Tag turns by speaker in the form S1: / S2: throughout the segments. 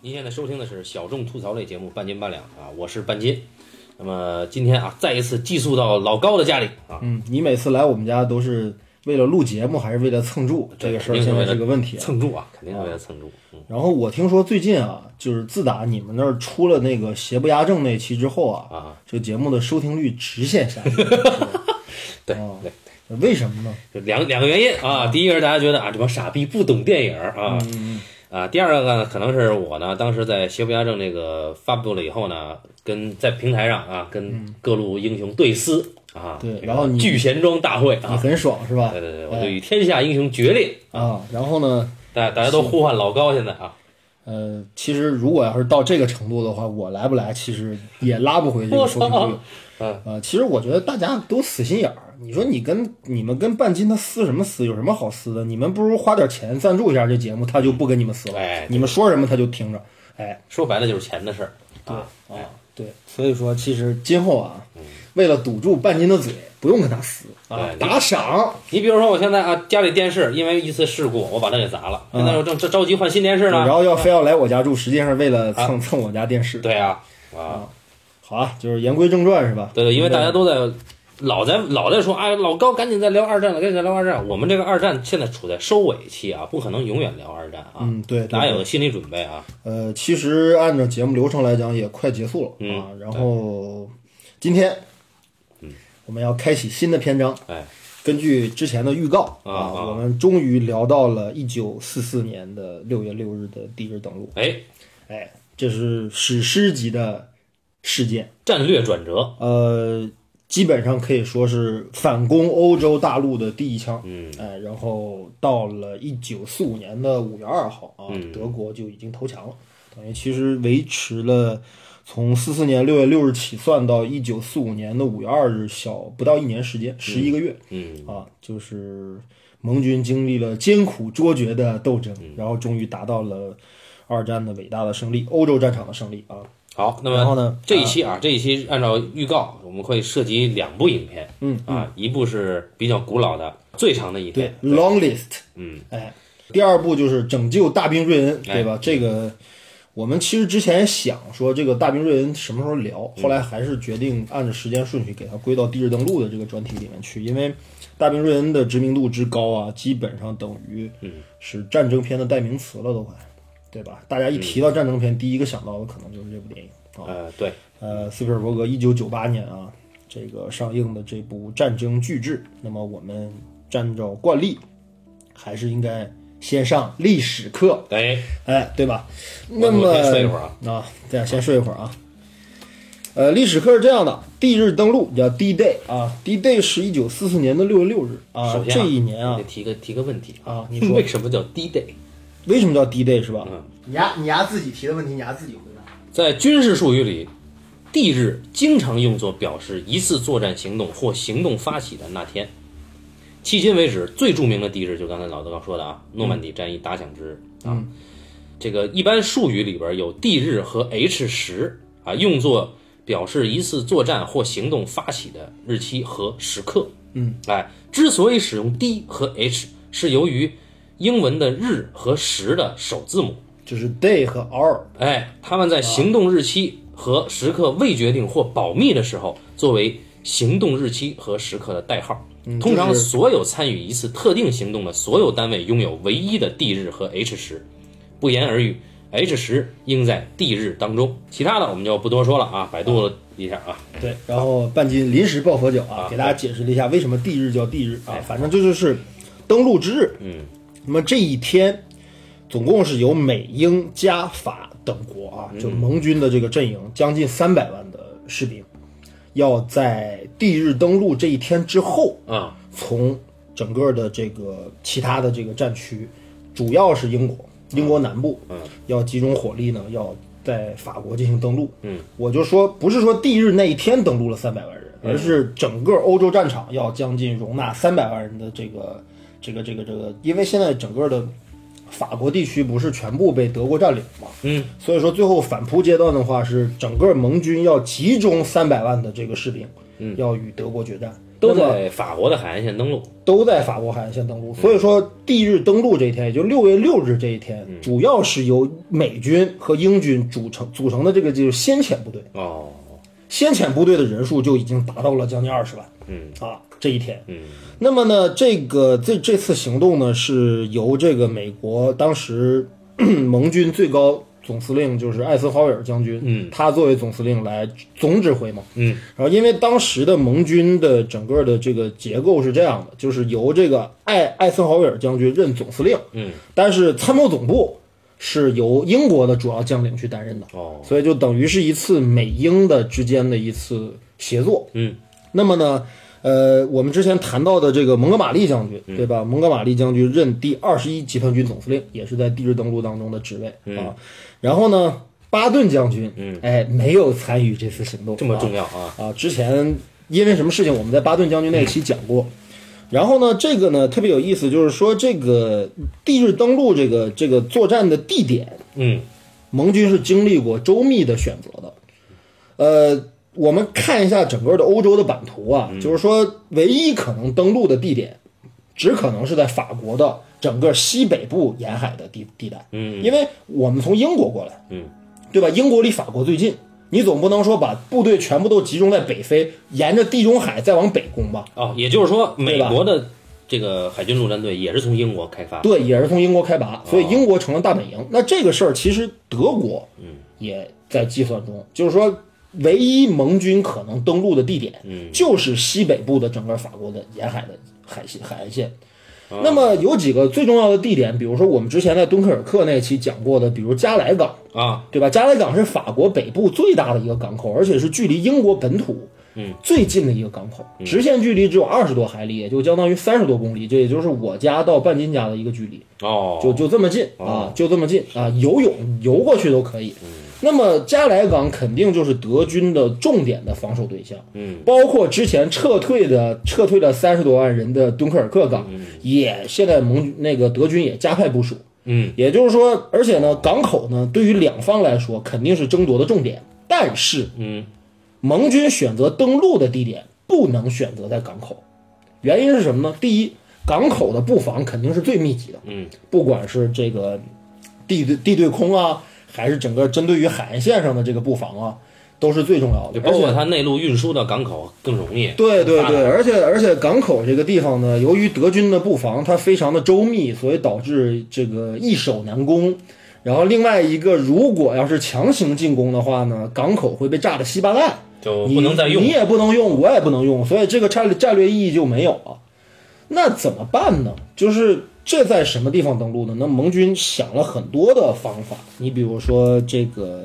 S1: 您现在收听的是小众吐槽类节目《半斤八两》啊，我是半斤。那么今天啊，再一次寄宿到老高的家里啊，
S2: 嗯，你每次来我们家都是为了录节目，还是为了蹭住？这个事儿
S1: 肯定
S2: 现
S1: 是为
S2: 在
S1: 了
S2: 是个问题。
S1: 蹭住啊，肯定是为了蹭住。嗯，
S2: 然后我听说最近啊，就是自打你们那儿出了那个邪不压正那期之后啊，
S1: 啊
S2: 这个节目的收听率直线下降。
S1: 对
S2: 哦
S1: 对，
S2: 为什么呢？
S1: 就两两个原因啊，第一个是大家觉得啊，这帮傻逼不懂电影啊。
S2: 嗯
S1: 啊，第二个呢，可能是我呢，当时在《邪不压正》这个发布了以后呢，跟在平台上啊，跟各路英雄对撕啊，
S2: 嗯对
S1: 这个
S2: 然后你哎
S1: 聚贤庄大会
S2: 你
S1: 啊，
S2: 很爽是吧
S1: 对？对对，我就与天下英雄决裂，
S2: 啊，然后呢，
S1: 大家大家都呼唤老高现在啊，
S2: 呃，其实如果要是到这个程度的话，我来不来其实也拉不回 这个收听率。
S1: 嗯
S2: 呃，其实我觉得大家都死心眼儿。你说你跟你们跟半斤他撕什么撕？有什么好撕的？你们不如花点钱赞助一下这节目，他就不跟你们撕了。
S1: 哎
S2: 你们说什么他就听着。哎，
S1: 说白了就是钱的事儿啊。
S2: 啊，对，所以说其实今后啊，为了堵住半斤的嘴，不用跟他撕啊
S1: 嗯哎，
S2: 打赏。
S1: 你比如说，我现在啊，家里电视因为一次事故，我把它给砸了，现在我正着着急换新电视
S2: 嗯然
S1: 呢。嗯
S2: 后要非要来我家住，实际上是为了蹭蹭我家电视。
S1: 对啊，
S2: 嗯
S1: 啊，
S2: 好啊，就是言归正传是吧？
S1: 对对，因为
S2: 嗯
S1: 大家都在老在老在说，哎，老高赶紧再聊二战了，赶紧再聊二战。我们这个二战现在处在收尾期啊，不可能永远聊二战啊，
S2: 嗯，对，对
S1: 大家
S2: 对
S1: 有个心理准备啊。
S2: 呃，其实按照节目流程来讲，也快结束了、
S1: 嗯
S2: 啊。然后今天，我们要开启新的篇章。
S1: 哎，
S2: 根据之前的预告
S1: 啊啊
S2: 我们终于聊到了一九四四年的六月六日的第日登陆。
S1: 哎，
S2: 哎，这是史诗级的事件，
S1: 战略转折，
S2: 呃，基本上可以说是反攻欧洲大陆的第一枪。
S1: 嗯，
S2: 哎，然后到了一九四五年的五月二号啊，
S1: 嗯
S2: 德国就已经投降了，等于其实维持了从四四年六月六日起算到一九四五年的五月二日，小不到一年时间，十一个月、
S1: 嗯，
S2: 啊，就是盟军经历了艰苦卓绝的斗争，
S1: 嗯
S2: 然后终于达到了二战的伟大的胜利，欧洲战场的胜利啊。
S1: 好，那
S2: 然后
S1: 么
S2: 呢，嗯
S1: 这一期啊，这一期按照预告，我们会涉及两部影片，
S2: 嗯
S1: 啊，一部是比较古老的最长的一
S2: 对
S1: 篇，
S2: ，Long List，
S1: 嗯，
S2: 哎，第二部就是拯救大兵瑞恩，
S1: 哎
S2: 对吧？这个我们其实之前也想说这个大兵瑞恩什么时候聊，后
S1: 嗯
S2: 来还是决定按照时间顺序给它归到地质登陆的这个专题里面去，因为大兵瑞恩的知名度之高啊，基本上等于
S1: 嗯
S2: 是战争片的代名词了，都快，对吧？大家一
S1: 嗯
S2: 提到战争片，第一个想到的可能就是这部电影啊。
S1: 呃，对，
S2: 呃，斯皮尔伯格一九九八年啊，这个上映的这部战争巨制。那么我们按照惯例，还是应该先上历史课，
S1: 哎，
S2: 哎，对吧？
S1: 我
S2: 那
S1: 我
S2: 么
S1: 先睡一会儿啊
S2: 啊，对啊，先睡一会儿啊。呃，历史课是这样的，地日登陆叫 D Day 啊，D Day 是一九四四年的六月六日啊
S1: 首，先啊
S2: 这一年
S1: 我
S2: 啊
S1: 得，提个提个问题
S2: 啊你 说
S1: 为什么叫 D Day？
S2: 为什么叫 D Day 是吧？
S1: 嗯
S2: 你丫你丫自己提的问题，你丫自己回答。
S1: 在军事术语里，地日经常用作表示一次作战行动或行动发起的那天。迄今为止，最著名的地日就刚才老德刚说的啊，诺曼底战役打响之日啊。这个一般术语里边有地日和 H 时啊，用作表示一次作战或行动发起的日期和时刻。嗯，哎，之所以使用 D 和 H，是由于英文的日和时的首字母。
S2: 就是 day 和 hour，
S1: 哎，他们在行动日期和时刻未决定或保密的时候，作为行动日期和时刻的代号。通常，
S2: 嗯就是
S1: 所有参与一次特定行动的所有单位拥有唯一的地日和 H 时。不言而喻，H 时应在地日当中。其他的我们就不多说了
S2: 哦
S1: 啊，百度一下啊。
S2: 对，然后半斤临时抱佛脚哎啊，给大家解释了一下为什么地日叫地日啊，反正这就是登陆之日。嗯，那么这一天，总共是由美、英、加、法等国啊，就盟军的这个阵营，将近三百万的士兵，要在地日登陆这一天之后，
S1: 啊，
S2: 从整个的这个其他的这个战区，主要是英国，英国南部，嗯，要集中火力呢，要在法国进行登陆。嗯，我就说不是说地日那一天登陆了三百万人，而是整个欧洲战场要将近容纳三百万人的这个这个这个这个，因为现在整个的。法国地区不是全部被德国占领嘛？
S1: 嗯，
S2: 所以说最后反扑阶段的话，是整个盟军要集中三百万的这个士兵，嗯，要与德国决战。
S1: 都在法国的海岸线登陆。
S2: 都在法国海岸线登陆，所以说地日登陆这一天，也就六月六日这一天，主要是由美军和英军组成组成的这个就是先遣部队，
S1: 哦，
S2: 先遣部队的人数就已经达到了将近二十万，
S1: 嗯
S2: 啊，这一天，
S1: 嗯，
S2: 那么呢，这个这这次行动呢，是由这个美国当时 盟军最高总司令就是艾森豪威尔将军，
S1: 嗯，
S2: 他作为总司令来总指挥嘛，
S1: 嗯，
S2: 然后因为当时的盟军的整个的这个结构是这样的，就是由这个艾艾森豪威尔将军任总司令，
S1: 嗯，
S2: 但是参谋总部是由英国的主要将领去担任的，
S1: 哦，
S2: 所以就等于是一次美英的之间的一次协作，
S1: 嗯
S2: 那么呢，呃，我们之前谈到的这个蒙哥马利将军，
S1: 嗯
S2: 对吧？蒙哥马利将军任第二十一集团军总司令，也是在地质登陆当中的职位、
S1: 嗯
S2: 啊。然后呢，巴顿将军，嗯，哎，没有参与这次行动，
S1: 这么
S2: 啊
S1: 重要啊？
S2: 啊，之前因为什么事情，我们在巴顿将军那期讲过。然后呢，这个呢特别有意思，就是说这个地质登陆这个这个作战的地点
S1: 嗯
S2: 盟军是经历过周密的选择的。呃，我们看一下整个的欧洲的版图啊，
S1: 嗯
S2: 就是说唯一可能登陆的地点，只可能是在法国的整个西北部沿海的地地带。
S1: 嗯，
S2: 因为我们从英国过来，
S1: 嗯，
S2: 对吧？英国离法国最近。你总不能说把部队全部都集中在北非，沿着地中海再往北攻吧？
S1: 哦，也就是说，美
S2: 对吧
S1: 国的这个海军陆战队也是从英国开发的。
S2: 对，也是从英国开拔，所以英国成了大本营。那这个事儿其实德国也在计算中，就是说唯一盟军可能登陆的地点，就是西北部的整个法国的沿海的海线海岸线。那么有几个最重要的地点，比如说我们之前在敦刻尔克那期讲过的，比如加莱港，
S1: 啊，
S2: 对吧？加莱港是法国北部最大的一个港口，而且是距离英国本土
S1: 嗯
S2: 最近的一个港口，直线距离只有二十多海里，也就相当于三十多公里，这也就是我家到半斤家的一个距离，
S1: 哦，嗯
S2: 就就这么近啊，就这么近啊，游泳游过去都可以。那么加莱港肯定就是德军的重点的防守对象，
S1: 嗯，
S2: 包括之前撤退的撤退了三十多万人的敦刻尔克港，也现在盟那个德军也加快部署，
S1: 嗯，
S2: 也就是说，而且呢，港口呢对于两方来说肯定是争夺的重点，但是
S1: 嗯
S2: 盟军选择登陆的地点不能选择在港口，原因是什么呢？第一，港口的布防肯定是最密集的，
S1: 嗯，
S2: 不管是这个地对地对空啊，还是整个针对于海岸线上的这个布防啊，都是最重要的
S1: 就。包
S2: 而且
S1: 括它内陆运输到港口更容易。
S2: 对对
S1: 发达
S2: 对，而且而且港口这个地方呢，由于德军的布防它非常的周密，所以导致这个易守难攻。然后另外一个，如果要是强行进攻的话呢，港口会被炸得稀巴烂，
S1: 就
S2: 你
S1: 不能再用
S2: 你也不能用，我也不能用，所以这个战略战略意义就没有了。那怎么办呢？就是这在什么地方登陆呢？那盟军想了很多的方法，你比如说这个，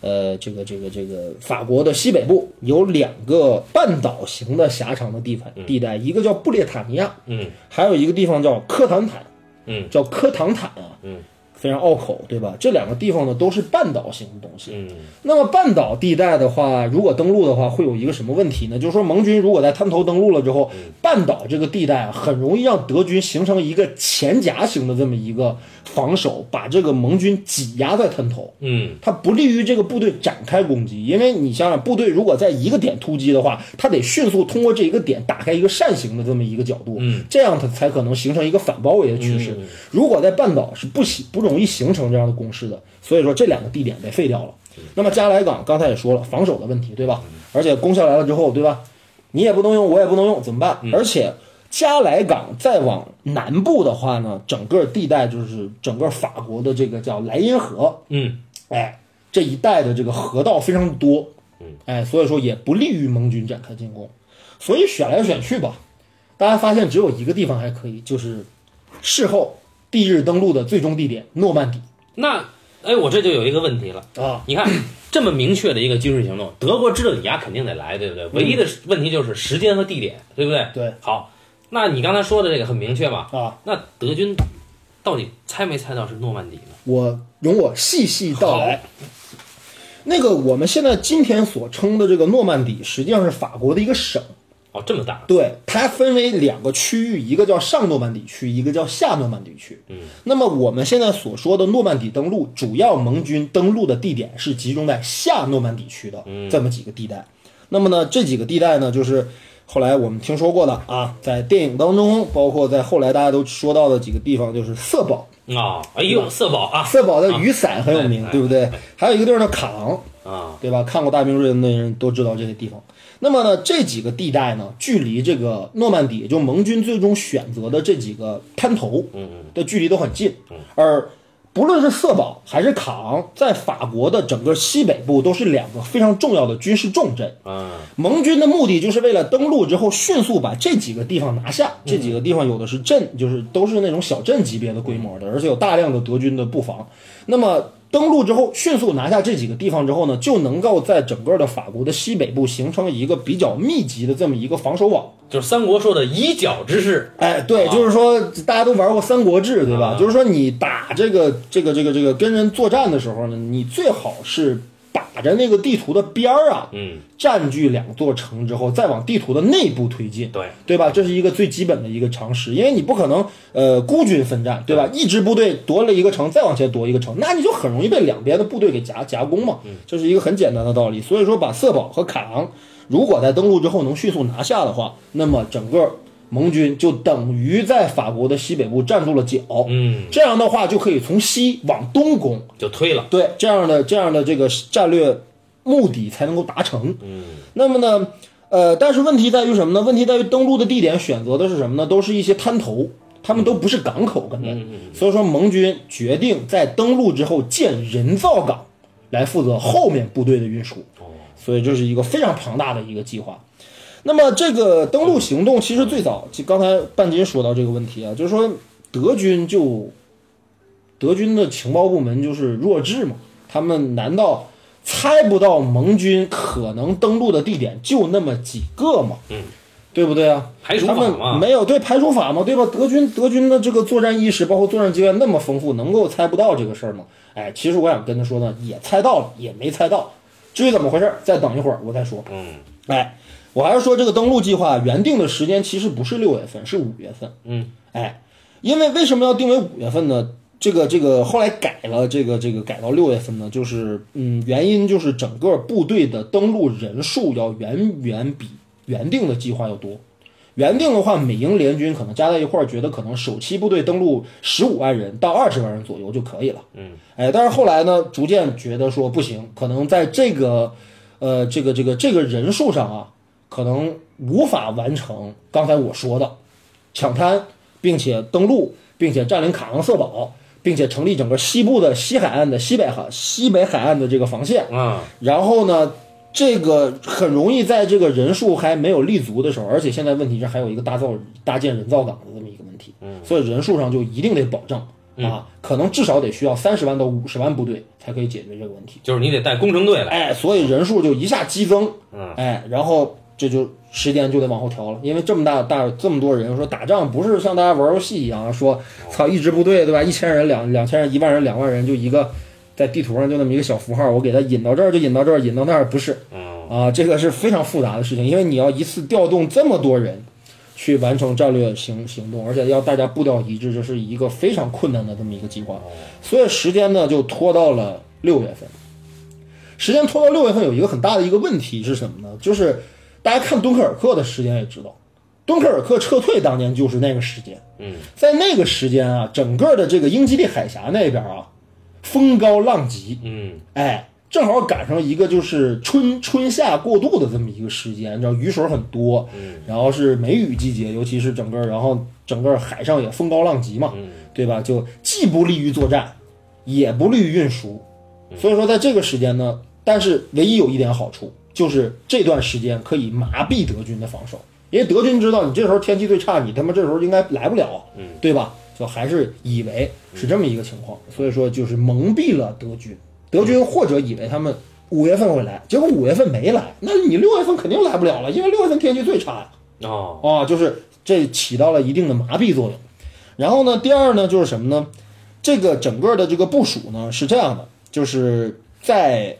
S2: 呃，这个这个这个法国的西北部有两个半岛型的狭长的地盘地带，一个叫布列塔尼亚，
S1: 嗯
S2: 还有一个地方叫科坦坦，
S1: 嗯，
S2: 叫科唐坦啊，
S1: 嗯，
S2: 非常拗口，对吧？这两个地方呢都是半岛型的东西，
S1: 嗯
S2: 那么半岛地带的话，如果登陆的话，会有一个什么问题呢？就是说，盟军如果在滩头登陆了之后，半岛这个地带啊，很容易让德军形成一个前夹型的这么一个防守，把这个盟军挤压在滩头。
S1: 嗯，
S2: 它不利于这个部队展开攻击，因为你想想，部队如果在一个点突击的话，它得迅速通过这一个点打开一个扇形的这么一个角度，
S1: 嗯，
S2: 这样它才可能形成一个反包围的趋势。如果在半岛是不形不容易形成这样的攻势的，所以说这两个地点被废掉
S1: 嗯
S2: 了。那么加莱港刚才也说了，防守的问题，对吧？而且攻下来了之后，对吧？你也不能用，我也不能用，怎么办？
S1: 嗯
S2: 而且加莱港再往南部的话呢，整个地带就是整个法国的这个叫莱茵河，
S1: 嗯
S2: 哎，这一带的这个河道非常多，
S1: 嗯，
S2: 哎，所以说也不利于盟军展开进攻，所以选来选去吧，大家发现只有一个地方还可以，就是事后地日登陆的最终地点诺曼底
S1: 那哎，我这就有一个问题了。
S2: 啊，
S1: 你看这么明确的一个军事行动，德国知道你丫肯定得来，对不对？唯一的问题就是时间和地点，对不对？
S2: 嗯对
S1: 好，那你刚才说的这个很明确嘛？
S2: 啊，
S1: 那德军到底猜没猜到是诺曼底呢？
S2: 我容我细细道来
S1: 好。
S2: 那个我们现在今天所称的这个诺曼底，实际上是法国的一个省，
S1: 哦，这么大，
S2: 对，它分为两个区域，一个叫上诺曼底区，一个叫下诺曼底区。嗯，那么我们现在所说的诺曼底登陆，主要盟军登陆的地点是集中在下诺曼底区的这么几个地带。那么呢，这几个地带呢，就是后来我们听说过的啊，在电影当中，包括在后来大家都说到的几个地方，就是色堡，
S1: 啊，哎
S2: 嗯
S1: 呦，色宝啊
S2: 色堡的雨伞很有名，
S1: 哎
S2: 对不对？还有一个地儿叫扛，
S1: 啊，
S2: 对吧？看过《大兵瑞恩》的人都知道这些地方。那么呢，这几个地带呢，距离这个诺曼底，也就盟军最终选择的这几个滩头，的距离都很近。而不论是色堡还是扛，在法国的整个西北部都是两个非常重要的军事重镇。
S1: 啊，
S2: 盟军的目的就是为了登陆之后迅速把这几个地方拿下。这几个地方有的是镇，就是都是那种小镇级别的规模的，而且有大量的德军的布防。那么登陆之后，迅速拿下这几个地方之后呢，就能够在整个的法国的西北部形成一个比较密集的这么一个防守网。
S1: 就是三国说的以角之势，
S2: 哎，对，就是说大家都玩过《三国志》，对吧？就是说你打这个这个这个这个跟人作战的时候呢，你最好是把着那个地图的边儿啊，
S1: 嗯，
S2: 占据两座城之后，再往地图的内部推进。
S1: 对，
S2: 对吧？这是一个最基本的一个常识，因为你不可能呃孤军奋战，对吧？一支部队夺了一个城，再往前夺一个城，那你就很容易被两边的部队给夹夹攻嘛。这是一个很简单的道理。所以说，把色堡和卡昂如果在登陆之后能迅速拿下的话，那么整个盟军就等于在法国的西北部站住了脚。
S1: 嗯，
S2: 这样的话就可以从西往东攻，
S1: 就推了，
S2: 对这样的这样的这个战略目的才能够达成。嗯，那么呢，呃，但是问题在于什么呢？问题在于登陆的地点选择的是什么呢？都是一些滩头，他们都不是港口，根本。所以说，盟军决定在登陆之后建人造港，来负责后面部队的运输。所以这是一个非常庞大的一个计划。那么这个登陆行动其实最早，就刚才半斤说到这个问题啊，就是说德军就德军的情报部门就是弱智嘛，他们难道猜不到盟军可能登陆的地点就那么几个吗？嗯，对不对啊？
S1: 排除法
S2: 他
S1: 嘛
S2: 们没有对排除法嘛，对吧？德军德军的这个作战意识，包括作战经验那么丰富，能够猜不到这个事儿吗？哎，其实我想跟他说呢，也猜到了，也没猜到。至于怎么回事儿，再等一会儿我再说。
S1: 嗯
S2: 哎，我还是说这个登陆计划原定的时间其实不是六月份，是五月份。
S1: 嗯，
S2: 哎，因为为什么要定为五月份呢？这个这个后来改了，这个这个改到六月份呢，就是嗯，原因就是整个部队的登陆人数要远远比原定的计划要多。原定的话，美英联军可能加在一块儿，觉得可能首期部队登陆十五万人到二十万人左右就可以了。嗯，哎，但是后来呢，逐渐觉得说不行，可能在这个，呃，这个这个这个人数上啊，可能无法完成刚才我说的抢滩，并且登陆，并且占领卡昂瑟堡，并且成立整个西部的西海岸的西北海西北海岸的这个防线。
S1: 啊，
S2: 然后呢，这个很容易在这个人数还没有立足的时候，而且现在问题是还有一个搭造搭建人造港的这么一个问题，所以人数上就一定得保证啊，可能至少得需要三十万到五十万部队才可以解决这个问题。
S1: 就是你得带工程队来，
S2: 哎，所以人数就一下激增，
S1: 嗯
S2: 哎，然后这就时间就得往后调了，因为这么大大这么多人说打仗不是像大家玩游戏一样说，操一支部队对吧，一千人两两千人一万人两万人就一个在地图上就那么一个小符号，我给它引到这儿就引到这儿引到那儿，不是
S1: 嗯，
S2: 啊，这个是非常复杂的事情，因为你要一次调动这么多人。去完成战略行行动，而且要大家步调一致，这是一个非常困难的这么一个计划，所以时间呢就拖到了六月份。时间拖到六月份有一个很大的一个问题是什么呢？就是大家看敦刻尔克的时间也知道，敦刻尔克撤退当年就是那个时间。
S1: 嗯，
S2: 在那个时间啊，整个的这个英吉利海峡那边啊，风高浪急，
S1: 嗯，
S2: 哎，正好赶上一个就是春春夏过渡的这么一个时间，你知道雨水很多，然后是梅雨季节，尤其是整个，然后整个海上也风高浪急嘛，对吧？就既不利于作战，也不利于运输，所以说在这个时间呢，但是唯一有一点好处就是这段时间可以麻痹德军的防守，因为德军知道你这时候天气最差，你他妈这时候应该来不了，对吧？就还是以为是这么一个情况，所以说就是蒙蔽了德军，德军或者以为他们五月份会来，结果五月份没来，那你六月份肯定来不了了，因为六月份天气最差呀。
S1: 哦，
S2: 啊，就是这起到了一定的麻痹作用。然后呢，第二呢就是什么呢？这个整个的这个部署呢是这样的，就是在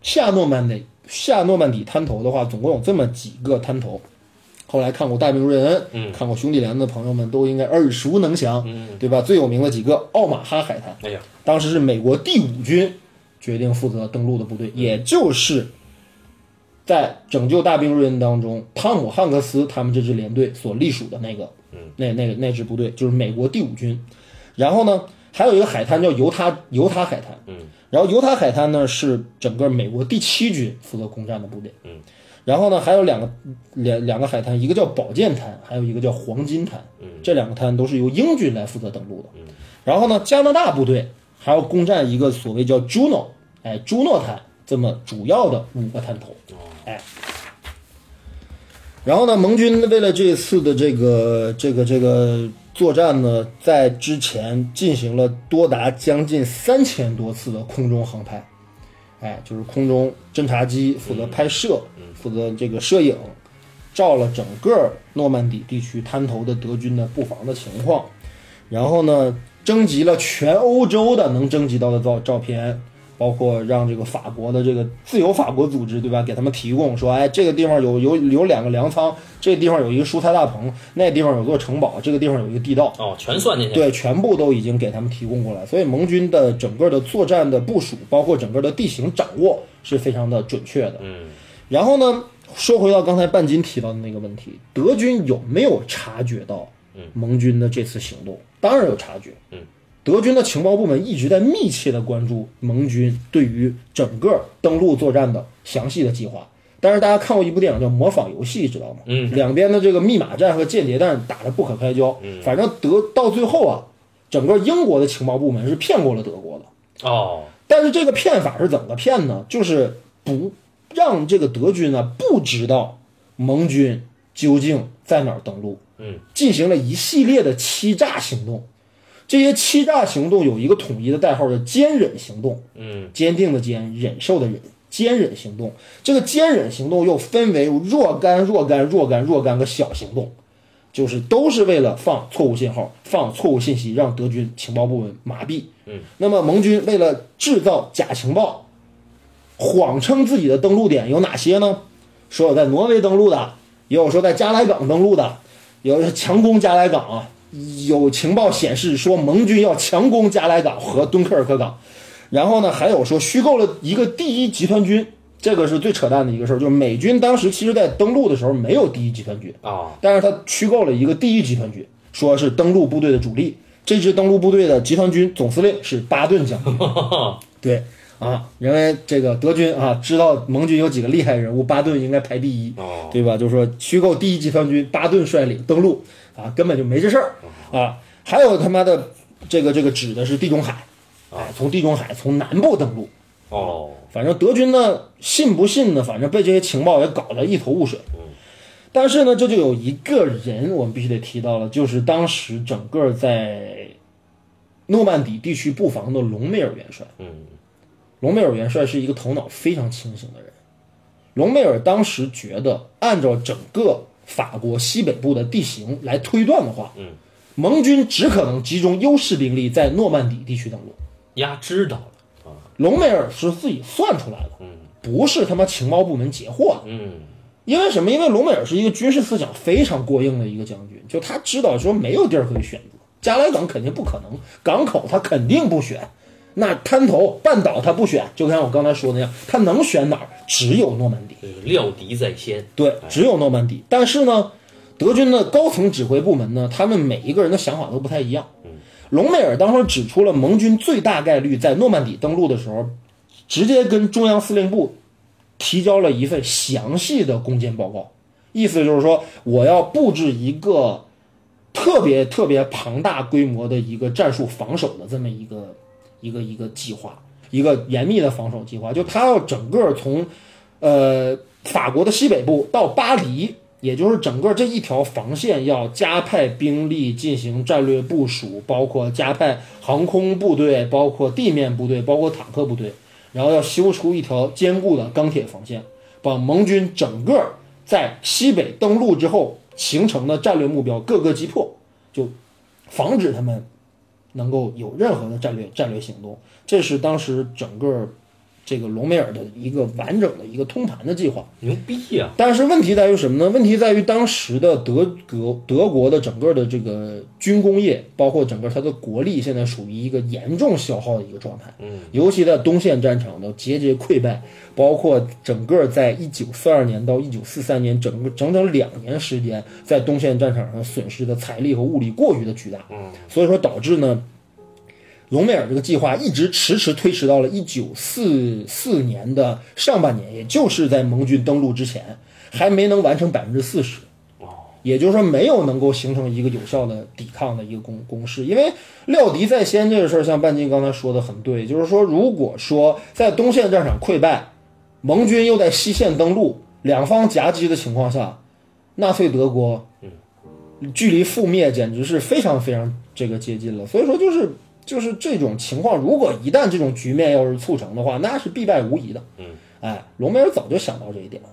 S2: 下诺曼底下诺曼底滩头的话，总共有这么几个滩头。后来看过《大兵瑞恩》，看过《兄弟连》的朋友们都应该耳熟能详，对吧？最有名的几个奥马哈海滩，
S1: 哎呀，
S2: 当时是美国第五军决定负责登陆的部队，也就是在拯救大兵瑞恩当中，汤姆汉克斯他们这支联队所隶属的那个，那那个那支部队就是美国第五军。然后呢，还有一个海滩叫犹他犹他海滩，嗯，然后犹他海滩呢是整个美国第七军负责攻占的部队，嗯，然后呢还有两个两两个海滩，一个叫宝剑滩，还有一个叫黄金滩，嗯，这两个滩都是由英军来负责登陆的，嗯，然后呢加拿大部队还要攻占一个所谓叫朱诺，哎，朱诺滩这么主要的五个滩头，哎。然后呢，盟军为了这次的这个这个这个作战呢，在之前进行了多达将近三千多次的空中航拍，哎，就是空中侦察机负责拍摄，负责这个摄影，照了整个诺曼底地区滩头的德军的布防的情况，然后呢，征集了全欧洲的能征集到的照照片，包括让这个法国的这个自由法国组织，对吧？给他们提供说，哎，这个地方有有有两个粮仓，这个地方有一个蔬菜大棚，那个地方有座城堡，这个地方有一个地道，
S1: 哦，全算进去。
S2: 对，全部都已经给他们提供过来。所以盟军的整个的作战的部署，包括整个的地形掌握是非常的准确的。嗯，然后呢，说回到刚才半斤提到的那个问题，德军有没有察觉到盟军的这次行动？当然有察觉。嗯，德军的情报部门一直在密切的关注盟军对于整个登陆作战的详细的计划。但是大家看过一部电影叫《模仿游戏》，知道吗？嗯，两边的这个密码战和间谍战打得不可开交。嗯，反正德到最后啊，整个英国的情报部门是骗过了德国的。
S1: 哦，
S2: 但是这个骗法是怎么骗呢？就是不让这个德军呢不知道盟军究竟在哪儿登陆，嗯，进行了一系列的欺诈行动。这些欺诈行动有一个统一的代号，叫“坚忍行动”。嗯，坚定的坚，忍受的忍，坚忍行动。这个坚忍行动又分为若干、若干、若干、若干个小行动，就是都是为了放错误信号、放错误信息，让德军情报部门麻痹。嗯，那么盟军为了制造假情报，谎称自己的登陆点有哪些呢？说有在挪威登陆的，也有说在加莱港登陆的，有强攻加莱港啊。有情报显示说盟军要强攻加莱港和敦刻尔克港，然后呢，还有说虚构了一个第一集团军，这个是最扯淡的一个事儿，就是美军当时其实在登陆的时候没有第一集团军，
S1: 哦，
S2: 但是他虚构了一个第一集团军，说是登陆部队的主力。这支登陆部队的集团军总司令是巴顿将军。对啊，因为这个德军啊知道盟军有几个厉害人物，巴顿应该排第一，对吧？就是说虚构第一集团军巴顿率领登陆啊，根本就没这事儿啊。还有他妈的这个这个指的是地中海，哎，从地中海从南部登陆，
S1: 哦，
S2: 反正德军呢，信不信呢？反正被这些情报也搞得一头雾水。但是呢，这就有一个人我们必须得提到了，就是当时整个在诺曼底地区布防的隆美尔元帅。嗯，隆美尔元帅是一个头脑非常清醒的人。隆美尔当时觉得，按照整个法国西北部的地形来推断的话，嗯，盟军只可能集中优势兵力在诺曼底地区登陆。
S1: 呀，知道了。啊，
S2: 隆美尔是自己算出来的，不是他妈情报部门截获的。
S1: 嗯，
S2: 因为什么？因为隆美尔是一个军事思想非常过硬的一个将军，就他知道说没有地儿可以选择，加莱港肯定不可能，港口他肯定不选，那滩头半岛他不选，就像我刚才说的那样，他能选哪儿？只有诺曼底。
S1: 这个料敌在先。
S2: 对，只有诺曼底。但是呢，德军的高层指挥部门呢，他们每一个人的想法都不太一样。隆美尔当时指出了盟军最大概率在诺曼底登陆的时候，直接跟中央司令部提交了一份详细的攻坚报告，意思就是说，我要布置一个特别特别庞大规模的一个战术防守的这么一个一个一个计划，一个严密的防守计划，就他要整个从呃法国的西北部到巴黎，也就是整个这一条防线要加派兵力进行战略部署，包括加派航空部队，包括地面部队，包括坦克部队，然后要修出一条坚固的钢铁防线，把盟军整个在西北登陆之后形成的战略目标各个击破，就防止他们能够有任何的战略战略行动。这是当时整个这个隆美尔的一个完整的一个通盘的计划。
S1: 牛逼呀、
S2: 但是问题在于什么呢？问题在于当时的德国德国的整个的这个军工业，包括整个它的国力，现在属于一个严重消耗的一个状态。嗯，尤其在东线战场的节节溃败，包括整个在一九四二年到一九四三年整个整整两年时间，在东线战场上损失的财力和物力过于的巨大。嗯，所以说导致呢。隆美尔这个计划一直迟迟推迟到了一九四四年的上半年，也就是在盟军登陆之前，还没能完成百分之四十。也就是说，没有能够形成一个有效的抵抗的一个攻攻势，因为料敌在先这个事儿，像半斤刚才说的很对，就是说，如果说在东线战场溃败，盟军又在西线登陆，两方夹击的情况下，纳粹德国，距离覆灭简直是非常非常这个接近了。所以说，就是就是这种情况，如果一旦这种局面要是促成的话，那是必败无疑的。嗯，哎，隆美尔早就想到这一点了。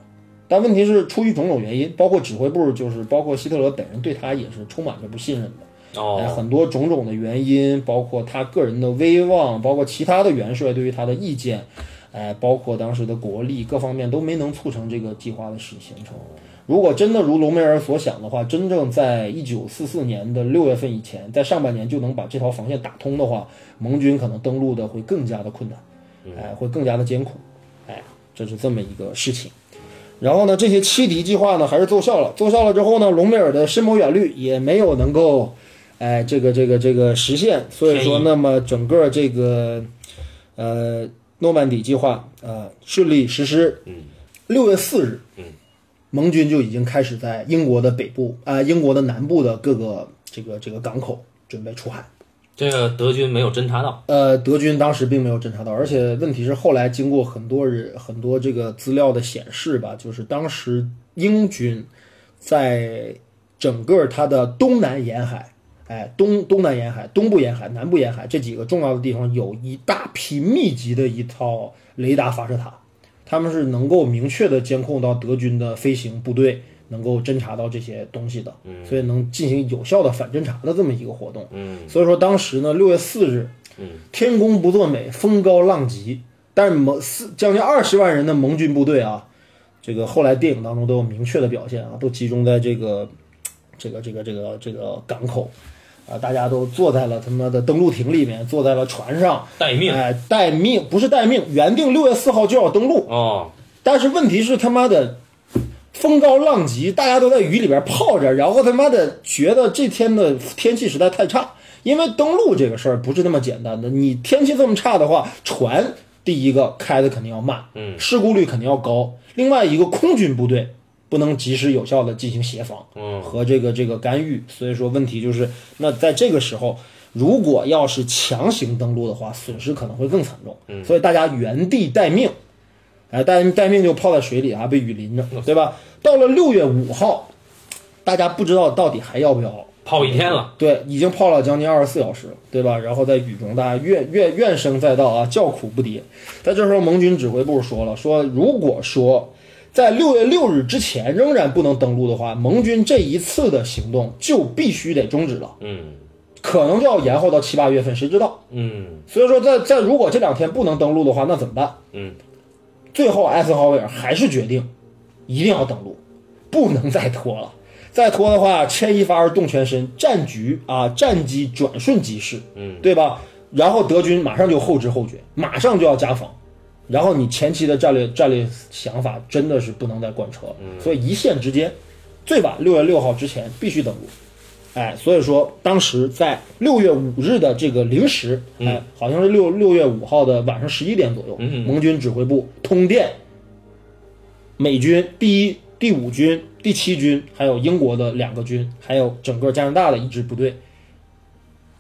S2: 但问题是，出于种种原因，包括指挥部，就是包括希特勒本人对他也是充满着不信任的。哎，
S1: 哦，
S2: 很多种种的原因，包括他个人的威望，包括其他的元帅对于他的意见，哎，包括当时的国力各方面都没能促成这个计划的实形成。如果真的如隆美尔所想的话，真正在一九四四年的六月份以前，在上半年就能把这条防线打通的话，盟军可能登陆的会更加的困难，哎，会更加的艰苦，哎，这是这么一个事情。然后呢，这些欺敌计划呢还是奏效了。奏效了之后呢，隆美尔的深谋远虑也没有能够，哎，这个这个这个实现。所以说，那么整个这个，呃，诺曼底计划呃顺利实施。嗯，六月四日，嗯，盟军就已经开始在英国的北部啊、英国的南部的各个这个这个港口准备出海。
S1: 这个德军没有侦察到，
S2: 呃，德军当时并没有侦察到，而且问题是后来经过很多人很多这个资料的显示吧，就是当时英军在整个它的东南沿海，哎，东东南沿海、东部沿海、南部沿海这几个重要的地方，有一大批密集的一套雷达发射塔，他们是能够明确的监控到德军的飞行部队。能够侦察到这些东西的，
S1: 嗯
S2: 所以能进行有效的反侦察的这么一个活动。嗯，所以说当时呢，六月四日，
S1: 嗯
S2: 天公不作美，风高浪急。但是盟四将近二十万人的盟军部队啊，这个后来电影当中都有明确的表现啊，都集中在这个这个这个这个这个港口啊，大家都坐在了他妈的登陆艇里面，坐在了船上，
S1: 待命
S2: 哎，待命不是待命，原定六月四号就要登陆，
S1: 哦，
S2: 但是问题是他妈的风高浪急，大家都在雨里边泡着，然后他妈的觉得这天的天气实在太差，因为登陆这个事儿不是那么简单的。你天气这么差的话，船第一个开的肯定要慢，嗯，事故率肯定要高。另外一个，空军部队不能及时有效的进行协防，嗯，和这个这个干预，所以说问题就是，那在这个时候。如果要是强行登陆的话，损失可能会更惨重，嗯、所以大家原地待命，哎，待待命就泡在水里啊，被雨淋着，对吧？到了六月五号，大家不知道到底还要不要，
S1: 泡一天了，
S2: 对，已经泡了将近二十四小时了，对吧？然后在雨中，大家怨怨怨声载道啊，叫苦不迭。在这时候，盟军指挥部说了，说如果说在六月六日之前仍然不能登陆的话，盟军这一次的行动就必须得终止了，
S1: 嗯
S2: 可能就要延后到七八月份，谁知道？
S1: 嗯
S2: 所以说在，在如果这两天不能登陆的话，那怎么办？
S1: 嗯，
S2: 最后艾森豪威尔还是决定一定要登陆，不能再拖了。再拖的话，牵一发而动全身，战局啊，战机转瞬即逝，嗯，对吧？然后德军马上就后知后觉，马上就要加防，然后你前期的战略战略想法真的是不能再贯彻了，所以一线之间，最晚六月六号之前必须登陆。哎，所以说当时在六月五日的这个零时，哎，好像是六六月五号的晚上十一点左右，盟军指挥部通电，美军第一、第五军、第七军，还有英国的两个军，还有整个加拿大的一支部队，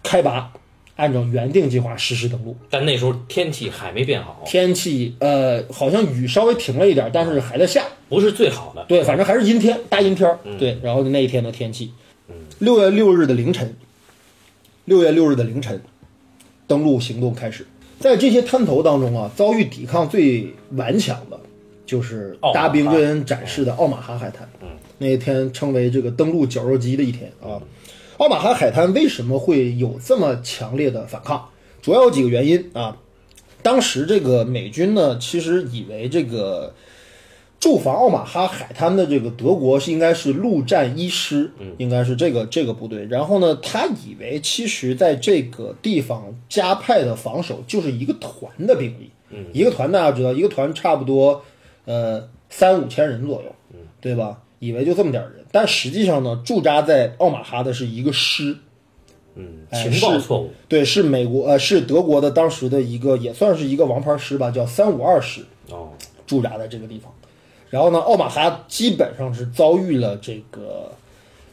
S2: 开拔，按照原定计划实施登陆。
S1: 但那时候天气还没变好，
S2: 天气呃，好像雨稍微停了一点，但是还在下。
S1: 不是最好的，
S2: 对，反正还是阴天，大阴天儿。
S1: 嗯
S2: 对，然后那一天的天气，六月六日的凌晨，六月六日的凌晨，登陆行动开始。在这些滩头当中啊，遭遇抵抗最顽强的，就是
S1: 奥马哈嗯
S2: 大兵瑞恩展示的奥马哈海滩。那一天称为这个登陆绞肉机的一天啊。奥马哈海滩为什么会有这么强烈的反抗？主要有几个原因啊。当时这个美军呢，其实以为这个驻防奥马哈海滩的这个德国是应该是陆战一师，应该是这个这个部队。然后呢，他以为其实在这个地方加派的防守就是一个团的兵力，一个团大家知道，一个团差不多呃三五千人左右，对吧？以为就这么点儿人，但实际上呢，驻扎在奥马哈的是一个师，
S1: 嗯，
S2: 哎
S1: 情报
S2: 是
S1: 错误，
S2: 对，是美国呃是德国的当时的一个也算是一个王牌师吧，叫三五二师
S1: 哦，
S2: 驻扎在这个地方。然后呢，奥马哈基本上是遭遇了这个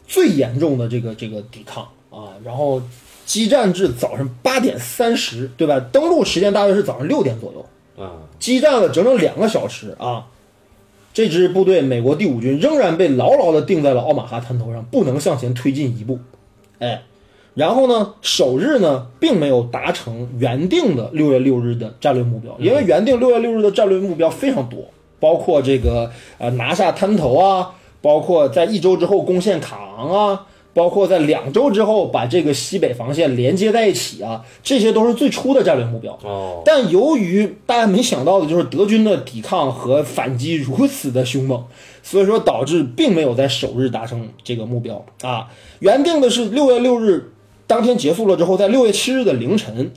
S2: 最严重的这个这个抵抗啊。然后激战至早上八点三十，对吧？登陆时间大约是早上六点左右，
S1: 啊，
S2: 激战了整整两个小时啊。这支部队，美国第五军仍然被牢牢地定在了奥马哈滩头上，不能向前推进一步。哎，然后呢，首日呢，并没有达成原定的六月六日的战略目标，因为原定六月六日的战略目标非常多，包括这个呃拿下滩头啊，包括在一周之后攻陷卡昂啊，包括在两周之后把这个西北防线连接在一起啊，这些都是最初的战略目标。
S1: 哦，
S2: 但由于大家没想到的就是德军的抵抗和反击如此的凶猛， 所以说导致并没有在首日达成这个目标啊。原定的是六月六日当天结束了之后，在六月七日的凌晨，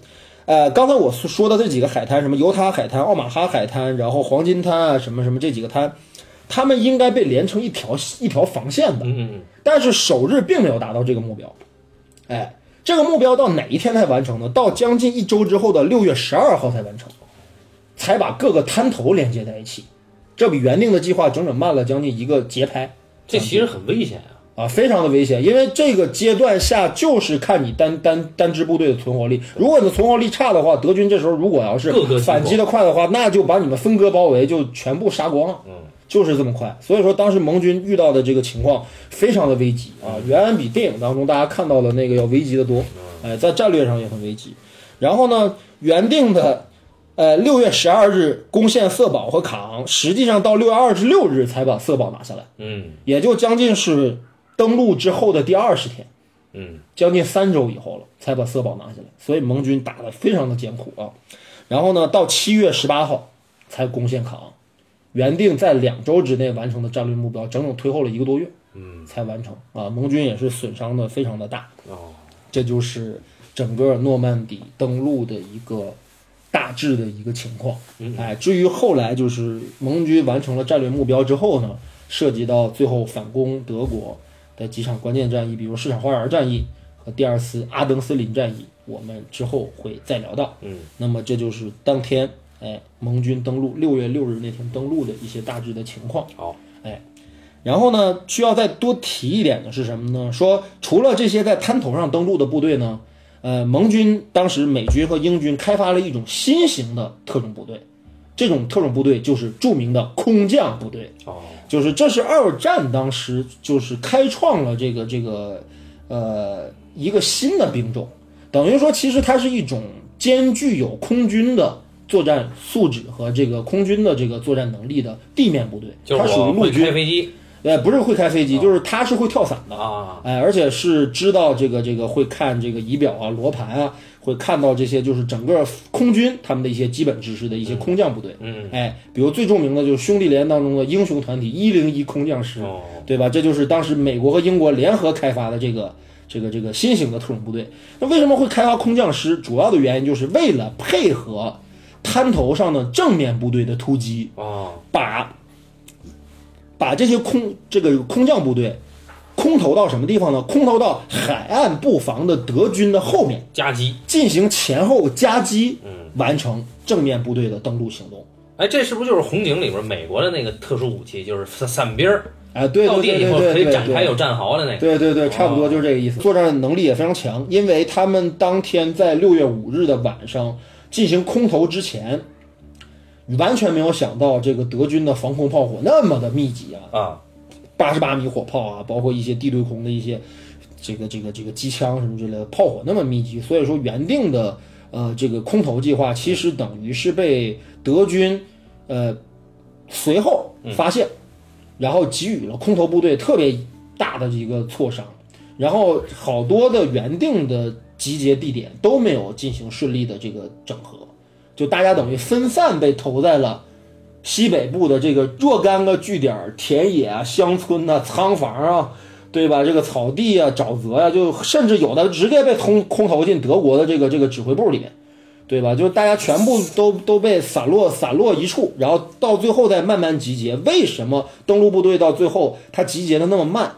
S2: 呃，刚才我所说的这几个海滩，什么犹他海滩、奥马哈海滩，然后黄金滩啊，什么什么这几个滩，他们应该被连成一条一条防线的。
S1: 嗯，
S2: 但是首日并没有达到这个目标。哎，这个目标到哪一天才完成呢？到将近一周之后的六月十二号才完成，才把各个滩头连接在一起。这比原定的计划整整慢了将近一个节拍
S1: 这其实很危险啊，
S2: 啊，非常的危险。因为这个阶段下就是看你单单单支部队的存活力，如果你的存活力差的话，德军这时候如果要是
S1: 各个击破
S2: 反击的快的话，那就把你们分割包围，就全部杀光了。
S1: 嗯，
S2: 就是这么快。所以说，当时盟军遇到的这个情况非常的危急啊，远远比电影当中大家看到的那个要危急得多。
S1: 嗯
S2: 哎，在战略上也很危急。然后呢，原定的，呃，六月十二日攻陷色堡和卡昂，实际上到六月二十六日才把色堡拿下来，
S1: 嗯
S2: 也就将近是登陆之后的第二十天。
S1: 嗯，
S2: 将近三周以后了，才把色堡拿下来，所以盟军打得非常的艰苦啊。然后呢，到七月十八号才攻陷卡昂，原定在两周之内完成的战略目标，整整推后了一个多月，嗯，才完成啊。盟军也是损伤的非常的大，
S1: 哦，
S2: 这就是整个诺曼底登陆的一个大致的一个情况。哎，至于后来就是盟军完成了战略目标之后呢，涉及到最后反攻德国的几场关键战役，比如市场花园战役和第二次阿登斯林战役，我们之后会再聊到。
S1: 嗯，
S2: 那么这就是当天哎盟军登陆六月六日那天登陆的一些大致的情况。
S1: 嗯好，
S2: 然后呢，需要再多提一点的是什么呢？说除了这些在滩头上登陆的部队呢，呃，盟军当时美军和英军开发了一种新型的特种部队，这种特种部队就是著名的空降部队，
S1: 哦，
S2: 就是这是二战当时就是开创了这个这个呃一个新的兵种，等于说其实它是一种兼具有空军的。作战素质和这个空军的这个作战能力的地面部队，
S1: 就是
S2: 它属于
S1: 我
S2: 陆
S1: 会
S2: 军
S1: 开。飞机
S2: 呃，不是会开飞机，
S1: 哦
S2: 就是他是会跳伞的，
S1: 啊，
S2: 哎，而且是知道这个这个会看这个仪表啊、罗盘啊，会看到这些就是整个空军他们的一些基本知识的一些空降部队，
S1: 嗯，
S2: 哎，比如最著名的就是兄弟连当中的英雄团体一零一空降师，
S1: 哦，
S2: 对吧？这就是当时美国和英国联合开发的这个这个这个新型的特种部队。那为什么会开发空降师？主要的原因就是为了配合滩头上的正面部队的突击，
S1: 哦，
S2: 把把这些空这个空降部队空投到什么地方呢？空投到海岸布防的德军的后面，
S1: 夹击，
S2: 进行前后夹击，
S1: 嗯，
S2: 完成正面部队的登陆行动。
S1: 哎，这是不是就是红警里边美国的那个特殊武器，就是伞伞兵儿，
S2: 哎，对
S1: 到
S2: 对
S1: 地
S2: 对
S1: 以后
S2: 对
S1: 可
S2: 对
S1: 以
S2: 对
S1: 展开有哦战壕的那个？
S2: 对对对，差不多就是这个意思。作战能力也非常强，因为他们当天在六月五日的晚上进行空投之前，完全没有想到这个德军的防空炮火那么的密集啊，
S1: 啊，
S2: 八十八米火炮啊，包括一些地对空的一些这个这个这个机枪什么之类的炮火那么密集，所以说原定的呃这个空投计划其实等于是被德军呃随后发现，然后给予了空投部队特别大的一个挫伤，然后好多的原定的集结地点都没有进行顺利的这个整合。就大家等于分散被投在了西北部的这个若干个据点儿、田野啊、乡村呐、仓房啊，对吧？这个草地啊、沼泽呀、就甚至有的直接被空空投进德国的这个这个指挥部里面，对吧？就是大家全部都都被散落散落一处，然后到最后再慢慢集结。为什么登陆部队到最后它集结的那么慢？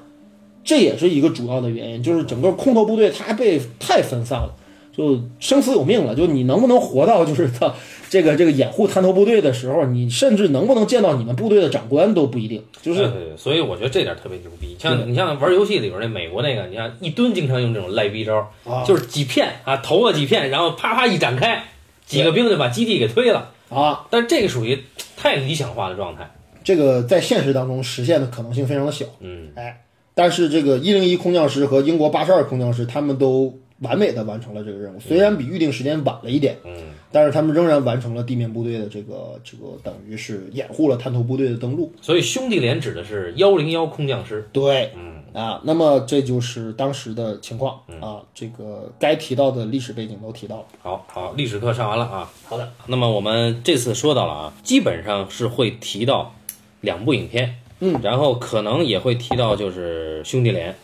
S2: 这也是一个主要的原因，就是整个空投部队它被太分散了，就生死有命了。就你能不能活到就是 到这个这个掩护滩头部队的时候，你甚至能不能见到你们部队的长官都不一定。
S1: 就
S2: 就
S1: 是哎所以我觉得这点特别牛逼。像你像玩游戏里边那美国那个，你看一蹲经常用这种赖逼招儿，
S2: 啊
S1: 就是几片啊，投啊几片，然后啪啪一展开，几个兵就把基地给推了。
S2: 啊，
S1: 但是这个属于太理想化的状态。
S2: 这个在现实当中实现的可能性非常的小。
S1: 嗯，
S2: 哎，但是这个一零一空降师和英国八十二空降师，他们都完美的完成了这个任务，虽然比预定时间晚了一点，
S1: 嗯，
S2: 但是他们仍然完成了地面部队的这个这个等于是掩护了滩头部队的登陆。
S1: 所以兄弟连指的是幺零幺空降师。
S2: 对，
S1: 嗯
S2: 啊，那么这就是当时的情况啊，这个该提到的历史背景都提到了。
S1: 好好，历史课上完了啊。
S2: 好的，
S1: 那么我们这次说到了啊，基本上是会提到两部影片，
S2: 嗯，
S1: 然后可能也会提到就是兄弟连，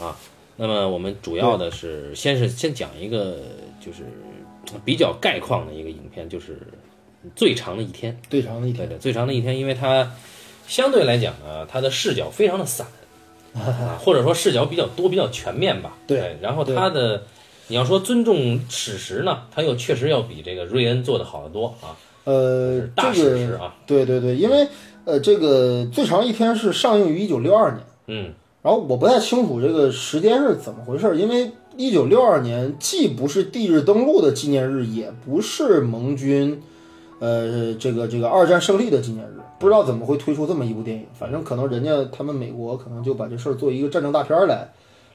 S1: 啊，那么我们主要的是先是先讲一个就是比较概况的一个影片，就是最长的一天，
S2: 最长的一天
S1: 对对，最长的一天，因为它相对来讲呢，它的视角非常的 散，啊，或者说视角比较多、比较全面吧。
S2: 对
S1: 然后
S2: 对
S1: 它的你要说尊重史实呢，它又确实要比这个瑞恩做的好得多啊，
S2: 呃，
S1: 大
S2: 这
S1: 史实
S2: 个
S1: 啊，
S2: 对对对，因为呃，这个最长一天是上映于一九六二年，
S1: 嗯
S2: 然后我不太清楚这个时间是怎么回事，因为一九六二年既不是地日登陆的纪念日，也不是盟军，呃，这个这个二战胜利的纪念日，不知道怎么会推出这么一部电影，反正可能人家他们美国可能就把这事儿做一个战争大片儿来。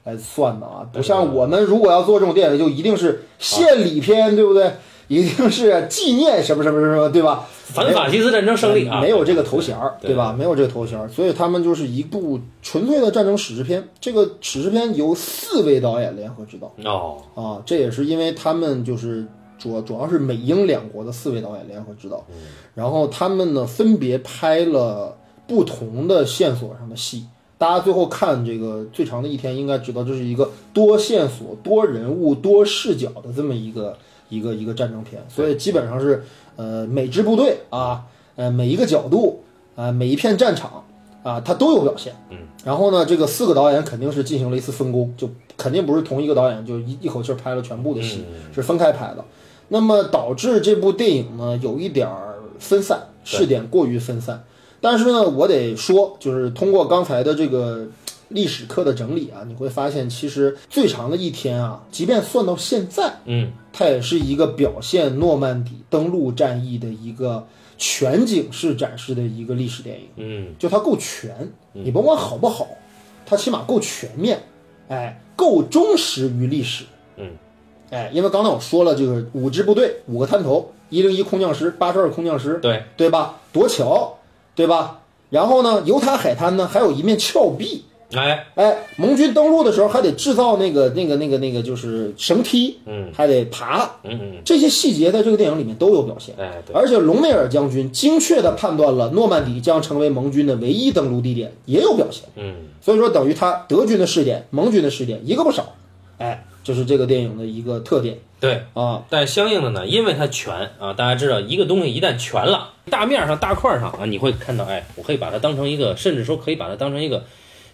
S2: 来算的啊，不像我们如果要做这种电影，就一定是献礼片，对不对？一定是纪念什么什么什么，对吧？
S1: 反法西斯战争胜利啊，
S2: 呃没有这个头衔儿，
S1: 对
S2: 对吧？没有这个头衔儿，所以他们就是一部纯粹的战争史诗片。这个史诗片由四位导演联合执导
S1: 哦，
S2: 啊，这也是因为他们就是主主要是美英两国的四位导演联合执导，然后他们呢分别拍了不同的线索上的戏。大家最后看这个最长的一天，应该知道这是一个多线索、多人物、多视角的这么一个一个一个战争片，所以基本上是呃每支部队啊，呃每一个角度啊、每一片战场啊，它都有表现。嗯，然后呢，这个四个导演肯定是进行了一次分工，就肯定不是同一个导演就一一口气儿拍了全部的戏，是分开拍的。那么导致这部电影呢有一点儿分散，视点过于分散。但是呢，我得说，就是通过刚才的这个历史课的整理啊，你会发现，其实最长的一天啊，即便算到现在，
S1: 嗯，
S2: 它也是一个表现诺曼底登陆战役的一个全景式展示的一个历史电影。
S1: 嗯，
S2: 就它够全，你甭管好不好，它起码够全面，哎，够忠实于历史。
S1: 嗯，
S2: 哎，因为刚才我说了，这个五支部队，五个滩头，一零一空降师，八十二空降师，
S1: 对，
S2: 对吧？夺桥，对吧？然后呢，犹他海滩呢，还有一面峭壁。
S1: 哎，
S2: 哎，盟军登陆的时候还得制造那个、那个、那个、那个，就是绳梯，
S1: 嗯，
S2: 还得爬，
S1: 嗯
S2: 这些细节在这个电影里面都有表现
S1: 嗯，。哎，对，
S2: 而且隆美尔将军精确地判断了诺曼底将成为盟军的唯一登陆地点，也有表现。
S1: 嗯，
S2: 所以说，等于他德军的试点、盟军的试点一个不少。哎，这是这个电影的一个特点
S1: 对。
S2: 啊。
S1: 但呃相应的呢，因为它全啊，大家知道一个东西一旦全了，大面上、大块上啊，你会看到，哎，我可以把它当成一个，甚至说可以把它当成一个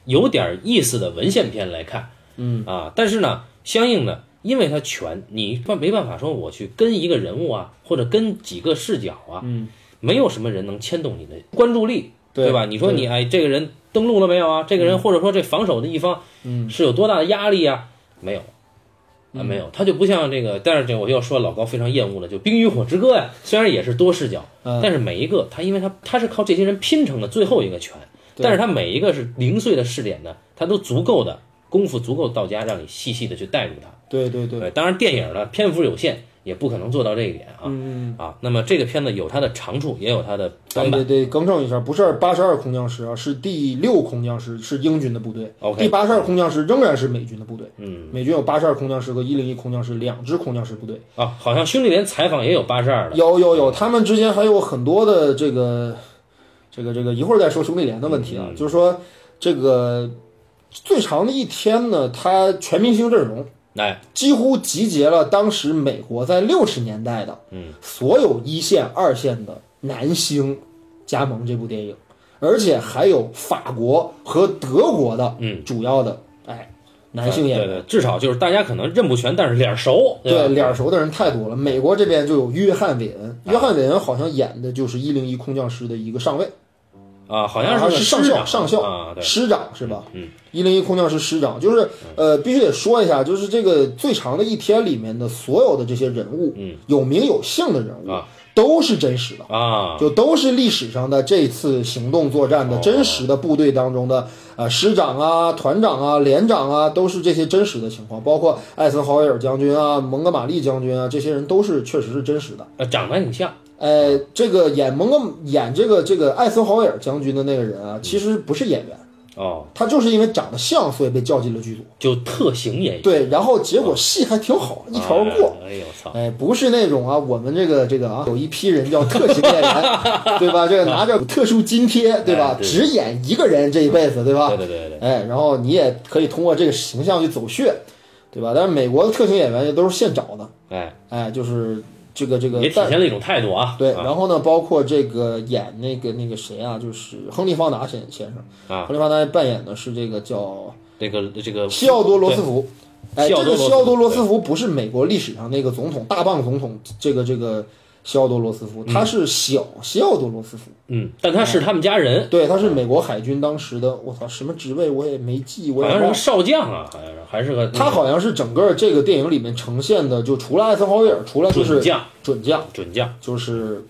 S1: 有点意思的文献片来看，嗯啊，但是呢，相应的，因为它全，你没办法说我去跟一个人物啊，或者跟几个视角啊，嗯，没有什么人能牵动你的关注力，
S2: 对
S1: 吧？你说
S2: 对
S1: 你哎，这个人登陆了没有啊？这个人或者说这防守的一方，嗯，是有多大的压力啊？没有。啊，没
S2: 嗯
S1: 有，它就不像这个，但是这我要说老高非常厌恶的，就《冰与火之歌》呀，虽然也是多视角，
S2: 嗯
S1: 但是每一个它，因为它它是靠这些人拼成的最后一个拳，但是它每一个是零碎的试点呢，它都足够的功夫足够到家，让你细细的去带入它。
S2: 对对对
S1: 对，当然电影呢篇幅有限，也不可能做到这一点啊、啊。那么这个片子有它的长处，也有它的短
S2: 哎，
S1: 板。
S2: 嗯对对，更正一下，不是八十二空降师啊，是第六空降师，是英军的部队。
S1: OK
S2: 第八十二空降师仍然是美军的部队。
S1: 嗯，
S2: 美军有八十二空降师和一零一空降师两支空降师部队。
S1: 啊，好像兄弟连采访也有八十二的，
S2: 有有有，他们之间还有很多的这个这个这个，一会儿再说兄弟连的问题啊，
S1: 嗯
S2: 就是说这个最长的一天呢，它全明星阵容。
S1: 哎，
S2: 几乎集结了当时美国在六十年代的，嗯，所有一线、二线的男星加盟这部电影，而且还有法国和德国的，嗯，主要的，哎，男性演员，
S1: 对对，至少就是大家可能认不全，但是脸儿熟，吧
S2: 对，脸熟的人太多了。美国这边就有约翰·韦恩，
S1: 啊
S2: 约翰·韦恩好像演的就是一零一空降师的一个上尉，
S1: 啊，好像是
S2: 是上
S1: 师
S2: 校，
S1: 长
S2: 上校
S1: 啊，对，嗯
S2: 师长是吧？嗯，一零一空降师师长就是呃，必须得说一下，就是这个最长的一天里面的所有的这些人物，嗯，有名有姓的人物
S1: 啊
S2: 都是真实的，
S1: 啊，
S2: 就都是历史上的这次行动作战的真实的部队当中的呃师长啊、团长啊、连长啊，都是这些真实的情况，包括艾森豪威尔将军啊、蒙哥马利将军啊，这些人都是确实是真实的。
S1: 呃长得挺像，
S2: 呃，这个演蒙哥演这个这个艾森豪威尔将军的那个人啊，其实不是演员。
S1: 哦，
S2: 他就是因为长得像，所以被叫进了剧组。
S1: 就特型演员，
S2: 对，然后结果戏还挺好，一条过。
S1: 哎呦我操，
S2: 哎，不是那种啊，我们这个这个啊，有一批人叫特型演员， 对吧？这个拿着特殊津贴，对吧
S1: 哎？对
S2: 只演一个人这一辈子，对吧？
S1: 对对对对，
S2: 哎，然后你也可以通过这个形象去走穴，对吧？但是美国的特型演员也都是现找的，
S1: 哎，
S2: 哎，就是这个这个
S1: 也体
S2: 呃但
S1: 现了一种态度啊，
S2: 对，
S1: 啊
S2: 然后呢，包括这个演那个那个谁啊，就是亨利·方达先先生，
S1: 啊，
S2: 亨利·方达扮演的是这个叫
S1: 这个这个
S2: 西奥多·罗斯福。哎，
S1: 西奥
S2: 这
S1: 多罗
S2: 个
S1: 斯福
S2: 西奥多·罗斯福不是美国历史上那个总统大棒总统，这个这个西奥多·罗斯福，他是小西奥多·罗斯福，
S1: 嗯，但他是他们家人，
S2: 对，他是美国海军当时的，我操，什么职位我也没记，我
S1: 好
S2: 也
S1: 像是个
S2: 忘了。
S1: 少将啊，好像是还是个
S2: 他好像是整个这个电影里面呈现的，就除了艾森豪威尔，除了就
S1: 准
S2: 是
S1: 将，
S2: 准将，
S1: 准将，
S2: 就是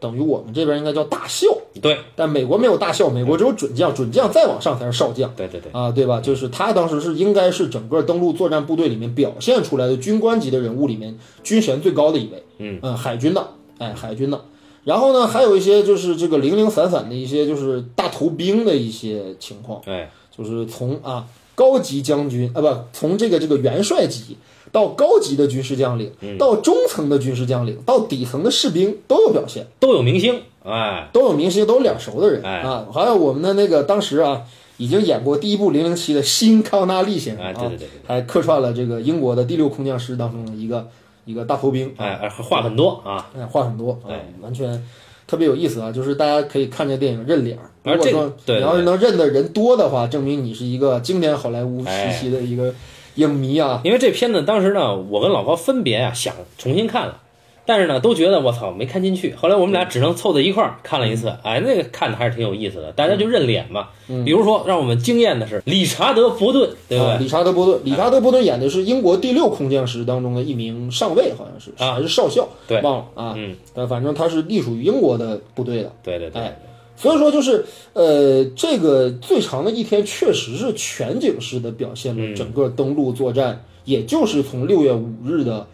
S2: 等于我们这边应该叫大校，
S1: 对
S2: 但美国没有大校，美国只有准将，准将再往上才是少将。
S1: 对对对，
S2: 啊，对吧？就是他当时是应该是整个登陆作战部队里面表现出来的军官级的人物里面军衔最高的一位，嗯海军的，哎，海军的。然后呢，还有一些就是这个零零散散的一些就是大头兵的一些情况，
S1: 哎，
S2: 就是从啊高级将军啊不从这个这个元帅级到高级的军事将领，到中层的军事将领，到底层的士兵都有表现。
S1: 都有明星，哎，
S2: 都有明星，都有脸熟的人、
S1: 哎
S2: 啊。还有我们的那个当时啊，已经演过第一部《零零七》的辛康纳利先生啊，
S1: 哎对对对对
S2: 还客串了这个英国的第六空降师当中的一个一个大头兵啊，
S1: 哎，哎话很多啊，
S2: 哎，话很多啊，完全特别有意思啊。就是大家可以看这电影认脸儿，
S1: 而
S2: 如果
S1: 这个
S2: 说
S1: 对对
S2: 你要是能认的人多的话，证明你是一个经典好莱坞时期的一个影迷啊。
S1: 因为这片子当时呢，我跟老高分别啊想重新看了。但是呢，都觉得我操没看进去。后来我们俩
S2: 嗯
S1: 只能凑在一块儿看了一次，哎，那个看的还是挺有意思的。大家
S2: 嗯
S1: 就认脸嘛。比如说，让我们惊艳的是理查德·伯顿，对不
S2: 啊，
S1: 对？
S2: 理查德·波顿，理查德·波顿演的是英国第六空降师当中的一名上尉，好像是
S1: 啊
S2: 还是少校，
S1: 对
S2: 忘了啊，
S1: 嗯，
S2: 但反正他是隶属于英国的部队的，
S1: 对对对，
S2: 哎所以说就是，呃，这个最长的一天确实是全景式的表现
S1: 嗯
S2: 了整个登陆作战，也就是从六月五日的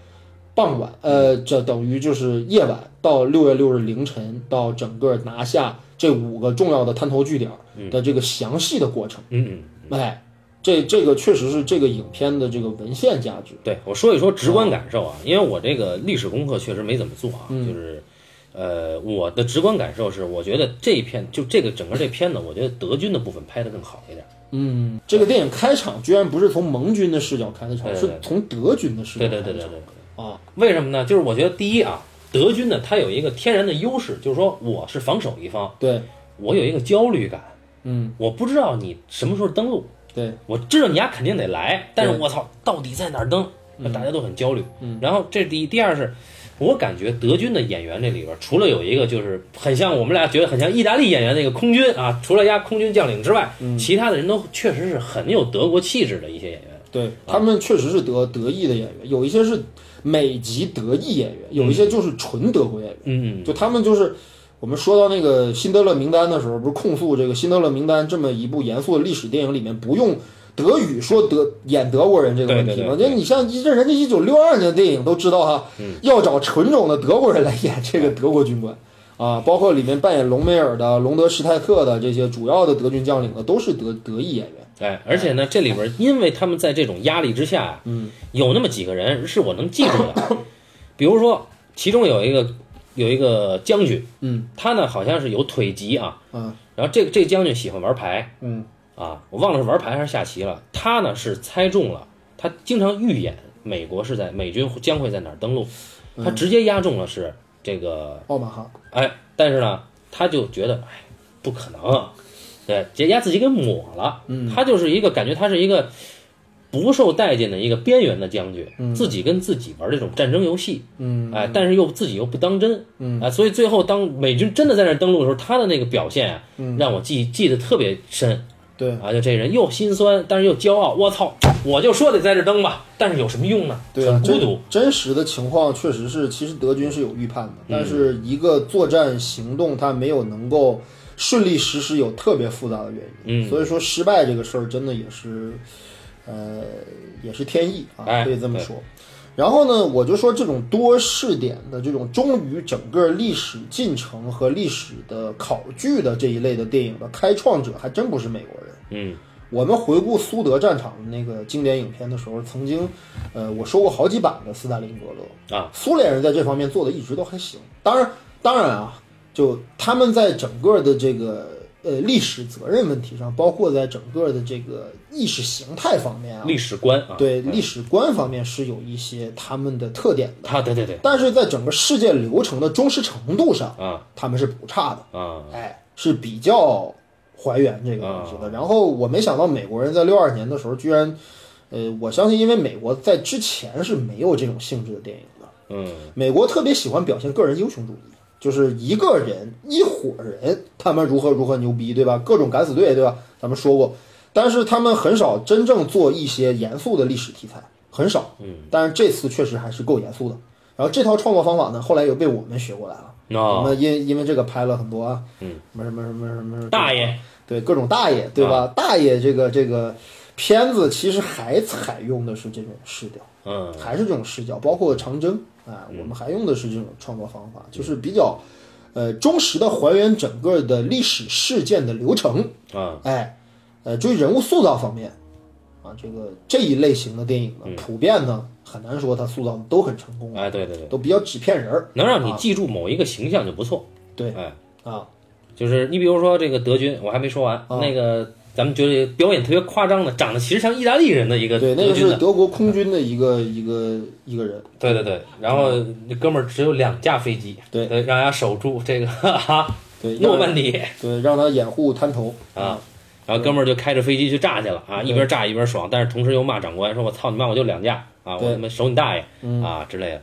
S2: 傍晚，呃，这等于就是夜晚到六月六日凌晨到整个拿下这五个重要的滩头据点的这个详细的过程，
S1: 嗯嗯，
S2: 哎，这这个确实是这个影片的这个文献价值，
S1: 对我说一说直
S2: 哦
S1: 观感受啊，因为我这个历史功课确实没怎么做啊，
S2: 嗯
S1: 就是，呃，我的直观感受是，我觉得这一片就这个整个这片子，我觉得德军的部分拍得更好一点。
S2: 嗯，这个电影开场居然不是从盟军的视角开的场，
S1: 对对
S2: 是
S1: 对
S2: 从德军的视角
S1: 对
S2: 开
S1: 对
S2: 的
S1: 对对
S2: 场
S1: 对。
S2: 啊，
S1: 为什么呢？就是我觉得第一啊，德军呢，它有一个天然的优势，就是说我是防守一方，
S2: 对，
S1: 我有一个焦虑感，
S2: 嗯，
S1: 我不知道你什么时候登陆，
S2: 对，
S1: 我知道你丫肯定得来，但是我操，到底在哪儿登？那大家都很焦虑。嗯然后这是第一，第二是，我感觉德军的演员这里边，除了有一个就是很像我们俩觉得很像意大利演员那个空军啊，除了压空军将领之外，其他的人都确实是很有德国气质的一些演员。
S2: 对他们确实是德德裔的演员，有一些是美籍德裔演员，有一些就是纯德国演员。
S1: 嗯，
S2: 就他们就是我们说到那个《辛德勒名单》的时候，不是控诉这个《辛德勒名单》这么一部严肃的历史电影里面不用德语说德演德国人这个问题
S1: 对
S2: 嘛，
S1: 对对对
S2: 就你像一这人家一九六二年的电影都知道哈，要找纯种的德国人来演这个德国军官啊，包括里面扮演隆美尔的、隆德施泰特的这些主要的德军将领的都是德德裔演员。
S1: 哎，而且呢，这里边因为他们在这种压力之下，嗯，有那么几个人是我能记住的，比如说其中有一个有一个将军，
S2: 嗯，
S1: 他呢好像是有腿疾啊，
S2: 啊，
S1: 然后这个这将军喜欢玩牌
S2: 嗯，
S1: 啊，我忘了是玩牌还是下棋了，他呢是猜中了，他经常预演美国是在美军将会在哪儿登陆，他直接压中了是这个
S2: 奥马哈，
S1: 哎，但是呢，他就觉得哎，不可能，对，结压自己给抹了。
S2: 嗯
S1: 他就是一个感觉，他是一个不受待见的一个边缘的将军，自己跟自己玩这种战争游戏，
S2: 嗯，
S1: 哎，但是又自己又不当真，嗯，啊，所以最后当美军真的在那儿登陆的时候，他的那个表现啊，
S2: 嗯
S1: 让我记记得特别深。
S2: 对
S1: 啊，就这人又心酸，但是又骄傲。我操，我就说得在这儿登吧，但是有什么用呢？
S2: 对啊
S1: 很，孤
S2: 真
S1: 独。
S2: 真实的情况确实是，其实德军是有预判的，
S1: 嗯
S2: 但是一个作战行动它没有能够顺利实施，有特别复杂的原因。
S1: 嗯
S2: 所以说失败这个事儿真的也是，呃，也是天意啊，
S1: 哎
S2: 可以这么说。然后呢，我就说这种多试点的这种忠于整个历史进程和历史的考据的这一类的电影的开创者，还真不是美国人。
S1: 嗯
S2: 我们回顾苏德战场的那个经典影片的时候，曾经，呃，我说过好几版的斯大林格勒，
S1: 啊，
S2: 苏联人在这方面做的一直都还行。当然，当然啊，就他们在整个的这个呃历史责任问题上，包括在整个的这个意识形态方面啊，
S1: 历史观啊，
S2: 对历史观方面是有一些他们的特点的，
S1: 他，对对对，
S2: 但是在整个世界流程的忠实程度上，
S1: 啊
S2: 他们是不差的。
S1: 啊，
S2: 哎，啊是比较还原这个东西的。然后我没想到美国人在六二年的时候居然，呃，我相信因为美国在之前是没有这种性质的电影的。
S1: 嗯。
S2: 美国特别喜欢表现个人英雄主义，就是一个人一伙人，他们如何如何牛逼，对吧？各种敢死队，对吧？咱们说过，但是他们很少真正做一些严肃的历史题材，很少。嗯，但是这次确实还是够严肃的。然后这套创作方法呢，后来又被我们学过来了。
S1: 哦
S2: 我们因因为这个拍了很多啊，嗯，什么什么什么什么
S1: 大爷，啊
S2: 对各种大爷，对吧？大爷这个这个片子其实还采用的是这种视角，
S1: 嗯，
S2: 还是这种视角，包括长征啊，我们还用的是这种创作方
S1: 嗯
S2: 法，就是比较呃忠实的还原整个的历史事件的流程，
S1: 啊，
S2: 哎，呃，至于人物塑造方面啊，这个这一类型的电影
S1: 嗯
S2: 呢，普遍呢很难说它塑造的都很成功，
S1: 哎，对对对，
S2: 都比较纸片人儿，
S1: 能让你记住某一个形象就不错。
S2: 对
S1: 哎，
S2: 啊，
S1: 就是你比如说这个德军，我还没说完，那个咱们觉得表演特别夸张的，长得其实像意大利人的一个
S2: 对，那
S1: 德
S2: 个
S1: 军
S2: 是
S1: 的，
S2: 德国空军的一个一个一个人，
S1: 对对对，然后那哥们儿只有两架飞机，
S2: 嗯
S1: 呃
S2: 对
S1: 让人家守住这个哈哈
S2: 对，
S1: 诺曼底
S2: 对，让他掩护滩头
S1: 啊。然后哥们儿就开着飞机去炸去了啊，一边炸一边爽，但是同时又骂长官说：“我操你妈，我就两架啊，我
S2: 对
S1: 他妈守你大爷啊之类的。”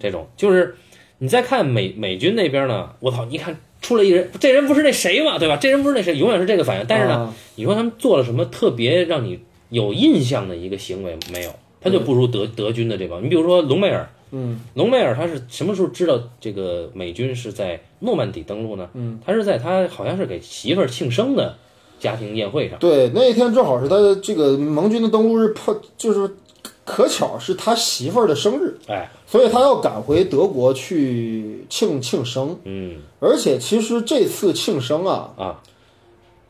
S1: 这种就是你再看美美军那边呢，我操，你看出来一人，这人不是那谁嘛，对吧？这人不是那谁，永远是这个反应。但是呢
S2: 啊，
S1: 你说他们做了什么特别让你有印象的一个行为没有？他就不如德德军的这帮。你比如说隆美尔，
S2: 嗯，
S1: 隆美尔他是什么时候知道这个美军是在诺曼底登陆呢？嗯，他是在他好像是给媳妇儿庆生的家庭宴会上。
S2: 啊对，那一天正好是他的这个盟军的登陆日，破就是可巧是他媳妇儿的生日，
S1: 哎，
S2: 所以他要赶回德国去庆庆生。
S1: 嗯
S2: 而且其实这次庆生啊，
S1: 啊，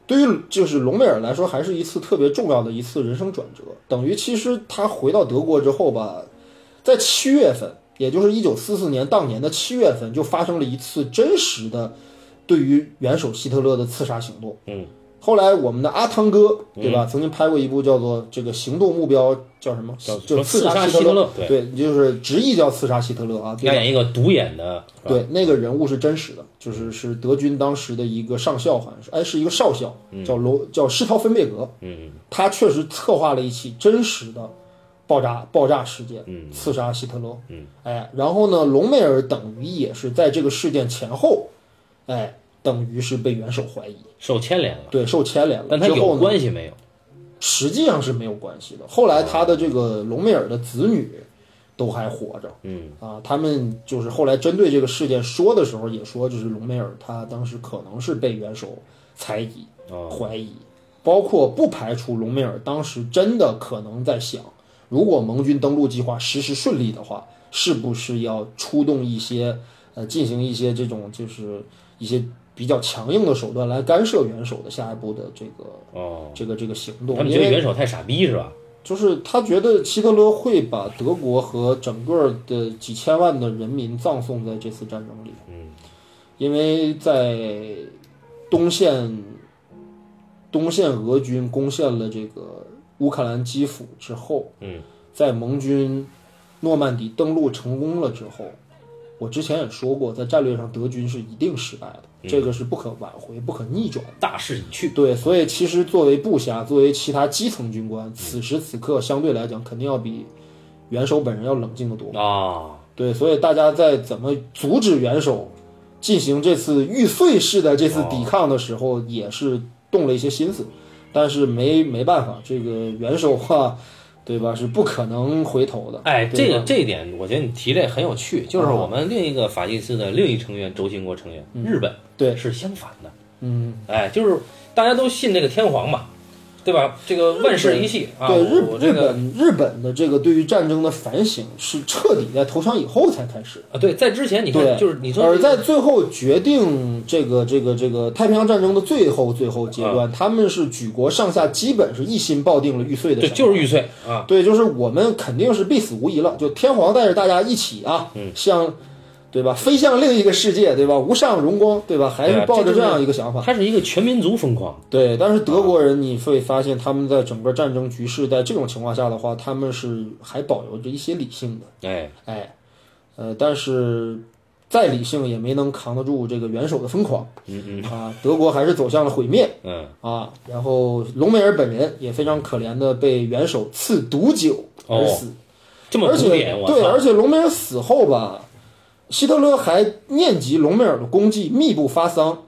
S2: 对于就是隆美尔来说，还是一次特别重要的一次人生转折。等于其实他回到德国之后吧，在七月份，也就是一九四四年当年的七月份，就发生了一次真实的对于元首希特勒的刺杀行动。
S1: 嗯，
S2: 后来我们的阿汤哥，对吧？曾经拍过一部叫做《这个行动目标》，叫什么？
S1: 叫
S2: 就
S1: 刺杀
S2: 杀
S1: 希特勒
S2: 对就是直译叫刺杀希特勒啊。
S1: 要演一个独眼的，
S2: 对，那个人物是真实的，就是是德军当时的一个上校，好像是，哎，是一个少校，叫罗，叫施陶芬贝格，
S1: 嗯，
S2: 他确实策划了一起真实的爆炸爆炸事件，
S1: 嗯
S2: 刺杀希特勒，嗯，哎，然后呢，隆美尔等于也是在这个事件前后，哎，等于是被元首怀疑，
S1: 受牵连了，
S2: 对，受牵连了，
S1: 但他
S2: 之后
S1: 有
S2: 呢
S1: 关系没有？
S2: 实际上是没有关系的。后来他的这个隆美尔的子女都还活着，
S1: 嗯
S2: 啊，他们就是后来针对这个事件说的时候也说，就是隆美尔他当时可能是被元首猜疑、
S1: 哦
S2: 怀疑，包括不排除隆美尔当时真的可能在想，如果盟军登陆计划实施顺利的话，是不是要出动一些呃，进行一些这种就是一些比较强硬的手段来干涉元首的下一步的这个
S1: 哦，
S2: 这个这个行
S1: 他
S2: 动，
S1: 们
S2: 因
S1: 觉得
S2: 为
S1: 元首太傻逼是吧？
S2: 就是他觉得希特勒会把德国和整个的几千万的人民葬送在这次战争里，
S1: 嗯，
S2: 因为在东线，东线俄军攻陷了这个乌克兰基辅之后，
S1: 嗯，
S2: 在盟军诺曼底登陆成功了之后，我之前也说过，在战略上德军是一定失败的，
S1: 嗯
S2: 这个是不可挽回、不可逆转的。
S1: 大势已去，
S2: 对，所以其实作为部下，作为其他基层军官，此时此刻相对来讲，肯定要比元首本人要冷静得多。
S1: 啊，
S2: 对，所以大家在怎么阻止元首进行这次玉碎式的这次
S1: 哦
S2: 抵抗的时候，也是动了一些心思，但是没没办法，这个元首啊，对吧，是不可能回头的。
S1: 哎，
S2: 对
S1: 这
S2: 吧啊
S1: 个这一点，我觉得你提这很有趣，就是我们另一个法西斯的另一成员轴心国成员日本，
S2: 嗯对
S1: 是相反的，
S2: 嗯，
S1: 哎，就是大家都信这个天皇嘛，对吧？这个万事一系啊，
S2: 对日
S1: 我我这
S2: 日
S1: 个
S2: 本日本的这个对于战争的反省是彻底在投降以后才开始。
S1: 啊，对，在之前你
S2: 对，
S1: 看，就是你说
S2: 而在最后决定这个这个这个太平洋战争的最后最后阶
S1: 嗯
S2: 段，他们是举国上下基本是一心抱定了玉碎的
S1: 对，
S2: 想法。
S1: 就是玉碎啊，
S2: 对，就是我们肯定是必死无疑了。就天皇带着大家一起啊，
S1: 嗯
S2: 向，对吧？飞向另一个世界，对吧？无上荣光，对吧？还
S1: 对
S2: 是
S1: 啊
S2: 抱
S1: 这
S2: 着
S1: 就是啊
S2: 这样一个想法。
S1: 它是一个全民族疯狂，
S2: 对，但是德国人你会发现，他们在整个战争局势在这种情况下的话，他们是还保留着一些理性的，
S1: 哎，
S2: 哎，呃，但是再理性也没能扛得住这个元首的疯狂，
S1: 嗯嗯
S2: 啊，德国还是走向了毁灭
S1: 嗯，
S2: 啊。然后隆美尔本人也非常可怜的被元首赐毒酒而死，
S1: 哦这么
S2: 而
S1: 古
S2: 且
S1: 典，我
S2: 对，
S1: 操，
S2: 而且隆美尔死后吧，希特勒还念及隆美尔的功绩，密不发丧。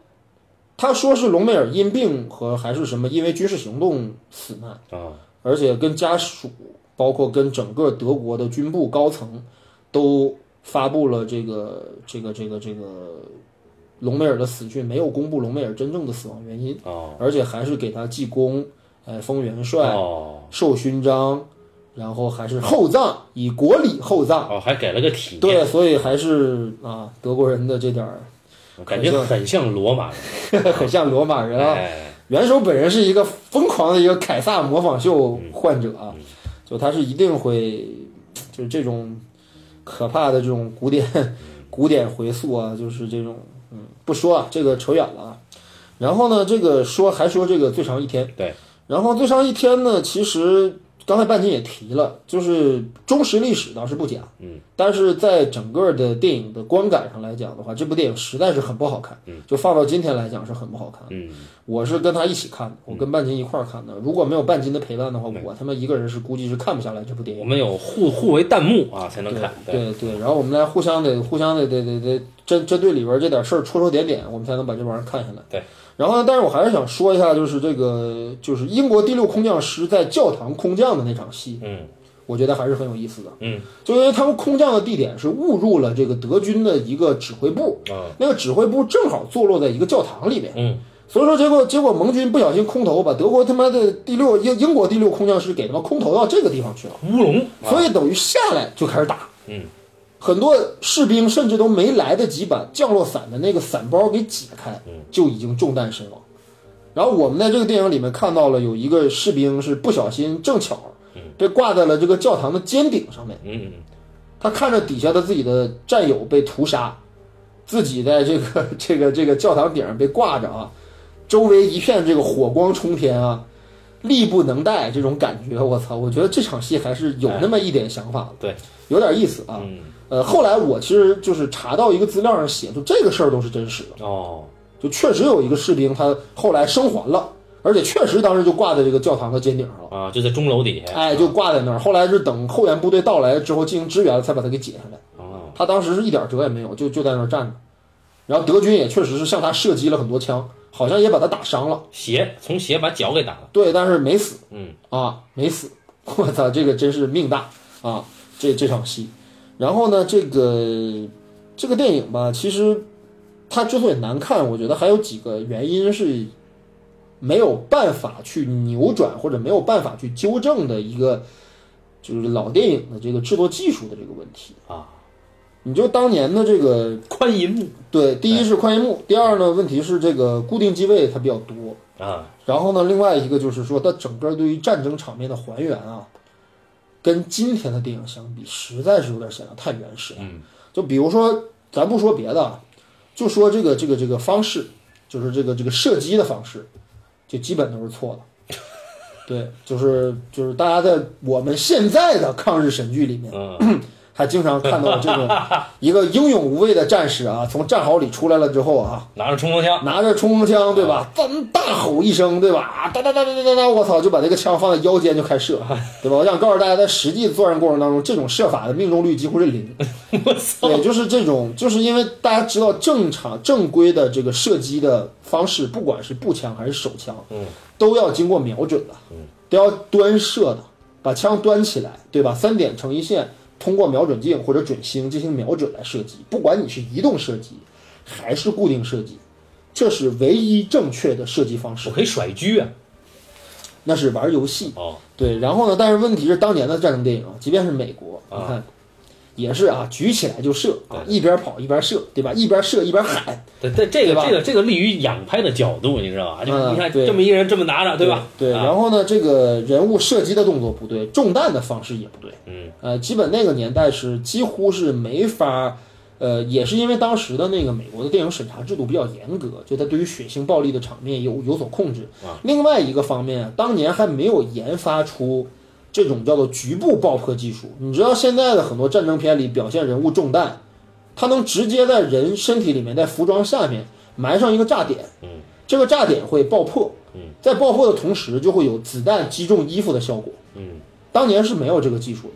S2: 他说是隆美尔因病和还是什么，因为军事行动死难，
S1: 啊，
S2: 而且跟家属，包括跟整个德国的军部高层，都发布了这个这个这个这个隆美尔的死讯，没有公布隆美尔真正的死亡原因，
S1: 哦
S2: 而且还是给他记功，哎，封元帅，
S1: 哦
S2: 授勋章，然后还是厚葬，以国礼厚葬。
S1: 哦，还给了个体面，
S2: 对，所以还是啊，德国人的这点儿
S1: 感觉很像罗马人，
S2: 很像罗马人啊。
S1: 哎，
S2: 元首本人是一个疯狂的一个凯撒模仿秀患者啊，就他是一定会，就是这种可怕的这种古典古典回溯啊，就是这种嗯，不说啊，这个扯远了啊。然后呢，这个说还说这个最长一天，
S1: 对，
S2: 然后最长一天呢，其实刚才半斤也提了，就是忠实历史倒是不假，
S1: 嗯，
S2: 但是在整个的电影的观感上来讲的话，这部电影实在是很不好看，嗯，就放到今天来讲是很不好看。
S1: 嗯，
S2: 我是跟他一起看的，我跟半斤一块儿看的。如果没有半斤的陪伴的话，我他妈一个人是估计是看不下来这部电影
S1: 我。们有互互为弹幕啊，才能看，对，
S2: 对对，然后我们来互相得互相得得得得针针对里边这点事儿戳戳点点，我们才能把这玩意儿看下来。
S1: 对，
S2: 然后呢，但是我还是想说一下，就是这个就是英国第六空降师在教堂空降的那场戏，
S1: 嗯
S2: 我觉得还是很有意思的。
S1: 嗯，
S2: 就因为他们空降的地点是误入了这个德军的一个指挥部，
S1: 啊
S2: 那个指挥部正好坐落在一个教堂里面。
S1: 嗯，
S2: 所以说，结果结果盟军不小心空投，把德国他妈的第六英英国第六空降师给他们空投到这个地方去了，
S1: 乌龙，
S2: 所以等于下来就开始打。
S1: 嗯，
S2: 很多士兵甚至都没来得及把降落伞的那个伞包给解开，
S1: 嗯
S2: 就已经中弹身亡。然后我们在这个电影里面看到了有一个士兵是不小心正巧被挂在了这个教堂的尖顶上面，
S1: 嗯嗯
S2: 他看着底下的自己的战友被屠杀，自己在这个 这个这个教堂顶上被挂着啊，周围一片这个火光冲天啊，力不能待这种感觉，我操！我觉得这场戏还是有那么一点想法的，
S1: 对，
S2: 有点意思啊。
S1: 嗯，
S2: 呃，后来我其实就是查到一个资料上写，就这个事儿都是真实的，
S1: 哦，
S2: 就确实有一个士兵他后来生还了，而且确实当时就挂在这个教堂的尖顶上了。
S1: 啊，就在钟楼底下，
S2: 哎，就挂在那儿。后来是等后援部队到来之后进行支援，才把他给解下来。
S1: 哦，
S2: 他当时是一点辙也没有，就就在那儿站着。然后德军也确实是向他射击了很多枪，好像也把他打伤了。
S1: 鞋从鞋把脚给打了，
S2: 对，但是没死
S1: 嗯
S2: 啊，没死。 我操，这个真是命大啊！这这场戏，然后呢，这个这个电影吧，其实它之所以难看，我觉得还有几个原因是没有办法去扭转或者没有办法去纠正的一个，就是老电影的这个制作技术的这个问题
S1: 啊。
S2: 你就当年的这个
S1: 宽银幕
S2: 对，第一是宽银幕，第二呢，问题是这个固定机位它比较多，
S1: 啊，
S2: 然后呢，另外一个就是说它整个对于战争场面的还原啊，跟今天的电影相比，实在是有点显得太原始了。
S1: 嗯，
S2: 就比如说，咱不说别的，啊，就说这个这个这个方式，就是这个这个射击的方式，就基本都是错的。对，就是就是大家在我们现在的抗日神剧里面，还经常看到这种一个英勇无畏的战士啊，从战壕里出来了之后啊，
S1: 拿着冲锋枪，
S2: 拿着冲锋枪，对吧？咱大吼一声，对吧？啊，哒哒哒哒哒哒哒，我操，就把这个枪放在腰间就开射，对吧？我想告诉大家，在实际作战过程当中，这种射法的命中率几乎是 零。对，就是这种，就是因为大家知道正常正规的这个射击的方式，不管是步枪还是手枪，嗯，都要经过瞄准的，嗯，都要端射的，把枪端起来，对吧？三点成一线，通过瞄准镜或者准星进行瞄准来射击，不管你是移动射击还是固定射击，这是唯一正确的射击方式
S1: 我。可以甩狙啊。
S2: 那是玩游戏，
S1: 哦，
S2: 对，然后呢？但是问题是，当年的战争电影，啊，即便是美国，你看，也是啊，举起来就射啊，一边跑一边射，对吧？一边射一边喊，
S1: 对对，这
S2: 对
S1: 个
S2: 吧
S1: 这个这个利于仰拍的角度，你知道吧？就
S2: 嗯
S1: 你看
S2: 对
S1: 这么一人这么拿着，对吧？
S2: 对，
S1: 啊
S2: 然后呢，这个人物射击的动作不对，中弹的方式也不对，
S1: 嗯，
S2: 呃，基本那个年代是几乎是没法。呃，也是因为当时的那个美国的电影审查制度比较严格，就它对于血腥暴力的场面有有所控制。
S1: 啊
S2: 另外一个方面啊，当年还没有研发出这种叫做局部爆破技术。你知道现在的很多战争片里表现人物中弹，它能直接在人身体里面，在服装下面埋上一个炸点，嗯，这个炸点会爆破，嗯，在爆破的同时就会有子弹击中衣服的效果，
S1: 嗯，
S2: 当年是没有这个技术的，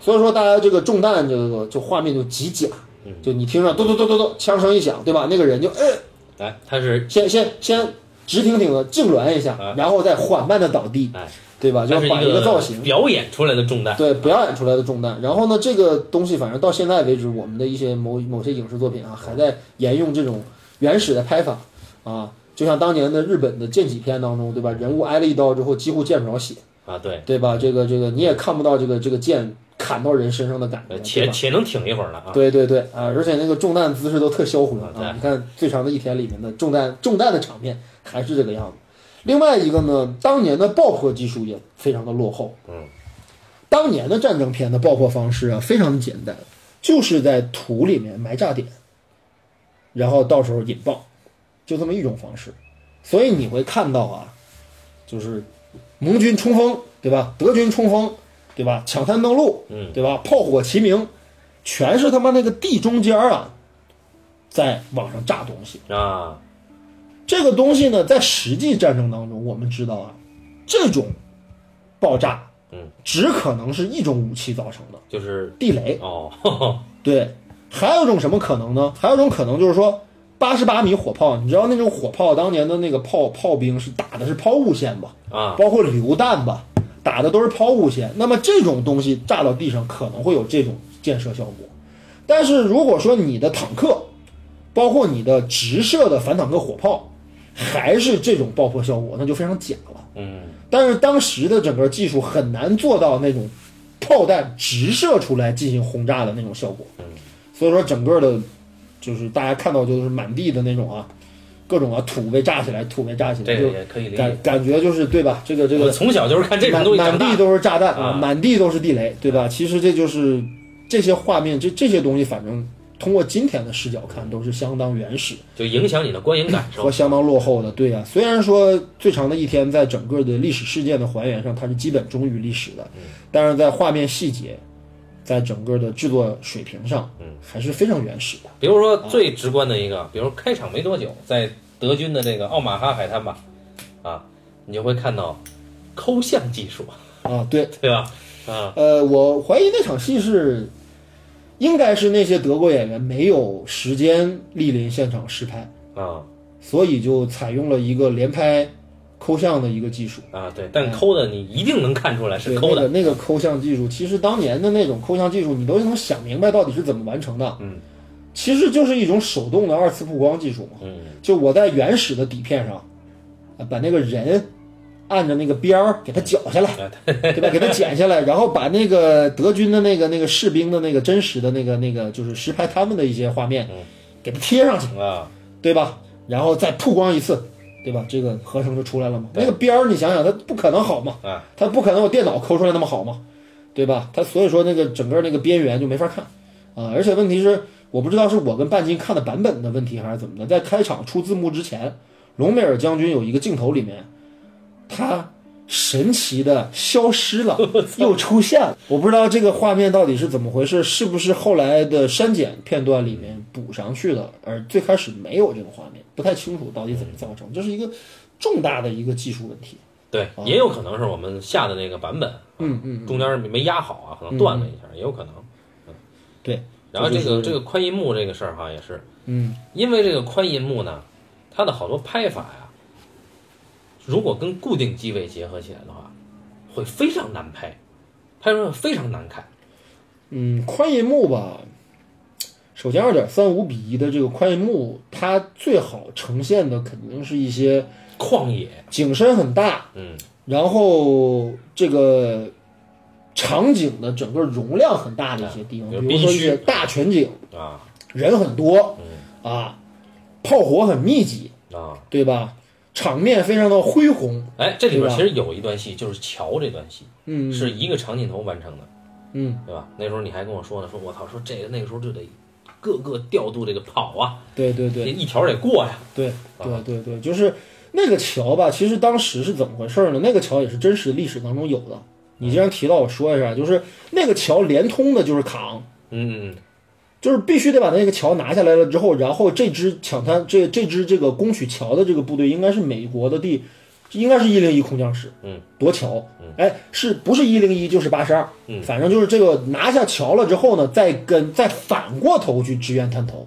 S2: 所以说大家这个中弹这个就画面就极假，嗯，就你听着咚咚咚咚咚枪声一响，对吧？那个人就哎，
S1: 哎，他是
S2: 先先先直挺挺的痉挛一下，然后再缓慢的倒地，
S1: 哎，
S2: 对吧？啊
S1: 他
S2: 就要
S1: 是
S2: 把
S1: 一
S2: 个造型。
S1: 表演出来的重担。
S2: 对，表演出来的重担。然后呢，这个东西反正到现在为止，我们的一些某某些影视作品啊，还在沿用这种原始的拍法啊，就像当年的日本的剑戟片当中，对吧？人物挨了一刀之后，几乎见不着血，
S1: 啊，对，
S2: 对吧？这个这个你也看不到这个这个剑砍到人身上的感觉，
S1: 呃
S2: 嗯对
S1: 且
S2: 吧
S1: 且能挺一会儿呢啊。
S2: 对对对啊！而且那个中弹姿势都特销魂
S1: 啊对
S2: 啊！你看《最长的一天》里面的中弹中弹的场面还是这个样子。另外一个呢，当年的爆破技术也非常的落后。
S1: 嗯，
S2: 当年的战争片的爆破方式啊，非常的简单，就是在土里面埋炸点，然后到时候引爆，就这么一种方式。所以你会看到啊，就是盟军冲锋，对吧？德军冲锋，对吧？抢滩登陆，
S1: 嗯，
S2: 对吧？炮火齐鸣，全是他妈那个地中间啊，在往上炸东西。
S1: 啊，
S2: 这个东西呢，在实际战争当中，我们知道啊，这种爆炸，
S1: 嗯，
S2: 只可能是一种武器造成的
S1: 就是
S2: 地雷。
S1: 哦，呵呵
S2: 对，还有一种什么可能呢？还有一种可能就是说，八十八米火炮，你知道那种火炮当年的那个炮炮兵是打的是抛物线吧？
S1: 啊，
S2: 包括榴弹吧，打的都是抛物线。那么这种东西炸到地上可能会有这种建设效果，但是如果说你的坦克，包括你的直射的反坦克火炮，还是这种爆破效果，那就非常假了。
S1: 嗯，
S2: 但是当时的整个技术很难做到那种炮弹直射出来进行轰炸的那种效果，
S1: 嗯
S2: 所以说整个的，就是大家看到就是满地的那种啊，各种啊土被炸起来，土被炸起来，
S1: 这个
S2: 就
S1: 也可以理
S2: 感
S1: 解。
S2: 感觉就是对吧？这个这
S1: 我
S2: 个
S1: 从小就是哦看这种
S2: 满
S1: 东西长
S2: 满
S1: 大
S2: 地
S1: 的。
S2: 都是炸弹啊，
S1: 啊
S2: 满地都是地雷，对吧？其实这就是这些画面，这这些东西，反正通过今天的视角看，都是相当原始
S1: 就影响你的观影感受
S2: 和。相当落后的。对呀、虽然说《最长的一天》在整个的历史事件的还原上，它是基本忠于历史的，
S1: 嗯
S2: 但是在画面细节，在整个的制作水平上，
S1: 嗯
S2: 还是非常原始的。
S1: 比如说最直观的一个，比如开场没多久，在德军的这个奥马哈海滩吧，啊，你就会看到抠像技术，
S2: 啊，对，
S1: 对吧？啊，
S2: 呃，我怀疑那场戏是，应该是那些德国演员没有时间莅临现场实拍，
S1: 啊
S2: 所以就采用了一个连拍抠像的一个技术。
S1: 啊，对，但抠的你一定能看出来是
S2: 对
S1: 抠的，
S2: 那个那个抠像技术，其实当年的那种抠像技术，你都能想明白到底是怎么完成的。
S1: 嗯，
S2: 其实就是一种手动的二次曝光技术嘛。
S1: 嗯，
S2: 就我在原始的底片上，啊、把那个人按着那个边儿给他绞下
S1: 啊
S2: 来，对吧？给他剪下来，然后把那个德军的那个那个士兵的那个真实的那个那个就是实拍他们的一些画
S1: 嗯
S2: 面，给他贴上去，
S1: 啊，
S2: 对吧？然后再曝光一次，对吧？这个合成就出来了嘛。那个边儿你想想，它不可能好嘛
S1: 啊，
S2: 它不可能我电脑抠出来那么好嘛，对吧？它所以说那个整个那个边缘就没法看啊。而且问题是，我不知道是我跟半斤看的版本的问题还是怎么的，在开场出字幕之前，隆美尔将军有一个镜头里面，他。神奇的消失了，又出现了。我不知道这个画面到底是怎么回事，是不是后来的删减片段里面补上去的，而最开始没有这个画面，不太清楚到底怎么造成。这是一个重大的一个技术问题。
S1: 对，也有可能是我们下的那个版本，哦嗯嗯，中间没压好啊，可能断了一下，也有可能。
S2: 对，
S1: 然后这个
S2: 就是
S1: 这个宽银幕这个事儿哈也是，
S2: 嗯，
S1: 因为这个宽银幕呢，它的好多拍法呀，如果跟固定机位结合起来的话，会非常难拍，拍出来非常难看。
S2: 嗯，宽银幕吧，首先二点三五比一的这个宽银幕，它最好呈现的肯定是一些
S1: 旷野，
S2: 景深很大，
S1: 嗯，
S2: 然后这个场景的整个容量很大的一些地方，
S1: 比如
S2: 比如说
S1: 宾
S2: 一
S1: 区
S2: 些大全景，
S1: 啊
S2: 人很多，啊，炮火很密集，
S1: 嗯啊，
S2: 对吧？场面非常的恢宏，
S1: 哎，这里边
S2: 对吧
S1: 其实有一段戏就是桥这段戏，
S2: 嗯
S1: 是一个长镜头完成的，
S2: 嗯，
S1: 对吧？那时候你还跟我说呢，说我操，说这个那个时候就得各个调度这个跑啊，
S2: 对对
S1: 这
S2: 对
S1: 一条得过呀，
S2: 对
S1: 啊
S2: 对对对，就是那个桥吧，其实当时是怎么回事呢？那个桥也是真实历史当中有的。你既然提到，我说一下，就是那个桥连通的就是港，
S1: 嗯，嗯
S2: 就是必须得把那个桥拿下来了之后，然后这支抢滩这这支这个攻取桥的这个部队应该是美国的第，应该是一零一空降师，
S1: 嗯，
S2: 夺桥，哎，是不是一零一就是八十二，
S1: 嗯
S2: 反正就是这个拿下桥了之后呢，再跟再反过头去支援滩头，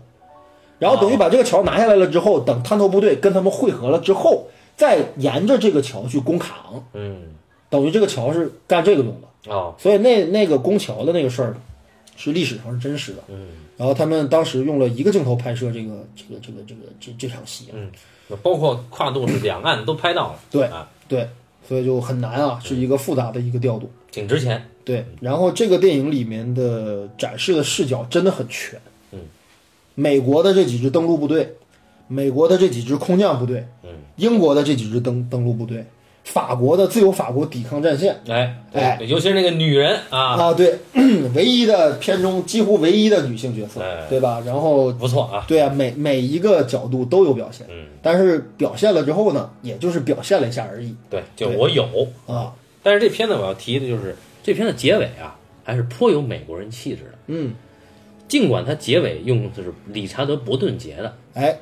S2: 然后等
S1: 啊
S2: 于把这个桥拿下来了之后，等滩头部队跟他们会合了之后，再沿着这个桥去攻卡
S1: 嗯嗯，
S2: 等于这个桥是干这个用的。
S1: 哦，
S2: 所以那那个拱桥的那个事儿，是历史上是真实的。
S1: 嗯，
S2: 然后他们当时用了一个镜头拍摄这个这个这个这个这这场戏啊，
S1: 嗯，包括跨度是两岸都拍到了，
S2: 对
S1: 啊，
S2: 对，所以就很难啊，是一个复杂的一个调度。
S1: 挺值钱，
S2: 对，然后这个电影里面的展示的视角真的很全。
S1: 嗯，
S2: 美国的这几支登陆部队，美国的这几支空降部队，
S1: 嗯，
S2: 英国的这几支登登陆部队，法国的自由法国抵抗战线。
S1: 哎，
S2: 哎
S1: 对，尤其是那个女人啊，
S2: 啊，对，唯一的片中几乎唯一的女性角色
S1: 哎，
S2: 对吧？然后
S1: 不错啊，
S2: 对啊，每每一个角度都有表现，
S1: 嗯，
S2: 但是表现了之后呢，也就是表现了一下而已
S1: 对，就我有，
S2: 啊，
S1: 但是这片子我要提的就是这片子结尾啊，还是颇有美国人气质的，
S2: 嗯，
S1: 尽管它结尾用的是理查德·伯顿结的，
S2: 哎，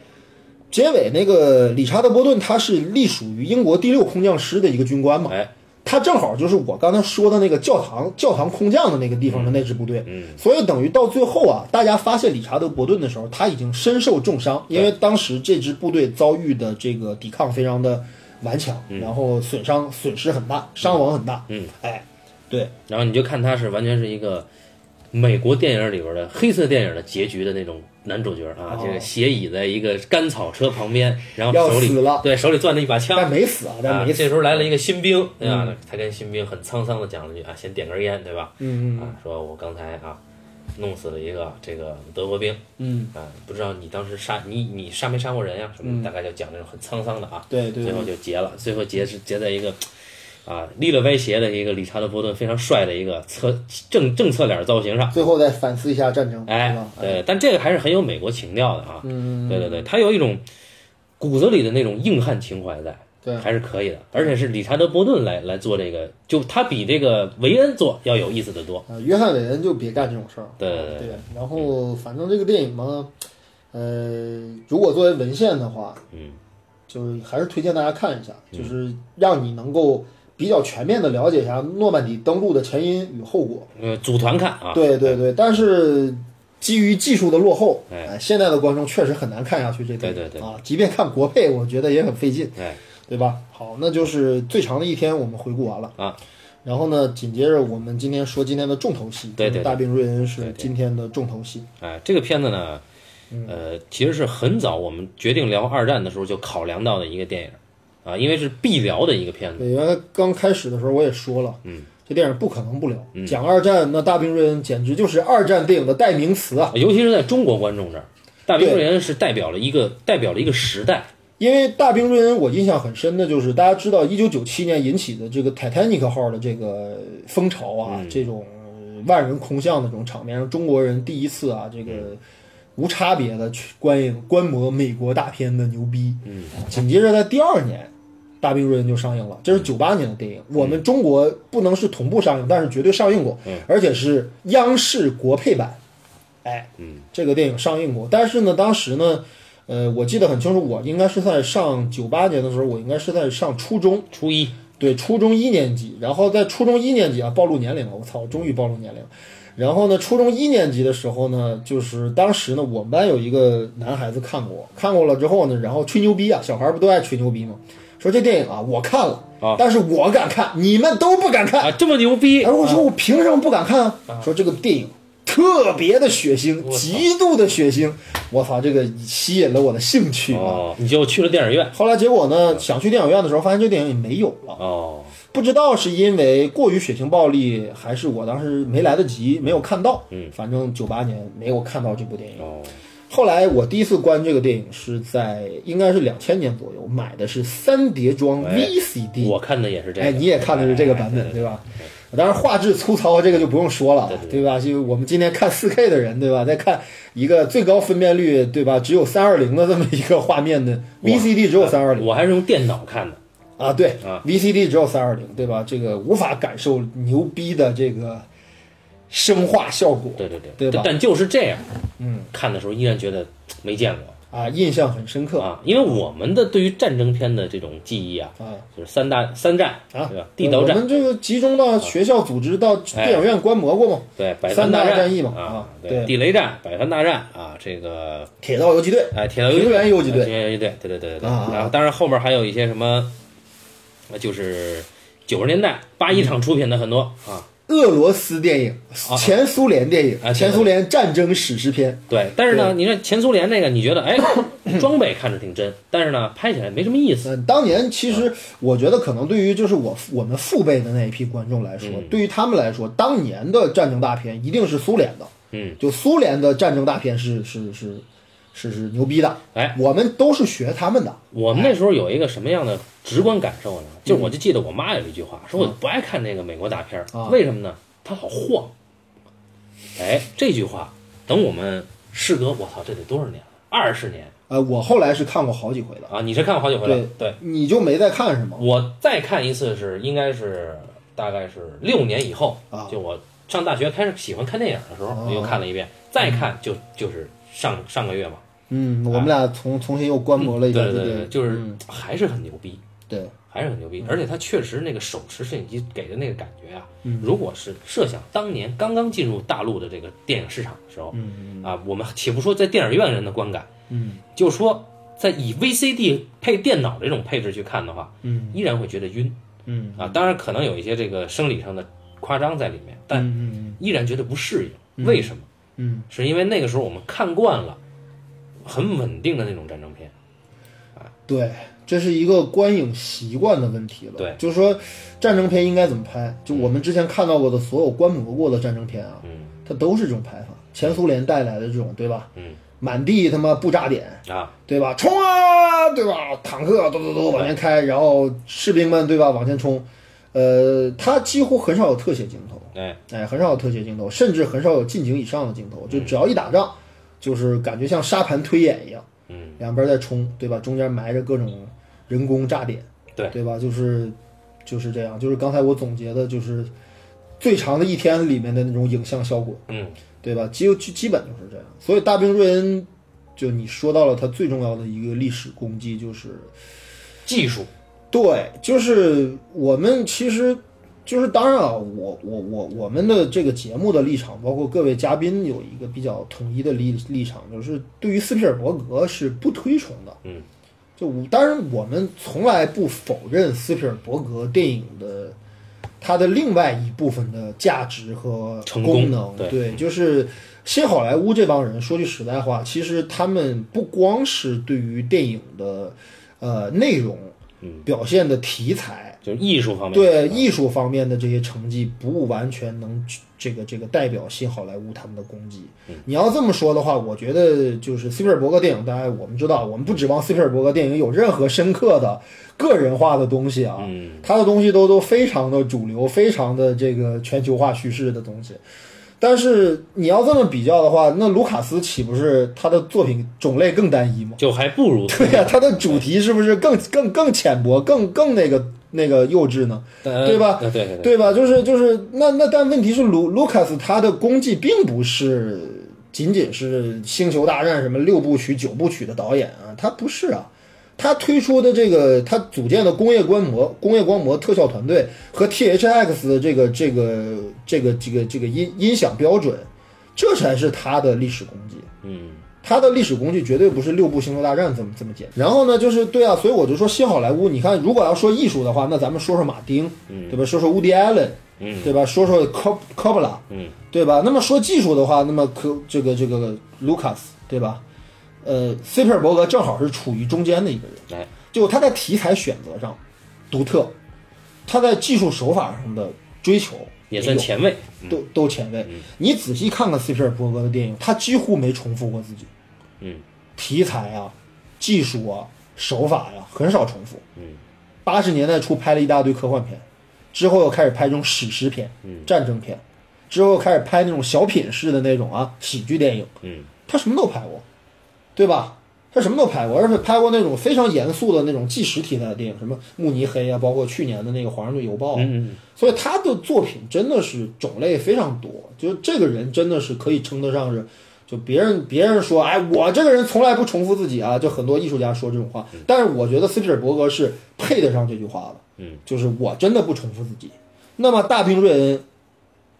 S2: 结尾那个理查德·波顿他是隶属于英国第六空降师的一个军官嘛，
S1: 哎，
S2: 他正好就是我刚才说的那个教堂教堂空降的那个地方的那支部队，
S1: 嗯
S2: 所以等于到最后啊，大家发现理查德·伯顿的时候，他已经身受重伤，因为当时这支部队遭遇的这个抵抗非常的顽强，
S1: 嗯
S2: 然后损伤损失很大，伤亡很大，嗯，哎，对，
S1: 然后你就看他是完全是一个美国电影里边的黑色电影的结局的那种男主角
S2: 哦
S1: 啊，这个斜倚在一个干草车旁边，然后
S2: 要
S1: 手里
S2: 死了
S1: 对手里攥着一把枪
S2: 但。没死啊，但嗯
S1: 啊，
S2: 没
S1: 这
S2: 死，
S1: 时候来了一个新兵，哎对吧？他跟新兵很沧桑的讲了一句啊，先点根烟，对吧？
S2: 嗯
S1: 啊，说我刚才啊，弄死了一个这个德国兵，
S2: 嗯，
S1: 啊，不知道你当时杀你你杀没杀过人呀、什么的，大概就讲那种很沧桑的啊，
S2: 对对
S1: 最后就结了，最后结是结在一个啊立了歪斜的一个理查德伯顿非常帅的一个侧正正侧脸造型上，
S2: 最后再反思一下战争，
S1: 哎
S2: 是吧，？
S1: 对，但这个还是很有美国情调的啊，嗯，对对对，他有一种骨子里的那种硬汉情怀在。
S2: 对
S1: 还是可以的，而且是理查德·伯顿来来做这个，就他比这个韦恩做要有意思的多。
S2: 啊，约翰·韦恩就别干这种事儿。
S1: 对对
S2: 对，然后反正这个电影嘛，呃，如果作为文献的话，
S1: 嗯，
S2: 就是还是推荐大家看一下，就是让你能够比较全面的了解一下诺曼底登陆的前因与后果。
S1: 呃，组团看啊，
S2: 对对对，但是基于技术的落后，
S1: 哎
S2: 哎，现在的观众确实很难看下去这电影
S1: 对对对
S2: 啊，即便看国配，我觉得也很费劲，
S1: 哎
S2: 对吧？好，那就是最长的一天，我们回顾完了。
S1: 啊，
S2: 然后呢，紧接着我们今天说今天的重头戏，
S1: 对对对
S2: 大病瑞恩
S1: 对
S2: 是
S1: 对
S2: 今天的重头戏，
S1: 哎，这个片子呢，嗯呃，其实是很早我们决定聊二战的时候就考量到的一个电影，啊，因为是必聊的一个片子。
S2: 对，原来刚开始的时候我也说了，嗯，这电影不可能不聊。
S1: 嗯
S2: 讲二战，那《大兵瑞恩》简直就是二战电影的代名词啊！
S1: 尤其是在中国观众这儿，《大兵瑞恩》是代表了一个代表了一个时代。
S2: 因为《大兵瑞恩》，我印象很深的就是大家知道，一九九七年引起的这个 Titanic 号的这个风潮啊，这种万人空巷的这种场面，让中国人第一次啊，这个无差别的去观影观摩美国大片的牛逼。嗯，紧接着在第二年，《大兵瑞恩》就上映了，这是九八年的电影，我们中国不能是同步上映，但是绝对上映过，而且是央视国配版。哎，嗯，这个电影上映过，但是呢，当时呢。呃，我记得很清楚，我应该是在上九八年的时候，我应该是在上初中，
S1: 初一，
S2: 对，初中一年级。然后在初中一年级啊，暴露年龄了，我操，终于暴露年龄了。然后呢，初中一年级的时候呢，就是当时呢，我们班有一个男孩子看过，看过了之后呢，然后吹牛逼啊，小孩不都爱吹牛逼吗？说这电影啊，我看了，
S1: 啊
S2: 但是我敢看，你们都不敢看。
S1: 啊，这么牛逼
S2: 哎，！我说我凭什么不敢看啊？说这个电影特别的血腥，极度的血腥，我操，这个吸引了我的兴趣啊！
S1: 哦，你就去了电影院。
S2: 后来结果呢，想去电影院的时候，发现这电影也没有了。
S1: 哦，
S2: 不知道是因为过于血腥暴力，还是我当时没来得及没有看到。嗯，反正九八年没有看到这部电影。
S1: 哦，
S2: 后来我第一次观这个电影是在应该是两千年左右，买的是三碟装 VCD。
S1: 我看的也是这个。
S2: 哎，你也看的是这个版本，对吧？当然，画质粗糙这个就不用说了，对吧？就我们今天看 4K 的人，对吧？再看一个最高分辨率，对吧？只有320的这么一个画面的 VCD，只有320。
S1: 哎我还是用电脑看的。
S2: 啊，对
S1: 啊
S2: ，VCD 只有三二零，对吧？这个无法感受牛逼的这个生化效果，
S1: 对对对，
S2: 对吧
S1: 但但就是这样，嗯，看的时候依然觉得没见过
S2: 啊，印象很深刻
S1: 啊，因为我们的对于战争片的这种记忆啊，
S2: 啊
S1: 就是三大三战
S2: 啊
S1: 对吧？地道
S2: 我
S1: 战，
S2: 们这个集中到学校组织到电影院观摩过吗？
S1: 对，百
S2: 三
S1: 大
S2: 大战役嘛
S1: 啊
S2: 啊，
S1: 对，
S2: 对
S1: 地雷战、百团大战啊，这个
S2: 铁道游击队
S1: 哎，铁道游击
S2: 平原游击队
S1: 哎平原游击队，对对对对对。
S2: 啊啊
S1: 然后当然后面还有一些什么，呃就是九十年代八一厂出品的很多啊，
S2: 俄罗斯电影、
S1: 啊
S2: 前苏联电影、
S1: 啊对
S2: 前苏联战争史诗片，
S1: 对。但是呢，你看前苏联那个，你觉得 哎，装备看着挺真，但是呢，拍起来没什么意思。
S2: 嗯，当年其
S1: 啊
S2: 实我觉得，可能对于就是我我们父辈的那一批观众来说，
S1: 嗯
S2: 对于他们来说，当年的战争大片一定是苏联的，
S1: 嗯，
S2: 就苏联的战争大片是是是是是牛逼的，
S1: 哎，
S2: 我们都是学他们的，
S1: 我们那时候有一个什么样的直观感受
S2: 哎
S1: 呢？就是我就记得我妈有一句话，说我不爱看那个美国大片儿，
S2: 嗯啊
S1: 为什么呢？它老晃。哎，这句话，等我们事隔我操，这得多少年了？二十年
S2: 呃，我后来是看过好几回的，
S1: 啊！你是看过好几回了？
S2: 对
S1: 对，
S2: 你就没再看是吗？
S1: 我再看一次是应该是大概是六年以后，
S2: 啊
S1: 就我上大学开始喜欢看电影的时候，
S2: 哦
S1: 我又看了一遍。再看就就是上上个月嘛，
S2: 嗯，我们俩重重新又观摩
S1: 对
S2: 了一
S1: 嗯
S2: 遍
S1: 对
S2: 这
S1: 对
S2: 电
S1: 对，
S2: 影，
S1: 就是还是很牛逼，
S2: 对，
S1: 还是很牛
S2: 嗯
S1: 逼。而且它确实那个手持摄影机给的那个感觉啊，
S2: 嗯
S1: 如果是设想当年刚刚进入大陆的这个电影市场的时候，啊，我们且不说在电影院人的观感，
S2: 嗯
S1: 就说在以 VCD 配电脑这种配置去看的话，
S2: 嗯
S1: 依然会觉得晕。
S2: 嗯
S1: 啊，当然可能有一些这个生理上的夸张在里面，但
S2: 嗯
S1: 依然觉得不适应。为什么？
S2: 嗯，
S1: 是因为那个时候我们看惯了很稳定的那种战争片。
S2: 对，这是一个观影习惯的问题了。
S1: 对
S2: 就是说战争片应该怎么拍？就我们之前看到过的所有观摩过的战争片啊，
S1: 嗯
S2: 它都是这种拍法，前苏联带来的这种，对吧？
S1: 嗯
S2: 满地他妈布炸点，
S1: 啊，
S2: 对吧？冲啊，对吧？坦克嘟嘟嘟往前开，然后士兵们对吧往前冲，呃，它几乎很少有特写镜头，
S1: 哎，
S2: 哎，很少有特写镜头，甚至很少有近景以上的镜头，
S1: 嗯
S2: 就只要一打仗，就是感觉像沙盘推演一样，
S1: 嗯，
S2: 两边在冲，对吧？中间埋着各种人工炸点，
S1: 对
S2: 对吧？就是就是这样，就是刚才我总结的，就是最长的一天里面的那种影像效果，
S1: 嗯，
S2: 对吧？基基基本就是这样。所以大兵瑞恩，就你说到了他最重要的一个历史功绩，就是
S1: 技术，
S2: 对，就是我们其实就是当然啊，我我我我们的这个节目的立场，包括各位嘉宾有一个比较统一的立立场，就是对于斯皮尔伯格是不推崇的。
S1: 嗯，
S2: 就我当然我们从来不否认斯皮尔伯格电影的它的另外一部分的价值和
S1: 成功
S2: 功能，
S1: 对
S2: 对，就是新好莱坞这帮人，说句实在话，其实他们不光是对于电影的呃内容
S1: 嗯
S2: 表现的题材，
S1: 就是艺术方面，
S2: 对艺术方面的这些成绩不完全能这个这个代表新好莱坞他们的功绩。
S1: 嗯
S2: 你要这么说的话，我觉得就是斯皮尔伯格电影，当然我们知道，我们不指望斯皮尔伯格电影有任何深刻的个人化的东西啊，
S1: 嗯
S2: 他的东西都都非常的主流，非常的这个全球化叙事的东西。但是你要这么比较的话，那卢卡斯岂不是他的作品种类更单一吗？
S1: 就还不如
S2: 对呀、啊他的主题是不是更更更浅薄、更更那个那个幼稚呢？
S1: 呃
S2: 对吧
S1: 呃对对对，
S2: 对吧？就是就是那那，但问题是卢卢卡斯他的功绩并不是仅仅是《星球大战》什么六部曲、九部曲的导演啊，他不是啊。他推出的这个，他组建的工业观摩、工业光魔特效团队和 THX 的这个、这个、这个、这个、这个音音响标准，这才是他的历史功绩。
S1: 嗯
S2: 它的历史工具绝对不是六部《星球大战》这么这么简单。然后呢，就是对啊，所以我就说新好莱坞，你看，如果要说艺术的话，那咱们说说马丁，对吧？说说 Woody Allen，
S1: 嗯
S2: 对吧？说说 Cop Coppola，
S1: 嗯，
S2: 对吧？那么说技术的话，那么可这个这个 Lucas，对吧？呃，斯皮尔伯格正好是处于中间的一个人，
S1: 哎，
S2: 就他在题材选择上独特，他在技术手法上的追求
S1: 也
S2: 哎
S1: 算前嗯卫，
S2: 都都前卫。你仔细看看斯皮尔伯格的电影，他几乎没重复过自己。
S1: 嗯
S2: 题材啊、技术啊、手法呀、很少重复。
S1: 嗯，
S2: 八十年代初拍了一大堆科幻片，之后又开始拍这种史诗片、战争片，之后又开始拍那种小品式的那种啊喜剧电影。
S1: 嗯，
S2: 他什么都拍过，对吧？他什么都拍过，而且拍过那种非常严肃的那种纪实题材的电影，什么《慕尼黑》啊，包括去年的那个《华盛顿邮报》。嗯所以他的作品真的是种类非常多，就是这个人真的是可以称得上是，就别人别人说，哎，我这个人从来不重复自己啊，就很多艺术家说这种话，但是我觉得斯皮尔伯格是配得上这句话的。
S1: 嗯，
S2: 就是我真的不重复自己。那么大兵瑞恩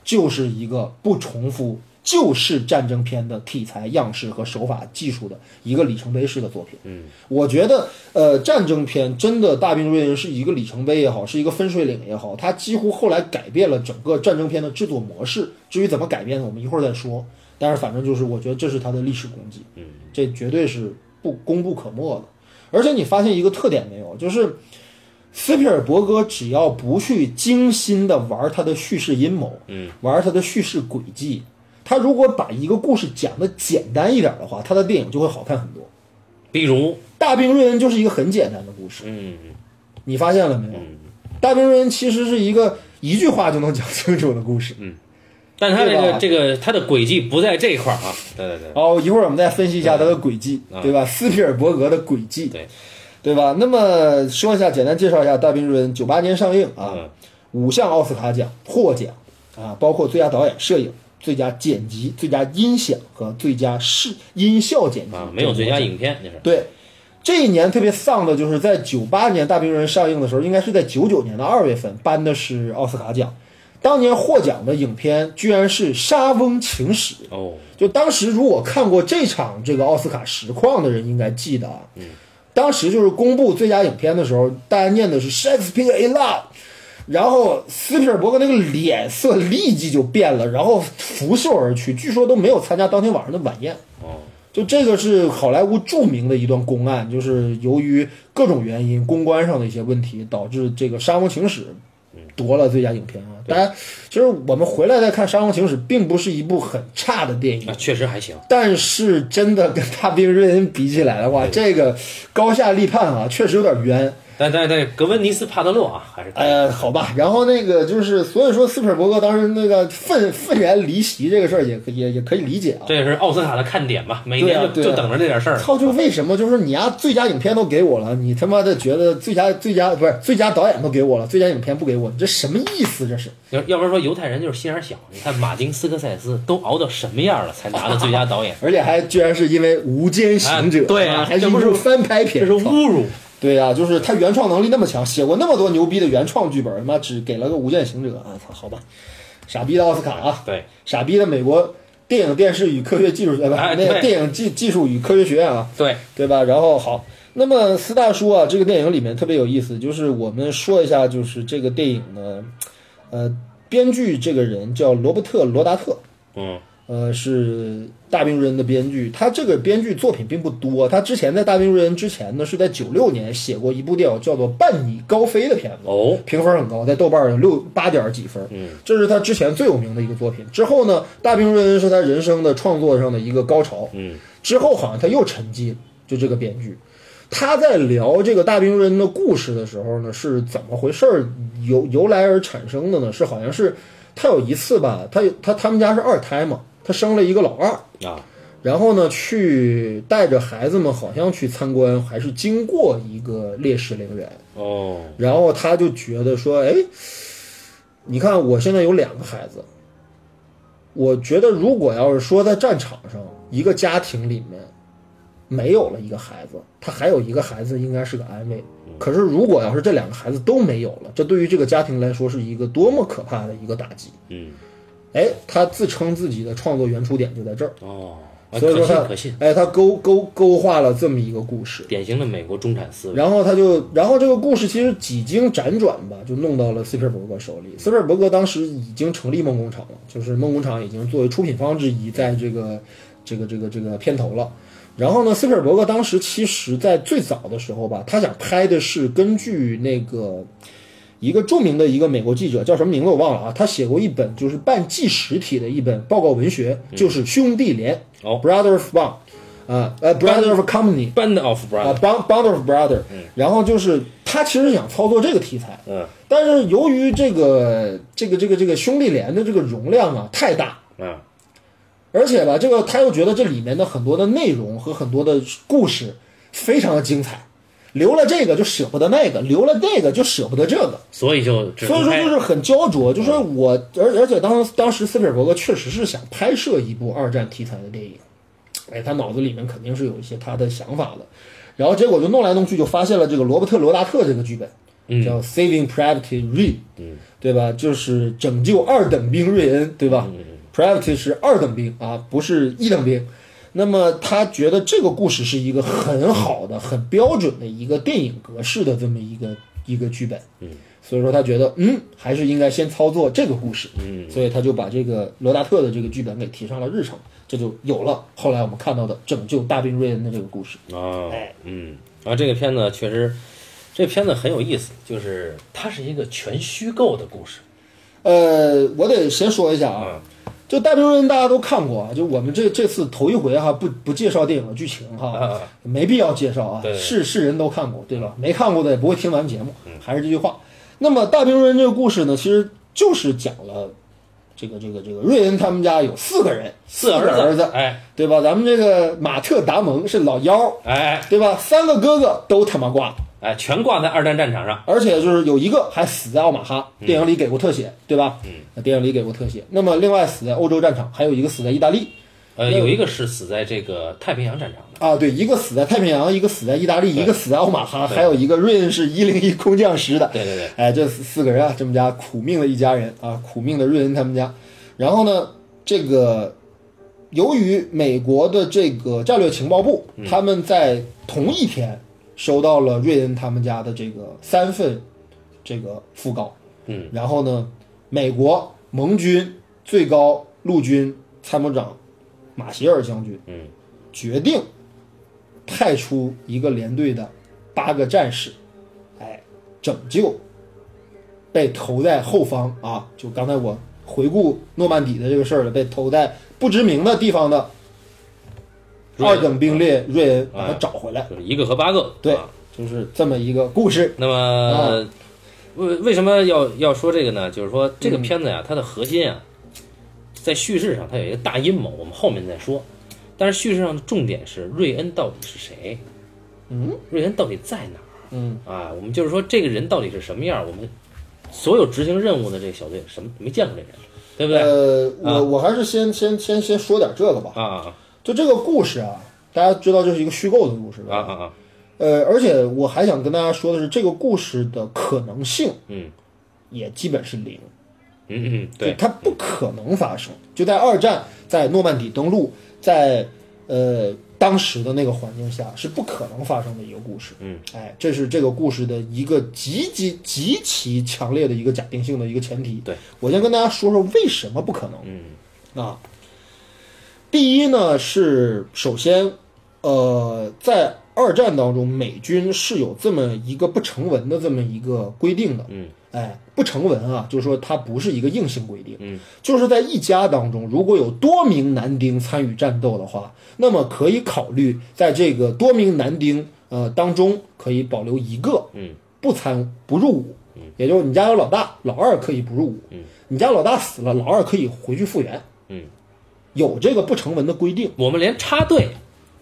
S2: 就是一个不重复，就是战争片的题材、样式和手法、技术的一个里程碑式的作品。嗯，我觉得，呃，战争片真的《大兵瑞恩》是一个里程碑也好，是一个分水岭也好，它几乎后来改变了整个战争片的制作模式。至于怎么改变呢，我们一会儿再说。但是反正就是，我觉得这是它的历史功绩，嗯，这绝对是不功不可没的。而且你发现一个特点没有，就是斯皮尔伯格只要不去精心的玩他的叙事阴谋，嗯，玩他的叙事轨迹，他如果把一个故事讲的简单一点的话，他的电影就会好看很多。
S1: 比如
S2: 大兵瑞恩就是一个很简单的故事，
S1: 嗯
S2: 你发现了没有？大兵瑞恩其实是一个一句话就能讲清楚的故事。
S1: 但他这
S2: 对
S1: 个
S2: 吧
S1: 这个他的轨迹不在这一块儿啊，对对对，
S2: 哦，一会儿我们再分析一下他的轨迹，对吧？斯皮尔伯格的轨迹，
S1: 对
S2: 对吧？那么说一下，简单介绍一下《大兵瑞恩》，九八年上映啊，
S1: 嗯
S2: 五项奥斯卡奖获奖啊，包括最佳导演、摄影、最佳剪辑、最佳音响和最佳视音效剪辑
S1: 啊，没有最佳影片，这是
S2: 对，这一年特别丧的就是在九八年《大兵瑞恩》上映的时候，应该是在九九年的二月份颁的是奥斯卡奖。当年获奖的影片居然是《莎翁情史》。
S1: 哦，
S2: 就当时如果看过这场这个奥斯卡实况的人应该记得啊，当时就是公布最佳影片的时候，大家念的是 Shakespeare in Love，然后斯皮尔伯格那个脸色立即就变了，然后拂袖而去，据说都没有参加当天晚上的晚宴。
S1: 哦，
S2: 就这个是好莱坞著名的一段公案，就是由于各种原因，公关上的一些问题，导致这个《沙漠情史》夺了最佳影片啊。当然，其实我们回来再看《沙漠情史》，并不是一部很差的电影
S1: 那，确实还行，
S2: 但是真的跟大兵瑞恩比起来的话，这个高下立判啊，确实有点冤。
S1: 但但但格温尼斯帕德洛啊，还是
S2: 呃，好吧，然后那个就是，所以说斯皮尔伯格当时那个愤愤然离席这个事儿也可也也可以理解啊。
S1: 这也是奥斯卡的看点吧，每
S2: 对
S1: 年
S2: 啊
S1: 就、
S2: 对啊
S1: 就等着这点事儿。
S2: 操，就为什么就是你丫最佳影片都给我了，你他妈的觉得最佳最佳不是最佳导演都给我了，最佳影片不给我，你这什么意思？这是
S1: 要要不然说犹太人就是心眼儿小，你看马丁斯科塞斯都熬到什么样了才拿的最佳导
S2: ？
S1: 演
S2: 而且还居然是因为《无间行者》
S1: 啊对啊
S2: 还是
S1: 这
S2: 一
S1: 不是
S2: 部翻拍片，
S1: 这是
S2: 操
S1: 侮辱。
S2: 对呀、就是他原创能力那么强，写过那么多牛逼的原创剧本，他妈只给了个《无间行者》啊！操，好吧，傻逼的奥斯卡啊，
S1: 对，
S2: 傻逼的美国电影电视与科学技术学，不、
S1: 哎
S2: 那个
S1: 对
S2: 电影技技术与科学学院啊，
S1: 对，
S2: 对吧？然后好，那么四大叔啊，这个电影里面特别有意思，就是我们说一下，就是这个电影呢，呃，编剧这个人叫罗伯特·罗达特，
S1: 嗯，
S2: 呃，是《大兵瑞恩》的编剧。他这个编剧作品并不多，他之前在《大兵瑞恩》之前呢，是在九六年写过一部电影叫做《伴你高飞》的片子，
S1: 哦，
S2: 评分很高，在豆瓣有六八点几分。嗯，这是他之前最有名的一个作品。之后呢，《大兵瑞恩》是他人生的创作上的一个高潮。
S1: 嗯，
S2: 之后好像他又沉寂了，就这个编剧。他在聊这个大兵瑞恩的故事的时候呢，是怎么回事儿由由来而产生的呢？是好像是他有一次吧，他有他他们家是二胎嘛，他生了一个老二，
S1: 啊，
S2: 然后呢去带着孩子们好像去参观，还是经过一个烈士陵园，
S1: 哦，
S2: 然后他就觉得说，哎，你看我现在有两个孩子，我觉得如果要是说在战场上一个家庭里面没有了一个孩子，他还有一个孩子应该是个安慰。可是如果要是这两个孩子都没有了，这对于这个家庭来说是一个多么可怕的一个打击！
S1: 嗯，
S2: 哎，他自称自己的创作原初点就在这儿，
S1: 哦，啊
S2: 所以
S1: 可
S2: 说
S1: 信
S2: 他
S1: 可信，
S2: 哎，他勾勾勾画了这么一个故事。
S1: 典型的美国中产思维。
S2: 然后他就，然后这个故事其实几经辗转吧，就弄到了斯皮尔伯格手里。斯皮尔伯格当时已经成立梦工厂了，就是梦工厂已经作为出品方之一，在这个这个这个这个片头了。然后呢，斯皮尔伯格当时其实在最早的时候吧，他想拍的是根据那个一个著名的一个美国记者叫什么名字我忘了啊，他写过一本就是半纪实体的一本报告文学，就是《兄弟连》
S1: 嗯哦
S2: （Brother of Bond） 啊，呃，Brother of Company。
S1: Band of
S2: 啊
S1: Brothers，
S2: ，Bond Bond of Brother，、然后就是他其实想操作这个题材，
S1: 嗯
S2: 但是由于这个这个这个这个兄弟连的这个容量啊太大，
S1: 嗯
S2: 而且吧，这个他又觉得这里面的很多的内容和很多的故事非常的精彩，留了这个就舍不得那个，留了那个就舍不得这个，
S1: 所以就只
S2: 所以
S1: 能
S2: 说
S1: 拍
S2: 就是很焦灼，就说我，而而且当当时斯皮尔伯格确实是想拍摄一部二战题材的电影，哎，他脑子里面肯定是有一些他的想法的，然后结果就弄来弄去就发现了这个罗伯特·罗达特这个剧本，叫《Saving Private Ryan》，对吧？就是拯救二等兵瑞恩，对吧？Private 是二等兵啊，不是一等兵。那么他觉得这个故事是一个很好的、很标准的一个电影格式的这么一个一个剧本，嗯，所以说他觉得，嗯，还是应该先操作这个故事，嗯，所以他就把这个罗达特的这个剧本给提上了日程，这就有了后来我们看到的拯救大兵瑞恩的这个故事。
S1: 啊
S2: 哎，
S1: 嗯，然后这个片子确实，这片子很有意思，就是
S3: 它是一个全虚构的故事，
S2: 呃，我得先说一下啊，就《大兵瑞恩》大家都看过啊，就我们这这次头一回哈、啊不不介绍电影的剧情哈、没必要介绍啊，是是人都看过对吧？没看过的也不会听完节目，还是这句话。那么《大兵瑞恩》这个故事呢，其实就是讲了这个这个这个瑞恩他们家有四个人，四个
S1: 儿子
S2: 儿子，
S1: 哎
S2: 对吧？咱们这个马特·达蒙是老幺，
S1: 哎
S2: 对吧？三个哥哥都他妈挂了。
S1: 哎，全挂在二战战场上，
S2: 而且就是有一个还死在奥马哈，电影里给过特写，对吧？嗯，电影里给过特写。那么另外死在欧洲战场，还有一个死在意大利
S1: 呃，有一个是死在这个太平洋战场的，
S2: 啊，对，一个死在太平洋，一个死在意大利，一个死在奥马哈，还有一个瑞恩是一零一空降师的。
S1: 对对对，
S2: 哎，这四四个人啊，这么家苦命的一家人啊，苦命的瑞恩他们家。然后呢，这个由于美国的这个战略情报部，
S1: 嗯
S2: 他们在同一天收到了瑞恩他们家的这个三份这个讣告。
S1: 嗯，
S2: 然后呢，美国盟军最高陆军参谋长马歇尔将军，
S1: 嗯，
S2: 决定派出一个连队的八个战士，哎，拯救被投在后方啊，就刚才我回顾诺曼底的这个事儿了，被投在不知名的地方的
S1: 瑞恩
S2: 二等兵列瑞恩，把他
S1: 哎
S2: 找回来。
S1: 就是一个和八个，
S2: 对
S1: 啊，
S2: 就是这么一个故事。
S1: 那么为为什么要要说这个呢？就是说这个片子呀、它的核心啊，在叙事上它有一个大阴谋，我们后面再说。但是叙事上的重点是瑞恩到底是谁？嗯，瑞恩到底在哪儿？
S2: 嗯，
S1: 啊，我们就是说这个人到底是什么样儿？我们所有执行任务的这个小队什么没见过这人，对不啊对？
S2: 呃，我我还是先先先先说点这个吧。
S1: 啊
S2: 就这个故事啊，大家知道这是一个虚构的故事
S1: 啊
S2: 吧？
S1: 啊啊！
S2: 呃，而且我还想跟大家说的是，这个故事的可能性，
S1: 嗯，
S2: 也基本是零，
S1: 嗯嗯，
S2: 就
S1: 对，
S2: 它不可能发生。就在二战，在诺曼底登陆，在呃当时的那个环境下，是不可能发生的一个故事。
S1: 嗯，
S2: 哎，这是这个故事的一个极极极其强烈的一个假定性的一个前提。
S1: 对
S2: 我先跟大家说说为什么不可能。
S1: 嗯
S2: 啊，第一呢是首先，呃，在二战当中，美军是有这么一个不成文的这么一个规定的，嗯，哎，不成文啊，就是说它不是一个硬性规定，嗯，就是在一家当中，如果有多名男丁参与战斗的话，那么可以考虑在这个多名男丁呃当中可以保留一个，嗯，不参不入伍，嗯，也就是你家有老大，老二可以不入伍，嗯，你家老大死了，老二可以回去复员，
S1: 嗯，
S2: 有这个不成文的规定。
S1: 我们连插队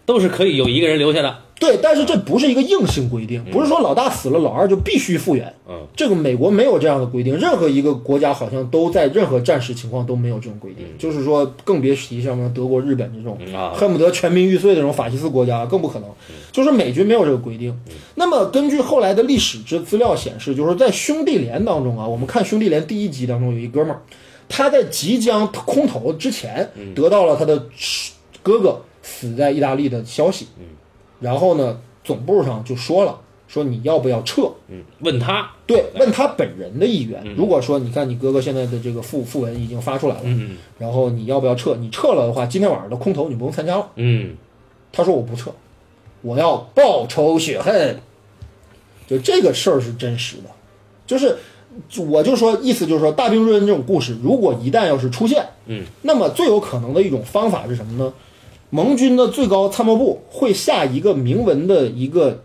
S1: 都是可以有一个人留下的。
S2: 对，但是这不是一个硬性规定，不是说老大死了，老二就必须复员。
S1: 嗯，
S2: 这个美国没有这样的规定，任何一个国家好像都在任何战时情况都没有这种规定。就是说，更别提像什么德国、日本这种
S1: 嗯啊嗯
S2: 恨不得全民玉碎这种法西斯国家，更不可能。就是美军没有这个规定。那么根据后来的历史资资料显示，就是在兄弟连当中啊，我们看兄弟连第一集当中有一哥们儿，他在即将空投之前
S1: 嗯
S2: 得到了他的哥哥死在意大利的消息。然后呢，总部上就说了，说你要不要撤？
S1: 嗯，问他，
S2: 对，问他本人的意愿。如果说你看你哥哥现在的这个复复文已经发出来了，然后你要不要撤？你撤了的话，今天晚上的空投你不用参加了。
S1: 嗯，
S2: 他说我不撤，我要报仇雪恨。就这个事儿是真实的，就是就我就说意思就是说大兵瑞恩这种故事，如果一旦要是出现，
S1: 嗯，
S2: 那么最有可能的一种方法是什么呢？盟军的最高参谋部会下一个明文的一个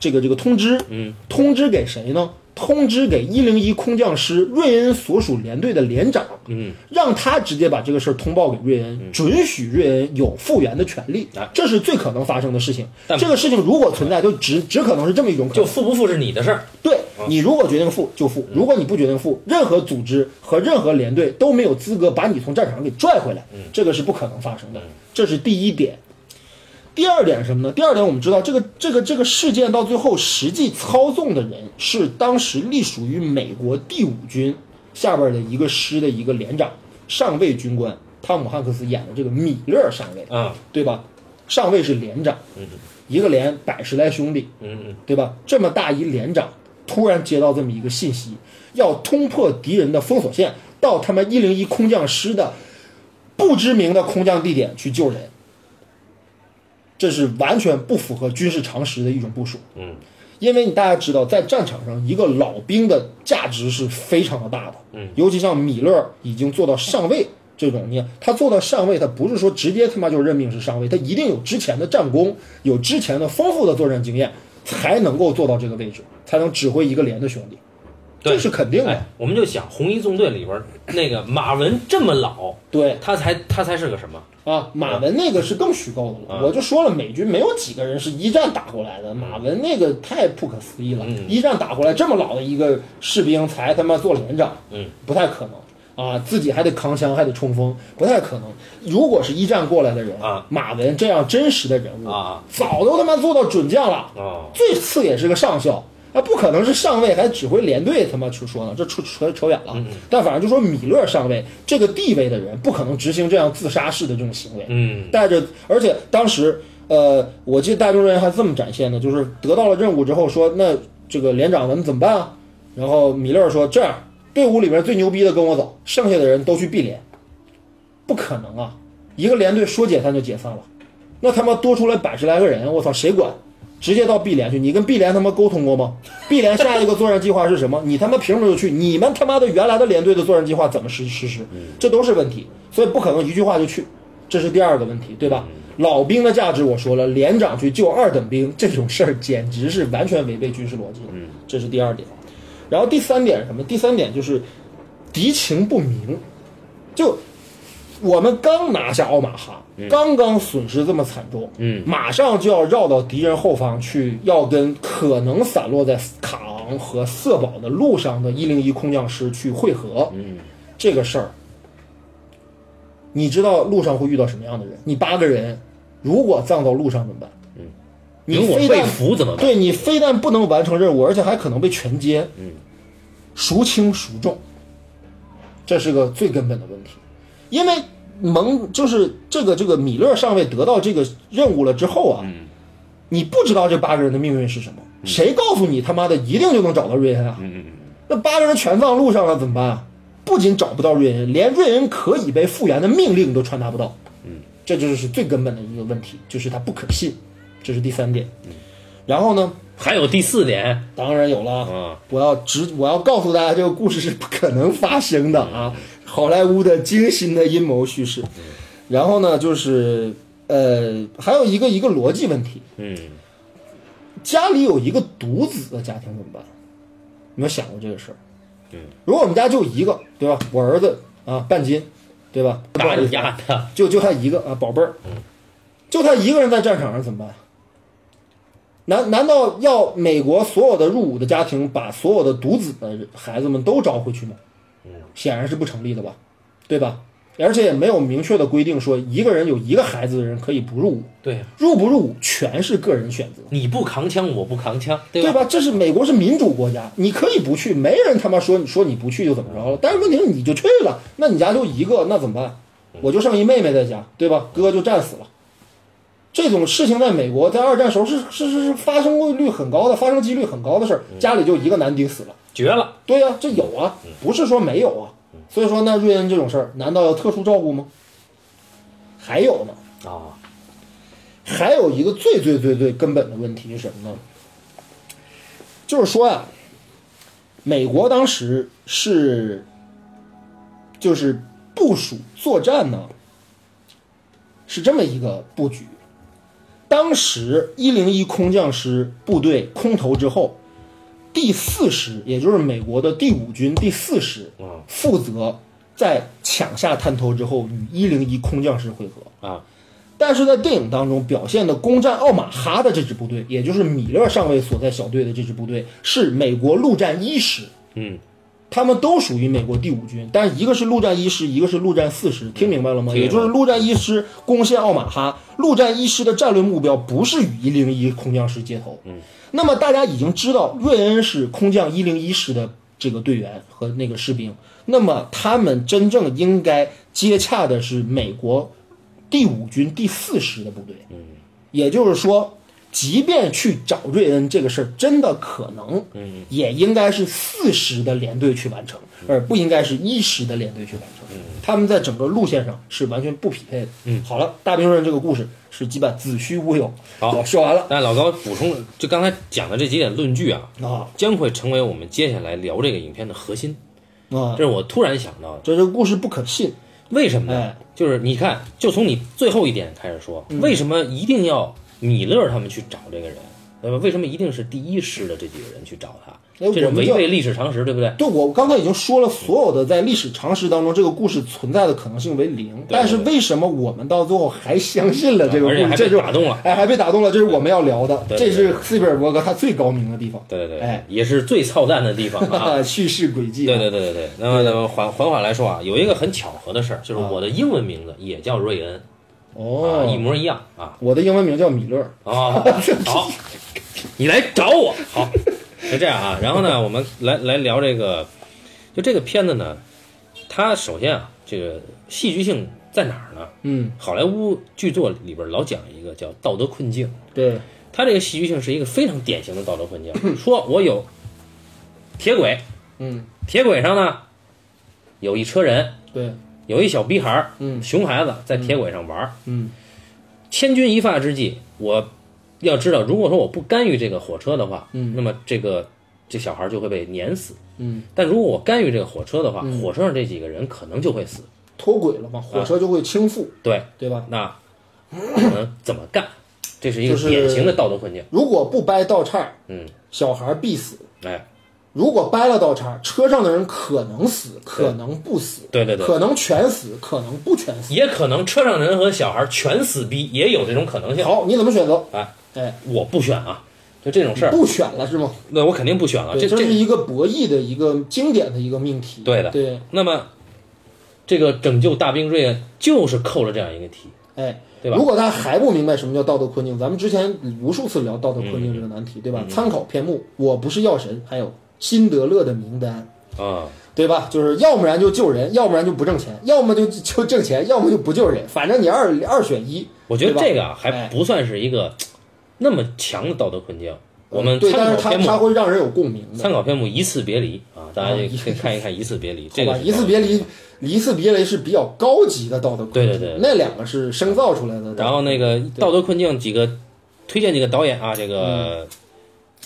S2: 这个这个通知，
S1: 嗯，
S2: 通知给谁呢？通知给一零一空降师瑞恩所属连队的连长，
S1: 嗯，
S2: 让他直接把这个事儿通报给瑞恩，准许瑞恩有复原的权利
S1: 哎，
S2: 这是最可能发生的事情
S1: 但。
S2: 这个事情如果存在，就只只可能是这么一种可能
S1: 就付不付是你的事儿。
S2: 对你如果决定付就付，如果你不决定付，任何组织和任何连队都没有资格把你从战场上给拽回来，这个是不可能发生的。这是第一点。第二点是什么呢？第二点我们知道，这个这个这个事件到最后实际操纵的人是当时隶属于美国第五军下边的一个师的一个连长，上尉军官汤姆汉克斯演的这个米勒上尉，
S1: 啊，
S2: 对吧？上尉是连长，一个连百十来兄弟，
S1: 嗯嗯，
S2: 对吧？这么大一连长突然接到这么一个信息，要冲破敌人的封锁线，到他们一零一空降师的不知名的空降地点去救人，这是完全不符合军事常识的一种部署。
S1: 嗯，
S2: 因为你大家知道，在战场上，一个老兵的价值是非常的大的。
S1: 嗯，
S2: 尤其像米勒已经做到上尉这种，你看他做到上尉，他不是说直接他妈就任命是上尉，他一定有之前的战功，有之前的丰富的作战经验，才能够做到这个位置，才能指挥一个连的兄弟。
S1: 对
S2: 这是肯定的
S1: 哎，我们就想红衣纵队里边儿那个马文这么老，
S2: 对
S1: 他才他才是个什么？
S2: 啊，马文那个是更虚构
S1: 啊
S2: 的了。我就说了，美军没有几个人是一战打过来
S1: 嗯
S2: 的，马文那个太不可思议了。一战打过来这么老的一个士兵，才他妈做连长，
S1: 嗯，
S2: 不太可能。啊，自己还得扛枪，还得冲锋，不太可能。如果是一战过来的人
S1: 啊，
S2: 马文这样真实的人物
S1: 啊，
S2: 早都他妈做到准将了，
S1: 哦，
S2: 最次也是个上校，啊，不可能是上尉还指挥连队，他妈去说呢，这扯扯扯远了。
S1: 嗯
S2: 但反正就说米勒上尉这个地位的人，不可能执行这样自杀式的这种行为。
S1: 嗯，
S2: 带着，而且当时，呃，我记得大众人还这么展现的，就是得到了任务之后说，那这个连长咱们怎么办啊？然后米勒说，这样，队伍里面最牛逼的跟我走，剩下的人都去 B 连。不可能啊！一个连队说解散就解散了，那他妈多出来百十来个人，我操，谁管？直接到 B 连去，你跟 B 连他妈沟通过吗？B 连下一个作战计划是什么？你他妈凭什么就去？你们他妈的原来的连队的作战计划怎么实实施？这都是问题，所以不可能一句话就去，这是第二个问题，对吧？老兵的价值我说了，连长去救二等兵这种事儿简直是完全违背军事逻辑的，这是第二点。然后第三点是什么？第三点就是敌情不明，就我们刚拿下奥马哈，刚刚损失这么惨重，
S1: 嗯，
S2: 马上就要绕到敌人后方去，要跟可能散落在卡昂和色堡的路上的101空降师去会合，嗯，这个事儿，你知道路上会遇到什么样的人？你八个人如果葬到路上怎么办？嗯，你
S1: 如果
S2: 非
S1: 被
S2: 但
S1: 俘怎么办？
S2: 对你非但不能完成任务，而且还可能被全歼。嗯，孰轻孰重，这是个最根本的问题。因为蒙就是这个这个米勒上尉得到这个任务了之后啊，你不知道这八个人的命运是什么，谁告诉你他妈的一定就能找到瑞恩啊？那八个人全葬路上了怎么办啊？不仅找不到瑞恩，连瑞恩可以被复原的命令都传达不到。嗯，这就是最根本的一个问题，就是它不可信，这是第三点。然后呢，
S1: 还有第四点，
S2: 当然有了，
S1: 嗯
S2: 我要直，我要告诉大家，这个故事是不可能发生的啊！
S1: 嗯
S2: 好莱坞的精心的阴谋叙事。然后呢，就是呃，还有一个一个逻辑问题，
S1: 嗯，
S2: 家里有一个独子的家庭怎么办？你们想过这个事儿？
S1: 嗯
S2: 如果我们家就一个，对吧？我儿子啊，半斤，对吧？
S1: 打你丫的，
S2: 就就他一个啊，宝贝儿，就他一个人在战场上怎么办？难难道要美国所有的入伍的家庭把所有的独子的孩子们都招回去吗？显然是不成立的吧，对吧？而且也没有明确的规定说一个人有一个孩子的人可以不入伍，
S1: 对呀，
S2: 入不入伍全是个人选择，
S1: 你不扛枪，我不扛枪，对
S2: 对
S1: 吧？
S2: 吧？这是美国是民主国家，你可以不去，没人他妈说你说你不去就怎么着了。但是问题是你就去了，那你家就一个，那怎么办？
S1: 嗯
S2: 我就剩一妹妹在家，对吧？哥就战死了。这种事情在美国在二战时候是是是是发生过率很高的，发生几率很高的事儿。
S1: 嗯
S2: 家里就一个男丁死了，
S1: 绝了，
S2: 对呀、这有啊，
S1: 嗯
S2: 不是说没有啊。所以说，那瑞恩这种事儿，难道要特殊照顾吗？还有呢，
S1: 啊，
S2: 还有一个最最最最根本的问题是什么呢？就是说呀、美国当时是就是部署作战呢，是这么一个布局。当时一零一空降师部队空投之后，第四师，也就是美国的第五军第四师
S1: 嗯，
S2: 负责在抢下滩头之后与一零一空降师会合。
S1: 啊，
S2: 但是在电影当中表现的攻占奥马哈的这支部队，也就是米勒上尉所在小队的这支部队，是美国陆战一师。
S1: 嗯，
S2: 他们都属于美国第五军，但是一个是陆战一师，一个是陆战四师，听明白了吗？
S1: 听明白
S2: 也就是陆战一师攻陷奥马哈，陆战一师的战略目标不是与一零一空降师接头。嗯，那么大家已经知道瑞恩是空降一零一师的这个队员和那个士兵，那么他们真正应该接洽的是美国第五军第四师的部队。嗯，也就是说，即便去找瑞恩这个事儿真的可能，嗯，也应该是四师的连队去完成，而不应该是一师的连队去完成。他们在整个路线上是完全不匹配的。嗯，好了，大兵瑞恩这个故事是基本子虚乌有。
S1: 好
S2: 我说完了
S1: 但老高补充了，就刚才讲的这几点论据啊，
S2: 啊
S1: 将会成为我们接下来聊这个影片的核心。
S2: 啊
S1: 这，是我突然想到的，
S2: 这这个故事不可信。
S1: 为什么呢
S2: 哎？嗯
S1: 就是你看，就从你最后一点开始说，为什么一定要米勒他们去找这个人？对吧？为什么一定是第一师的这几个人去找他？
S2: 哎
S1: 这是
S2: 我们
S1: 违
S2: 就
S1: 背历史常识，对不对？
S2: 对，我刚才已经说了，所有的在历史常识当中，这个故事存在的可能性为零。但是为什么我们到最后还相信了这个故
S1: 而且
S2: 事？
S1: 还
S2: 这
S1: 被
S2: 就
S1: 打动了。
S2: 哎， 还被打动了，这是我们要聊的，
S1: 对
S2: 这是斯皮尔伯格他最高明的地方，
S1: 对对对，
S2: 哎
S1: 也是最操蛋的地方
S2: 哈
S1: 啊。
S2: 哈，叙事轨迹，
S1: 对对对对对，那么那么缓缓缓来说啊，有一个很巧合的事儿，就是我的英文名字也叫瑞恩啊，一
S2: 啊哦，
S1: 模一样啊
S2: 我的英文名叫米勒，
S1: 啊， 好，你来找我，好，是这样啊。然后呢，我们来来聊这个，就这个片子呢，它首先啊，这个戏剧性在哪儿呢？
S2: 嗯，
S1: 好莱坞剧作里边老讲一个叫道德困境，
S2: 对，
S1: 它这个戏剧性是一个非常典型的道德困境，说我有铁轨，
S2: 嗯，
S1: 铁轨上呢有一车人，
S2: 对，
S1: 有一小逼孩儿，
S2: 嗯
S1: 熊孩子在铁轨上玩儿。
S2: 嗯
S1: 千钧一发之际，我要知道，如果说我不干预这个火车的话，
S2: 嗯
S1: 那么这个这小孩儿就会被碾死。
S2: 嗯，
S1: 但如果我干预这个火车的话，火车上这几个人可能就会死。
S2: 脱轨了嘛，火车就会倾覆，
S1: 对，
S2: 对吧？
S1: 那我们怎么干？这是一个
S2: 就是
S1: 典型的道德困境。
S2: 如果不掰道岔，
S1: 嗯，
S2: 小孩必死；
S1: 哎，
S2: 如果掰了道岔，车上的人可能死，可能不死，
S1: 对对对
S2: 可能全死，可能不全死。
S1: 也可能车上人和小孩儿全死逼，也有这种可能性。
S2: 好，你怎么选择？
S1: 哎，
S2: 哎，
S1: 我不选啊，就这种事儿，
S2: 不选了是吗？
S1: 那我肯定不选了。啊这
S2: 嗯对这
S1: 这
S2: 是一个博弈的一个经典的一个命题。
S1: 对的
S2: 对，
S1: 那么，这个拯救大兵瑞恩就是扣了这样一个题。
S2: 哎，
S1: 对吧
S2: 如果他还不明白什么叫道德困境，咱们之前无数次聊道德困境这个难题，对
S1: 嗯
S2: 吧？参考篇目《我不是药神》，还有《辛德勒的名单
S1: 啊、》，
S2: 对吧？就是要不然就救人，要不然就不挣钱，要么就就挣钱，要么就不救人，反正你二二选一。
S1: 我觉得
S2: 对吧
S1: 这个啊还
S2: 哎呃
S1: 不算是一个那么强的道德困境。我们
S2: 对，
S1: 参
S2: 但是
S1: 考
S2: 他
S1: 篇
S2: 他
S1: 目，
S2: 会让人有共鸣的，
S1: 参考篇目一次别离啊，大家
S2: 啊
S1: 就
S2: 一
S1: 可以看一看一次别离。这
S2: 好
S1: 个
S2: 吧？
S1: 是
S2: 一次别离，一次别雷是比较高级的道德困境，
S1: 对对对
S2: 那两个是生造出来的。
S1: 然后那个道德困境几个，推荐几个导演啊，这
S2: 嗯
S1: 个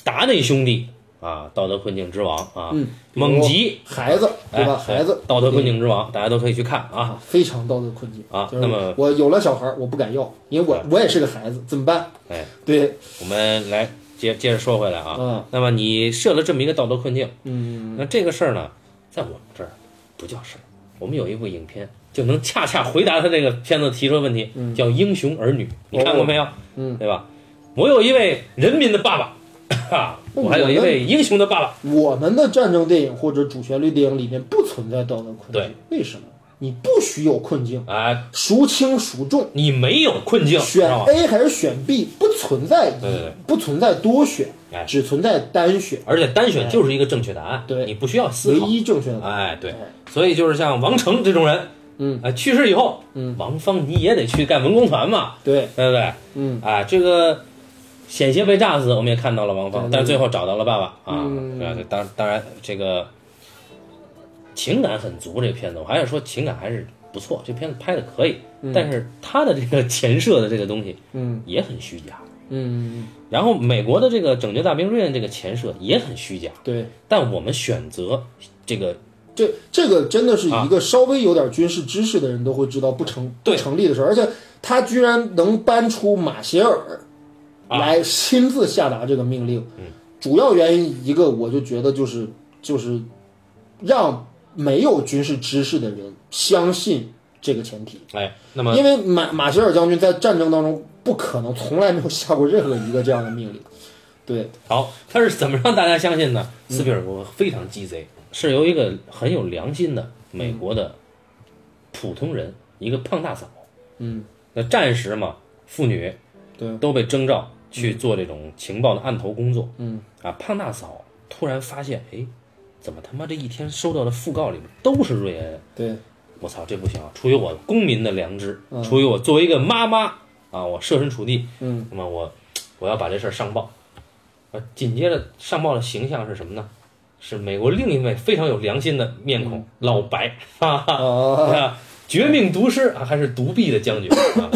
S1: 达内兄弟啊，道德困境之王啊，
S2: 嗯比如
S1: 猛吉
S2: 孩子对吧？
S1: 哎
S2: 孩子
S1: 道德困境之王，大家都可以去看啊。
S2: 非常道德困境
S1: 啊
S2: 就是
S1: 那么啊
S2: 我有了小孩，我不敢要，因为我我也是个孩子，怎么办？
S1: 哎，
S2: 对，
S1: 我们来接接着说回来啊，
S2: 嗯
S1: 那么你设了这么一个道德困境，
S2: 嗯，
S1: 那这个事儿呢，在我们这儿不叫事儿，我们有一部影片就能恰恰回答他这个片子提出的问题，叫《英雄儿女》，你看过没有？
S2: 嗯
S1: 对吧？我有一位人民的爸爸， 哈，
S2: 哦
S1: 我还有一位英雄的爸爸，
S2: 我们的战争电影或者主旋律电影里面不存在道德困境
S1: 对，
S2: 为什么？你不许有困境，
S1: 哎，
S2: 孰轻孰重，
S1: 你没有困境，知
S2: 选
S1: 道吗？
S2: A 还是选 B 不存在
S1: 啊对对对
S2: 不存在多选
S1: 哎，
S2: 只存在单选，
S1: 而且单选就是一个正确答案，
S2: 对
S1: 你不需要思
S2: 唯
S1: 考。
S2: 一正确的。
S1: 哎，对，所以就是像王成这种人，
S2: 嗯，
S1: 哎，去世以后，嗯，王芳你也得去干文工团嘛，
S2: 对，
S1: 对不对？
S2: 嗯，
S1: 啊，这个险些被炸死，我们也看到了王芳，
S2: 对对
S1: 但是最后找到了爸爸啊。
S2: 嗯
S1: 对啊对当当然这个情感很足，这片子我还是说情感还是不错，这片子拍的可以，但是他的这个前设的这个东西
S2: 嗯
S1: 也很虚假。
S2: 嗯，
S1: 然后美国的这个拯救大兵瑞恩这个前设也很虚假，
S2: 对，
S1: 但我们选择这个
S2: 这这个真的是一个稍微有点军事知识的人都会知道不成
S1: 对
S2: 不成立的事儿，而且他居然能搬出马歇尔
S1: 啊
S2: 来亲自下达这个命令，主要原因一个我就觉得就是就是让没有军事知识的人相信这个前提，
S1: 哎，那么
S2: 因为马马歇尔将军在战争当中不可能从来没有下过任何一个这样的命令，对，
S1: 好，他是怎么让大家相信呢？
S2: 嗯
S1: 斯皮尔伯格非常鸡贼，是由一个很有良心的美国的普通人，一个胖大嫂，
S2: 嗯，
S1: 那战时嘛，妇女
S2: 对
S1: 都被征召去做这种情报的案头工作，
S2: 嗯，
S1: 啊，胖大嫂突然发现，哎，怎么他妈这一天收到的讣告里面都是瑞恩？
S2: 对，
S1: 我操，这不行！啊！出于我公民的良知，出于我作为一个妈妈啊，我设身处地，
S2: 嗯，
S1: 那么我我要把这事儿上报。呃，紧接着上报的形象是什么呢？是美国另一位非常有良心的面孔、老白，哈哈，
S2: 啊，
S1: 啊，绝命毒师啊，还是独臂的将军啊，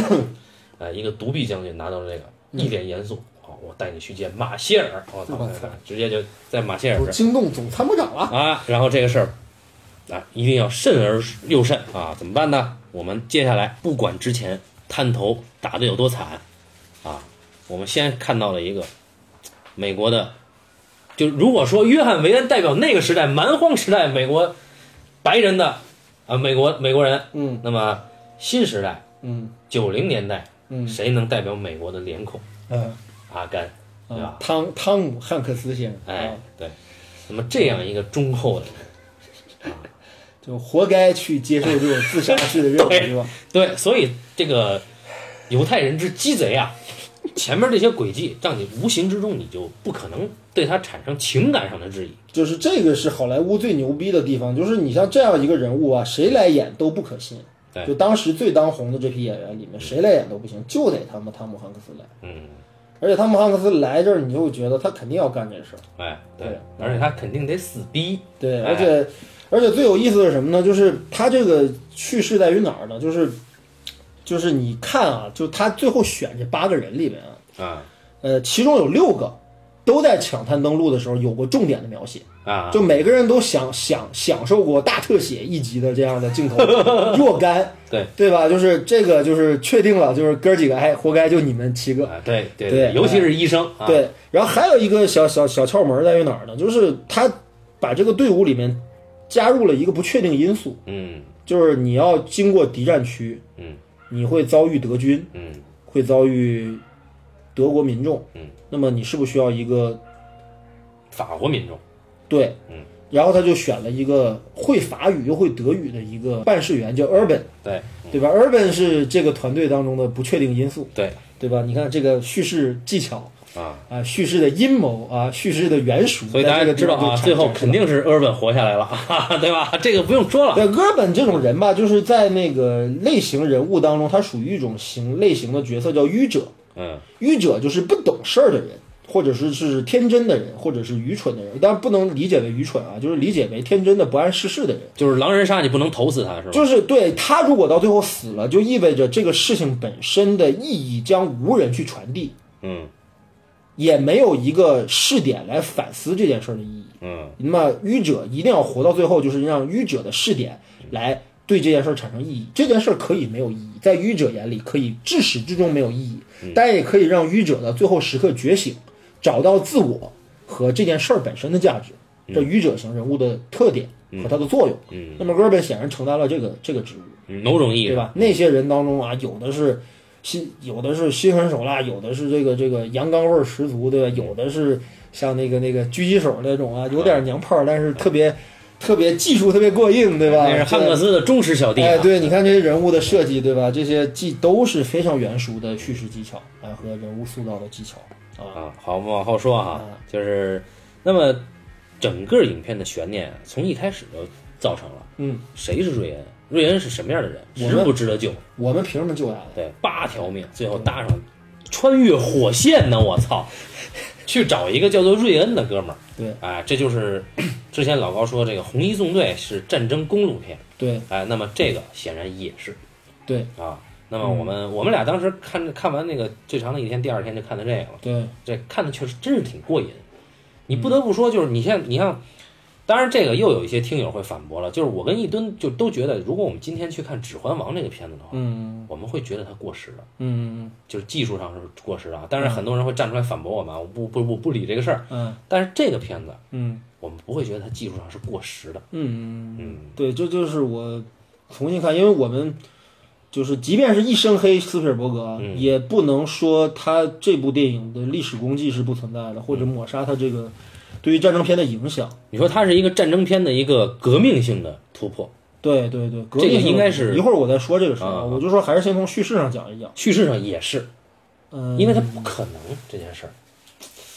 S1: 啊，一个独臂将军拿到了这个，一脸严肃。好，我带你去见马歇尔，我操
S2: 我操，
S1: 直接就在马歇尔这
S2: 我
S1: 儿
S2: 惊动总参谋长了，
S1: 啊，然后这个事儿啊，一定要慎而又慎啊！怎么办呢？我们接下来不管之前探头打得有多惨啊，我们先看到了一个美国的，就如果说约翰·韦恩代表那个时代蛮荒时代美国白人的啊，美国美国人，
S2: 嗯，
S1: 那么新时代
S2: 嗯
S1: 九零年代，
S2: 嗯
S1: 谁能代表美国的脸孔？
S2: 嗯。呃
S1: 阿甘，对吧？
S2: 汤汤姆汉克斯先生，
S1: 哎
S2: 啊，，
S1: 对。那么这样一个忠厚的人，
S2: 就活该去接受这种自杀式的 任务，
S1: 对
S2: 是吧？
S1: 对，所以这个犹太人之鸡贼啊，前面这些轨迹让你无形之中你就不可能对他产生情感上的质疑。
S2: 就是这个是好莱坞最牛逼的地方，就是你像这样一个人物啊，谁来演都不可信
S1: 对。
S2: 就当时最当红的这批演员里面，谁来演都不行，就得他们汤姆汉克斯来。
S1: 嗯，
S2: 而且汤姆汉克斯来这儿，你就觉得他肯定要干这事儿。
S1: 哎，
S2: 对
S1: 对，而且他肯定得死逼。
S2: 对，
S1: 哎
S2: 而且而且最有意思的是什么呢？就是他这个趣事在于哪儿呢？就是就是你看啊，就他最后选这八个人里面啊，
S1: 啊
S2: 呃，其中有六个都在抢滩登陆的时候有过重点的描写，
S1: 啊，
S2: 就每个人都享享享受过大特写一级的这样的镜头若干，
S1: 对
S2: 对吧？就是这个就是确定了，就是哥几个，哎，活该就你们七个。
S1: 啊，对对
S2: 对哎
S1: 尤其是医生啊，
S2: 对，然后还有一个小小小窍门在于哪儿呢？就是他把这个队伍里面加入了一个不确定因素，
S1: 嗯
S2: 就是你要经过敌占区，
S1: 嗯
S2: 你会遭遇德军，
S1: 嗯
S2: 会遭遇德国民众，
S1: 嗯，
S2: 那么你是不是需要一个
S1: 法国民众，
S2: 对，
S1: 嗯，
S2: 然后他就选了一个会法语又会德语的一个办事员，叫 Urban，
S1: 对
S2: 对
S1: 嗯
S2: 吧？Urban 是这个团队当中的不确定因素，
S1: 对
S2: 对吧？你看这个叙事技巧
S1: 啊，
S2: 啊，叙事的阴谋啊，叙事的原属，
S1: 所以大家
S2: 在
S1: 就知
S2: 这个
S1: 道
S2: 地
S1: 啊，
S2: 方就
S1: 最后
S2: 产生
S1: 肯定是厄文活下来了， 哈哈对吧？这个不用说了，
S2: 对 Urban 这种人吧，就是在那个类型人物当中，他属于一种型类型的角色，叫愚者。
S1: 嗯
S2: 愚者就是不懂事儿的人，或者是是天真的人，或者是愚蠢的人，但不能理解为愚蠢啊，就是理解为天真的不谙世事的人。
S1: 就是狼人杀，你不能投死他是吧？
S2: 就是对他如果到最后死了，就意味着这个事情本身的意义将无人去传递，
S1: 嗯
S2: 也没有一个试点来反思这件事儿的意义。
S1: 嗯
S2: 那么愚者一定要活到最后，就是让愚者的试点来对这件事儿产生意义。这件事儿可以没有意义，在愚者眼里可以至始至终没有意义，
S1: 嗯
S2: 但也可以让愚者的最后时刻觉醒，找到自我和这件事儿本身的价值。这愚者型人物的特点和它的作用。
S1: 嗯
S2: 那么哥本显然承担了这个这个职务。
S1: 嗯，某种意义
S2: 对
S1: 上，
S2: 吧？那些人当中啊，有的是心，有的是心狠手辣，有的是这个这个阳刚味儿十足，对
S1: 嗯
S2: 吧？有的是像那个那个狙击手那种啊，有点娘炮，但是特别特别技术特别过硬，对吧？
S1: 那是汉克斯的忠实小弟啊。
S2: 哎，对，你看这些人物的设计，对吧？这些既都是非常圆熟的叙事技巧，哎，和人物塑造的技巧啊，
S1: 啊，好，我们往后说哈，
S2: 嗯
S1: 就是那么整个影片的悬念从一开始就造成了，
S2: 嗯，
S1: 谁是瑞恩？瑞恩是什么样的人？
S2: 我
S1: 值
S2: 们嗯
S1: 不值得救？
S2: 我们凭什么救他的？
S1: 对，八条命，最后搭上穿越火线呢！我 操，去找一个叫做瑞恩的哥们儿。
S2: 对，
S1: 哎，这就是 之前老高说这个《红衣纵队》是战争公路片，
S2: 对
S1: 哎，那么这个显然也是
S2: 对
S1: 啊。那么我们、
S2: 嗯
S1: 我们俩当时看看完那个最长的一天，第二天就看的这个了。
S2: 对，
S1: 这看的确实真是挺过瘾。你不得不说，就是你像你像，当然这个又有一些听友会反驳了，就是我跟一吨就都觉得，如果我们今天去看《指环王》这个片子的话，
S2: 嗯
S1: 我们会觉得它过时了，
S2: 嗯
S1: 就是技术上是过时了。当然很多人会站出来反驳我们，啊我不不不不理这个事儿。
S2: 嗯
S1: 但是这个片子
S2: 嗯
S1: 我们不会觉得它技术上是过时的。
S2: 嗯。
S1: 嗯
S2: 对，这就是我重新看，因为我们就是即便是一身黑斯皮尔伯格啊，
S1: 嗯
S2: 也不能说他这部电影的历史功绩是不存在的，或
S1: 嗯
S2: 者抹杀他这个对于战争片的影响。
S1: 你说它是一个战争片的一个革命性的突破，
S2: 对对对，革
S1: 这个
S2: 命性
S1: 应该
S2: 的
S1: 是
S2: 一会儿我再说这个事儿
S1: 啊啊
S2: 啊，我就说还是先从叙事上讲一讲。
S1: 叙事上也是，
S2: 嗯，
S1: 因为它不可能这件事儿，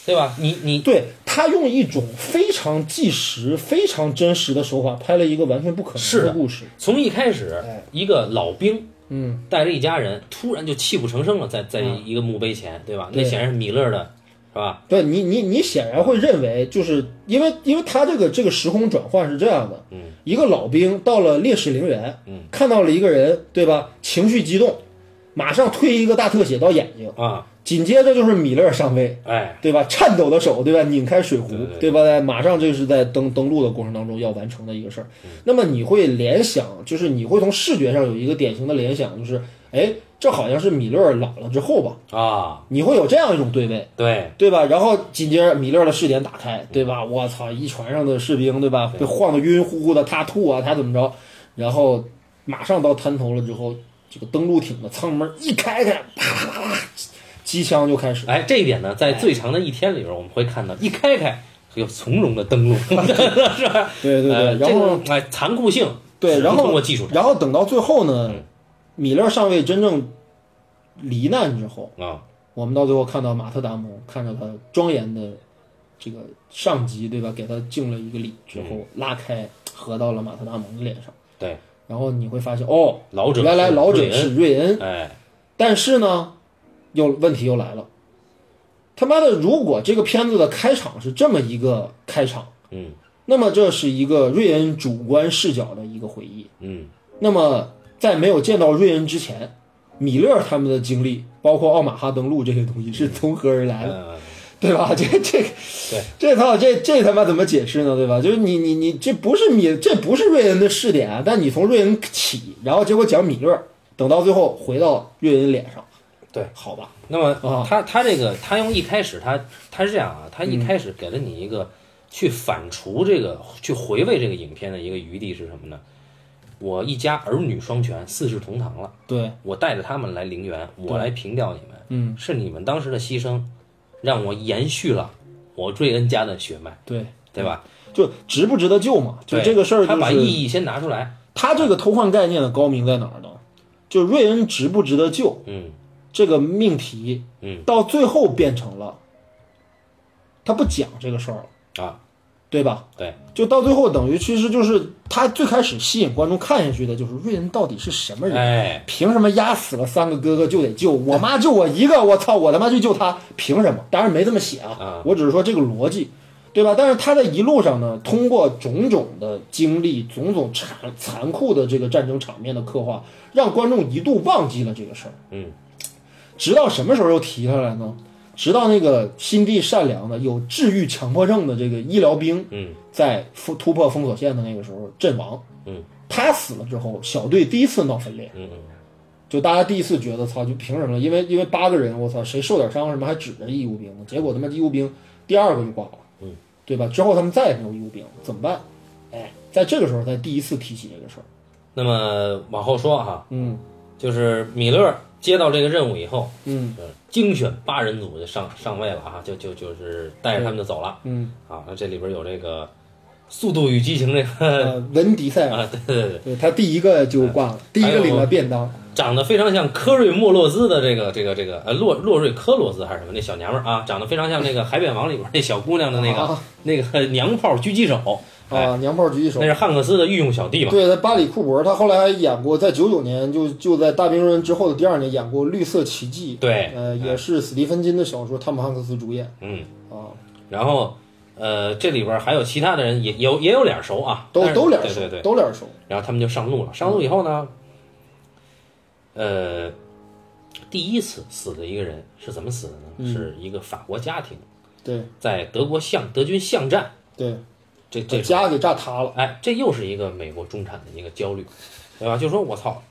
S1: 对吧？你你
S2: 对他用一种非常纪实、非常真实的手法拍了一个完全不可
S1: 是
S2: 能
S1: 的
S2: 的故事。
S1: 从一开始
S2: 哎，
S1: 一个老兵
S2: 嗯，啊
S1: 带着一家人，突然就泣不成声了，在在一个墓碑前，对吧？那
S2: 对
S1: 显然是米勒的，是吧？
S2: 对你，你你显然会认为，就是因为因为他这个这个时空转换是这样的，
S1: 嗯，
S2: 一个老兵到了烈士陵园，
S1: 嗯，
S2: 看到了一个人，对吧？情绪激动，马上推一个大特写到眼睛，
S1: 啊，
S2: 紧接着就是米勒上尉，
S1: 哎，
S2: 对吧？颤抖的手，对吧？拧开水壶，
S1: 对对
S2: 对吧？在马上这是在登登陆的过程当中要完成的一个事儿。
S1: 嗯
S2: 那么你会联想，就是你会从视觉上有一个典型的联想，就是哎，这好像是米勒老了之后吧？
S1: 啊，
S2: 你会有这样一种对位。
S1: 对，
S2: 对吧？然后紧接着米勒的视点打开，对吧？我操，一船上的士兵，嗯对吧？被晃得晕晕乎乎的，他吐啊，他怎么着？然后马上到滩头了之后，这个登陆艇的舱门一开开，啪啪啪啪，机枪就开始。
S1: 哎，这一点呢，在最长的一天里边，我们会看到一开开有从容的 登陆，是吧？
S2: 对 对
S1: 呃
S2: 对，然后
S1: 这个哎，残酷性
S2: 对，
S1: 只
S2: 然
S1: 是通
S2: 后
S1: 过技术
S2: 然后等到最后呢，米勒上尉真正罹难之后，
S1: 啊，
S2: 我们到最后看到马特·达蒙看着他庄严的这个上级，对吧？给他敬了一个礼之后，拉开合到了马特·达蒙的脸上。
S1: 对，
S2: 然后你会发现，哦，
S1: 老者
S2: 原来老者
S1: 是
S2: 是瑞恩，
S1: 瑞恩，哎，
S2: 但是呢，又问题又来了，他妈的，如果这个片子的开场是这么一个开场，
S1: 嗯
S2: 那么这是一个瑞恩主观视角的一个回忆。
S1: 嗯，
S2: 那么在没有见到瑞恩之前，米勒他们的经历，包括奥马哈登陆这些东西是从何而来的？
S1: 呃
S2: 对吧？这这
S1: 对
S2: 这套这这他妈怎么解释呢？对吧？就是你你你这不是米这不是瑞恩的试点啊，但你从瑞恩起，然后结果讲米勒，等到最后回到瑞恩脸上，
S1: 对，
S2: 好吧，
S1: 那么
S2: 啊
S1: 他他这个他用一开始他他是这样啊，他
S2: 嗯
S1: 一开始给了你一个去反刍这个去回味这个影片的一个余地是什么呢？我一家儿女双全，四世同堂了，
S2: 对，
S1: 我带着他们来陵园，我来凭吊你们，
S2: 嗯，
S1: 是你们当时的牺牲，让我延续了我瑞恩家的血脉，
S2: 对，
S1: 对吧？
S2: 就值不值得救嘛？嗯就
S1: 对
S2: 这个事儿、就是，
S1: 他把意义先拿出来，
S2: 他这个偷换概念的高明在哪儿呢？就瑞恩值不值得救
S1: 嗯
S2: 这个命题，
S1: 嗯
S2: 到最后变成了他不讲这个事儿了。
S1: 啊，
S2: 对吧？
S1: 对，
S2: 就到最后等于其实就是他最开始吸引观众看下去的就是瑞恩到底是什么人。
S1: 哎，
S2: 凭什么压死了三个哥哥就得救？我妈就我一个，我操，我他妈去救她，凭什么？当然没这么写啊，我只是说这个逻辑，对吧？但是他在一路上呢，通过种种的经历、种种残残酷的这个战争场面的刻画，让观众一度忘记了这个事儿。
S1: 嗯，
S2: 直到什么时候又提上来呢？直到那个心地善良的、有治愈强迫症的这个医疗兵，
S1: 嗯，
S2: 在突突破封锁线的那个时候阵亡，
S1: 嗯，
S2: 他死了之后，小队第一次闹分裂，
S1: 嗯嗯
S2: 就大家第一次觉得操，就凭什么？因为因为八个人，我操，谁受点伤什么还指着义务兵呢？结果他妈义务兵第二个就挂了，
S1: 嗯，
S2: 对吧？之后他们再也没有义务兵了，怎么办？哎，在这个时候才第一次提起这个事儿。
S1: 那么往后说哈，
S2: 嗯
S1: 就是米勒接到这个任务以后，
S2: 嗯
S1: 呃精选八人组就上上位了啊，就就就是带着他们就走了
S2: 嗯，
S1: 啊。那这里边有这个《速度与激情》这个
S2: 呃，文迪塞尔，
S1: 嗯啊，哎对对对，
S2: 对他第一个就挂了，第一个领了便当。
S1: 长得非常像科瑞莫洛兹的这个这个这个呃洛洛瑞科洛兹还是什么那小娘们儿啊，长得非常像那个《海扁王》里边那小姑娘的那个、
S2: 啊
S1: 那个娘炮狙击手，哎，
S2: 啊，娘炮狙击手
S1: 那，是汉克斯的御用小弟嘛。
S2: 对，在巴里库珀，他后来还演过，在九九年就就在《大兵瑞恩》之后的第二年演过《绿色奇迹》，
S1: 对，
S2: 呃，也是史蒂芬金的小说，汤姆汉克斯主演
S1: 哎嗯，
S2: 啊。
S1: 然后呃这里边还有其他的人也有也有脸熟啊，
S2: 都
S1: 但是
S2: 都脸
S1: 对
S2: 熟
S1: 对对，，
S2: 都脸熟。
S1: 然后他们就上路了。上路以后呢，呃，第一次死的一个人是怎么死的呢？
S2: 嗯
S1: 是一个法国家庭
S2: 对
S1: 在德国巷德军巷战，
S2: 对，
S1: 这
S2: 把
S1: 这
S2: 家给炸塌了。
S1: 哎，这又是一个美国中产的一个焦虑，对吧？就说我操，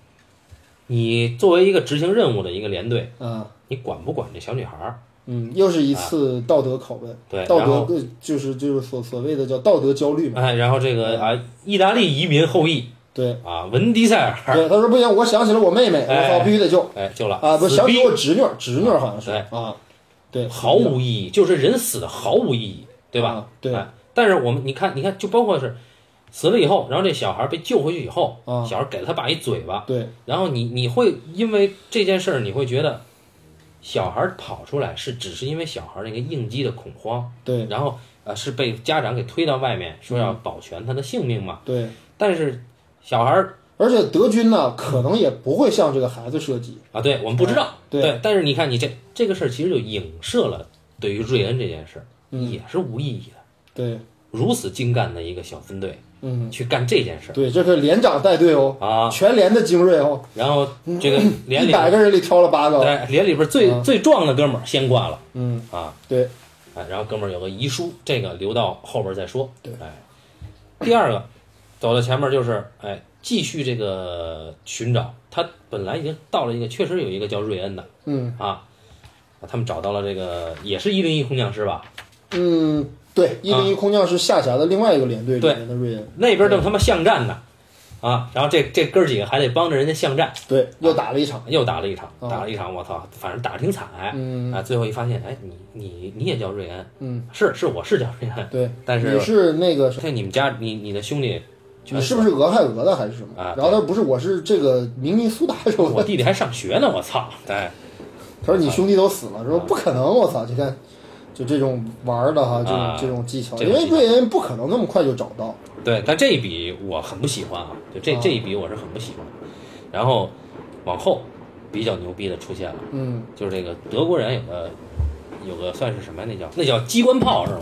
S1: 你作为一个执行任务的一个连队，
S2: 啊，
S1: 你管不管这小女孩儿？
S2: 嗯，又是一次道德拷问，
S1: 啊对，
S2: 道
S1: 然后
S2: 德就是就是所所谓的叫道德焦虑嘛。
S1: 哎，然后这个啊，意大利移民后裔
S2: 对
S1: 啊，文迪塞尔，
S2: 对，他说不行，我想起了我妹妹，我
S1: 哎
S2: 操，必须得救
S1: 哎，救了
S2: 啊！不，
S1: 死
S2: 想
S1: 逼
S2: 起我侄女儿，侄女儿好像是
S1: 对
S2: 啊，对，
S1: 毫无意义，就是人死的毫无意义，对吧？
S2: 啊对
S1: 哎但是我们你看，你看，就包括是死了以后，然后这小孩被救回去以后，
S2: 啊
S1: 小孩给了他爸一嘴巴，
S2: 对
S1: 然后你你会因为这件事儿，你会觉得小孩跑出来是只是因为小孩那个应激的恐慌，
S2: 对嗯
S1: 然后呃是被家长给推到外面，说要保全他的性命嘛。
S2: 对，
S1: 但是小孩儿
S2: 而且德军呢，可能也不会向这个孩子射击。
S1: 啊，对我们不知道，
S2: 哎对
S1: 但是你看你这这个事儿，其实就影射了对于瑞恩这件事儿、
S2: 嗯
S1: 也是无意义的。
S2: 对，
S1: 如此精干的一个小分队
S2: 嗯，
S1: 去干这件事
S2: 对，这是连长带队哦，
S1: 儿啊，
S2: 全连的精锐哦，
S1: 然后这 个连
S2: 一
S1: 里
S2: 百
S1: 边
S2: 个人里挑了八个哦。
S1: 对连里边最、最壮的哥们儿先挂了
S2: 嗯，
S1: 啊，
S2: 对，
S1: 哎，然后哥们儿有个遗书，这个留到后边再说。
S2: 对
S1: 哎，第二个走到前面就是哎，继续这个寻找。他本来已经到了一个，确实有一个叫瑞恩的
S2: 嗯
S1: 啊，他们找到了这个也是一零一空降师吧？
S2: 嗯，对，一零一空降是下辖的另外一个连队里
S1: 啊对
S2: 面的瑞恩，
S1: 那边正他妈巷战呢啊，然后这这哥儿几个还得帮着人家巷战，
S2: 对，又打了一场。
S1: 又打了一场，
S2: 啊
S1: 打了一场，我操，反正打的挺惨。
S2: 嗯
S1: 啊，最后一发现，哎，你你你也叫瑞恩，
S2: 嗯，
S1: 是是，我是叫瑞恩，
S2: 对，
S1: 但是
S2: 你是那个什
S1: 像你们家你你的兄弟
S2: 你
S1: 全
S2: 是不是俄亥俄的还是什么？
S1: 啊
S2: 然后他说不是，我是这个明尼苏达州
S1: 我
S2: 的。
S1: 弟弟还上学呢，我操！哎，
S2: 他说你兄弟都死了，
S1: 啊
S2: 说不可能，我操！你看，就这种玩儿的哈，这种
S1: 啊
S2: 这种技巧，
S1: 这
S2: 因
S1: 种技巧
S2: 为瑞恩不可能那么快就找到。
S1: 对，但这一笔我很不喜欢啊，就这
S2: 啊
S1: 这一笔我是很不喜欢的。然后往后比较牛逼的出现了，
S2: 嗯，
S1: 就是这个德国人有个有个算是什么呀？那叫那叫机关炮是吗？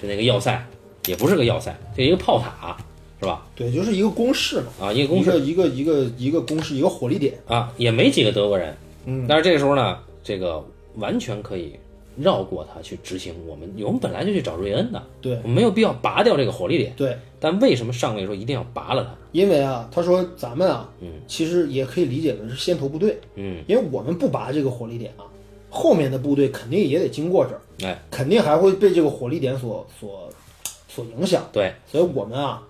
S1: 是那个要塞，也不是个要塞，就一个炮塔是吧？
S2: 对，就是一个公式嘛，
S1: 啊，一个
S2: 一
S1: 公式
S2: 个一个一个一个公式，一个火力点。
S1: 啊，也没几个德国人。
S2: 嗯，
S1: 但是这个时候呢，这个完全可以绕过他去执行我们，我们本来就去找瑞恩的，
S2: 对
S1: 我们没有必要拔掉这个火力点。
S2: 对，
S1: 但为什么上尉说一定要拔了他？
S2: 因为啊，他说咱们啊，
S1: 嗯
S2: 其实也可以理解为是先头部队，
S1: 嗯，
S2: 因为我们不拔这个火力点啊，后面的部队肯定也得经过这儿，
S1: 哎，
S2: 肯定还会被这个火力点所所所影响。
S1: 对，
S2: 所以我们啊，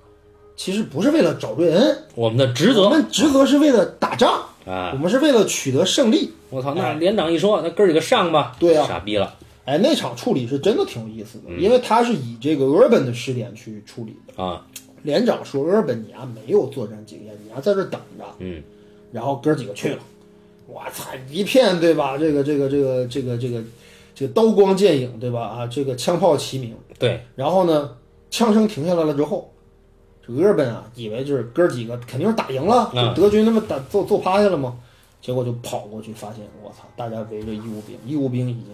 S2: 其实不是为了找瑞恩，
S1: 我们的职
S2: 我
S1: 责
S2: 们职责是为了打仗，我
S1: 啊！
S2: 们是为了取得胜利。
S1: 我操，那连长一说，那哥儿几个上吧，
S2: 哎对啊
S1: 傻逼了
S2: 哎，那场处理是真的挺有意思
S1: 嗯
S2: 的，因为他是以这个 Urban 的试点去处理的。
S1: 啊，
S2: 连长说：“Urban，你啊没有作战经验，你啊在这儿等着。”
S1: 嗯，
S2: 然后哥儿几个去了，我操，一片对吧？这个这个这个这个这个这个刀光剑影对吧？啊，这个枪炮齐鸣。
S1: 对，
S2: 然后呢，枪声停下来了之后，这个日本啊，以为就是哥儿几个肯定是打赢了，就德军他妈打揍揍趴下了嘛，结果就跑过去发现，我操，大家围着义务兵，义务兵已经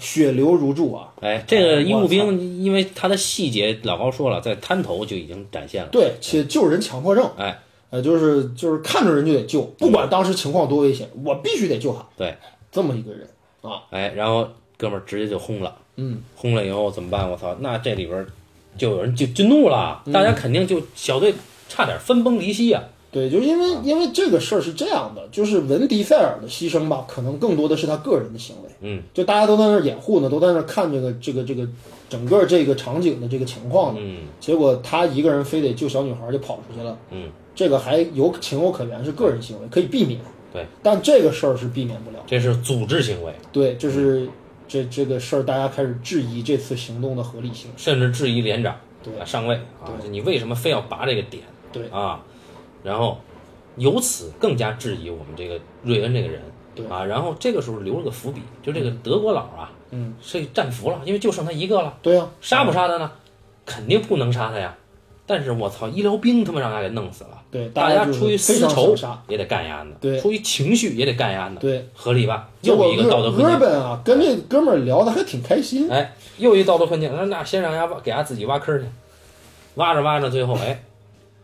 S2: 血流如注啊！
S1: 哎，这个义务
S2: 我操
S1: 兵，因为他的细节，老高说了，在滩头就已经展现了。
S2: 对，且就是人强迫症，
S1: 哎，
S2: 呃，就是就是看着人就得救，不管当时情况多危险，我必须得救他，
S1: 对，
S2: 这么一个人啊，
S1: 哎，然后哥们儿直接就轰了，
S2: 嗯，
S1: 轰了以后怎么办？我操，那这里边儿就有人就就怒了，
S2: 嗯
S1: 大家肯定就小队差点分崩离析啊。
S2: 对，就因为因为这个事儿是这样的，就是文迪塞尔的牺牲吧，可能更多的是他个人的行为，
S1: 嗯，
S2: 就大家都在那儿掩护呢，都在那儿看这个这个这个整个这个场景的这个情况呢，
S1: 嗯
S2: 结果他一个人非得救小女孩儿就跑出去了，
S1: 嗯，
S2: 这个还有情有可原，是个人行为可以避免，
S1: 对，
S2: 但这个事儿是避免不了。
S1: 这是组织行为，
S2: 对，就是这这个事儿，大家开始质疑这次行动的合理性。
S1: 甚至质疑连长
S2: 对
S1: 啊上尉啊，
S2: 对
S1: 就你为什么非要拔这个点？
S2: 对
S1: 啊，然后由此更加质疑我们这个瑞恩这个人。
S2: 对
S1: 啊，然后这个时候留了个伏笔，就这个德国佬啊，
S2: 嗯，
S1: 是战俘了，因为就剩他一个了，
S2: 对呀、啊，
S1: 杀不杀他呢？肯定不能杀他呀。但是我操，医疗兵他妈让他给弄死了，
S2: 对，
S1: 大
S2: 家
S1: 家
S2: 就是
S1: 出于
S2: 非
S1: 私
S2: 常
S1: 仇
S2: 想杀。
S1: 也得干一案子，
S2: 对
S1: 出于情绪也得干一案子，
S2: 对，
S1: 合理吧？
S2: 结果
S1: 又一个道德
S2: 日
S1: 困境，
S2: 本啊，跟这哥们儿聊的还挺开心。
S1: 哎，又一道德困境。那那先让人家挖，给他自己挖坑去，挖着挖着，最后哎，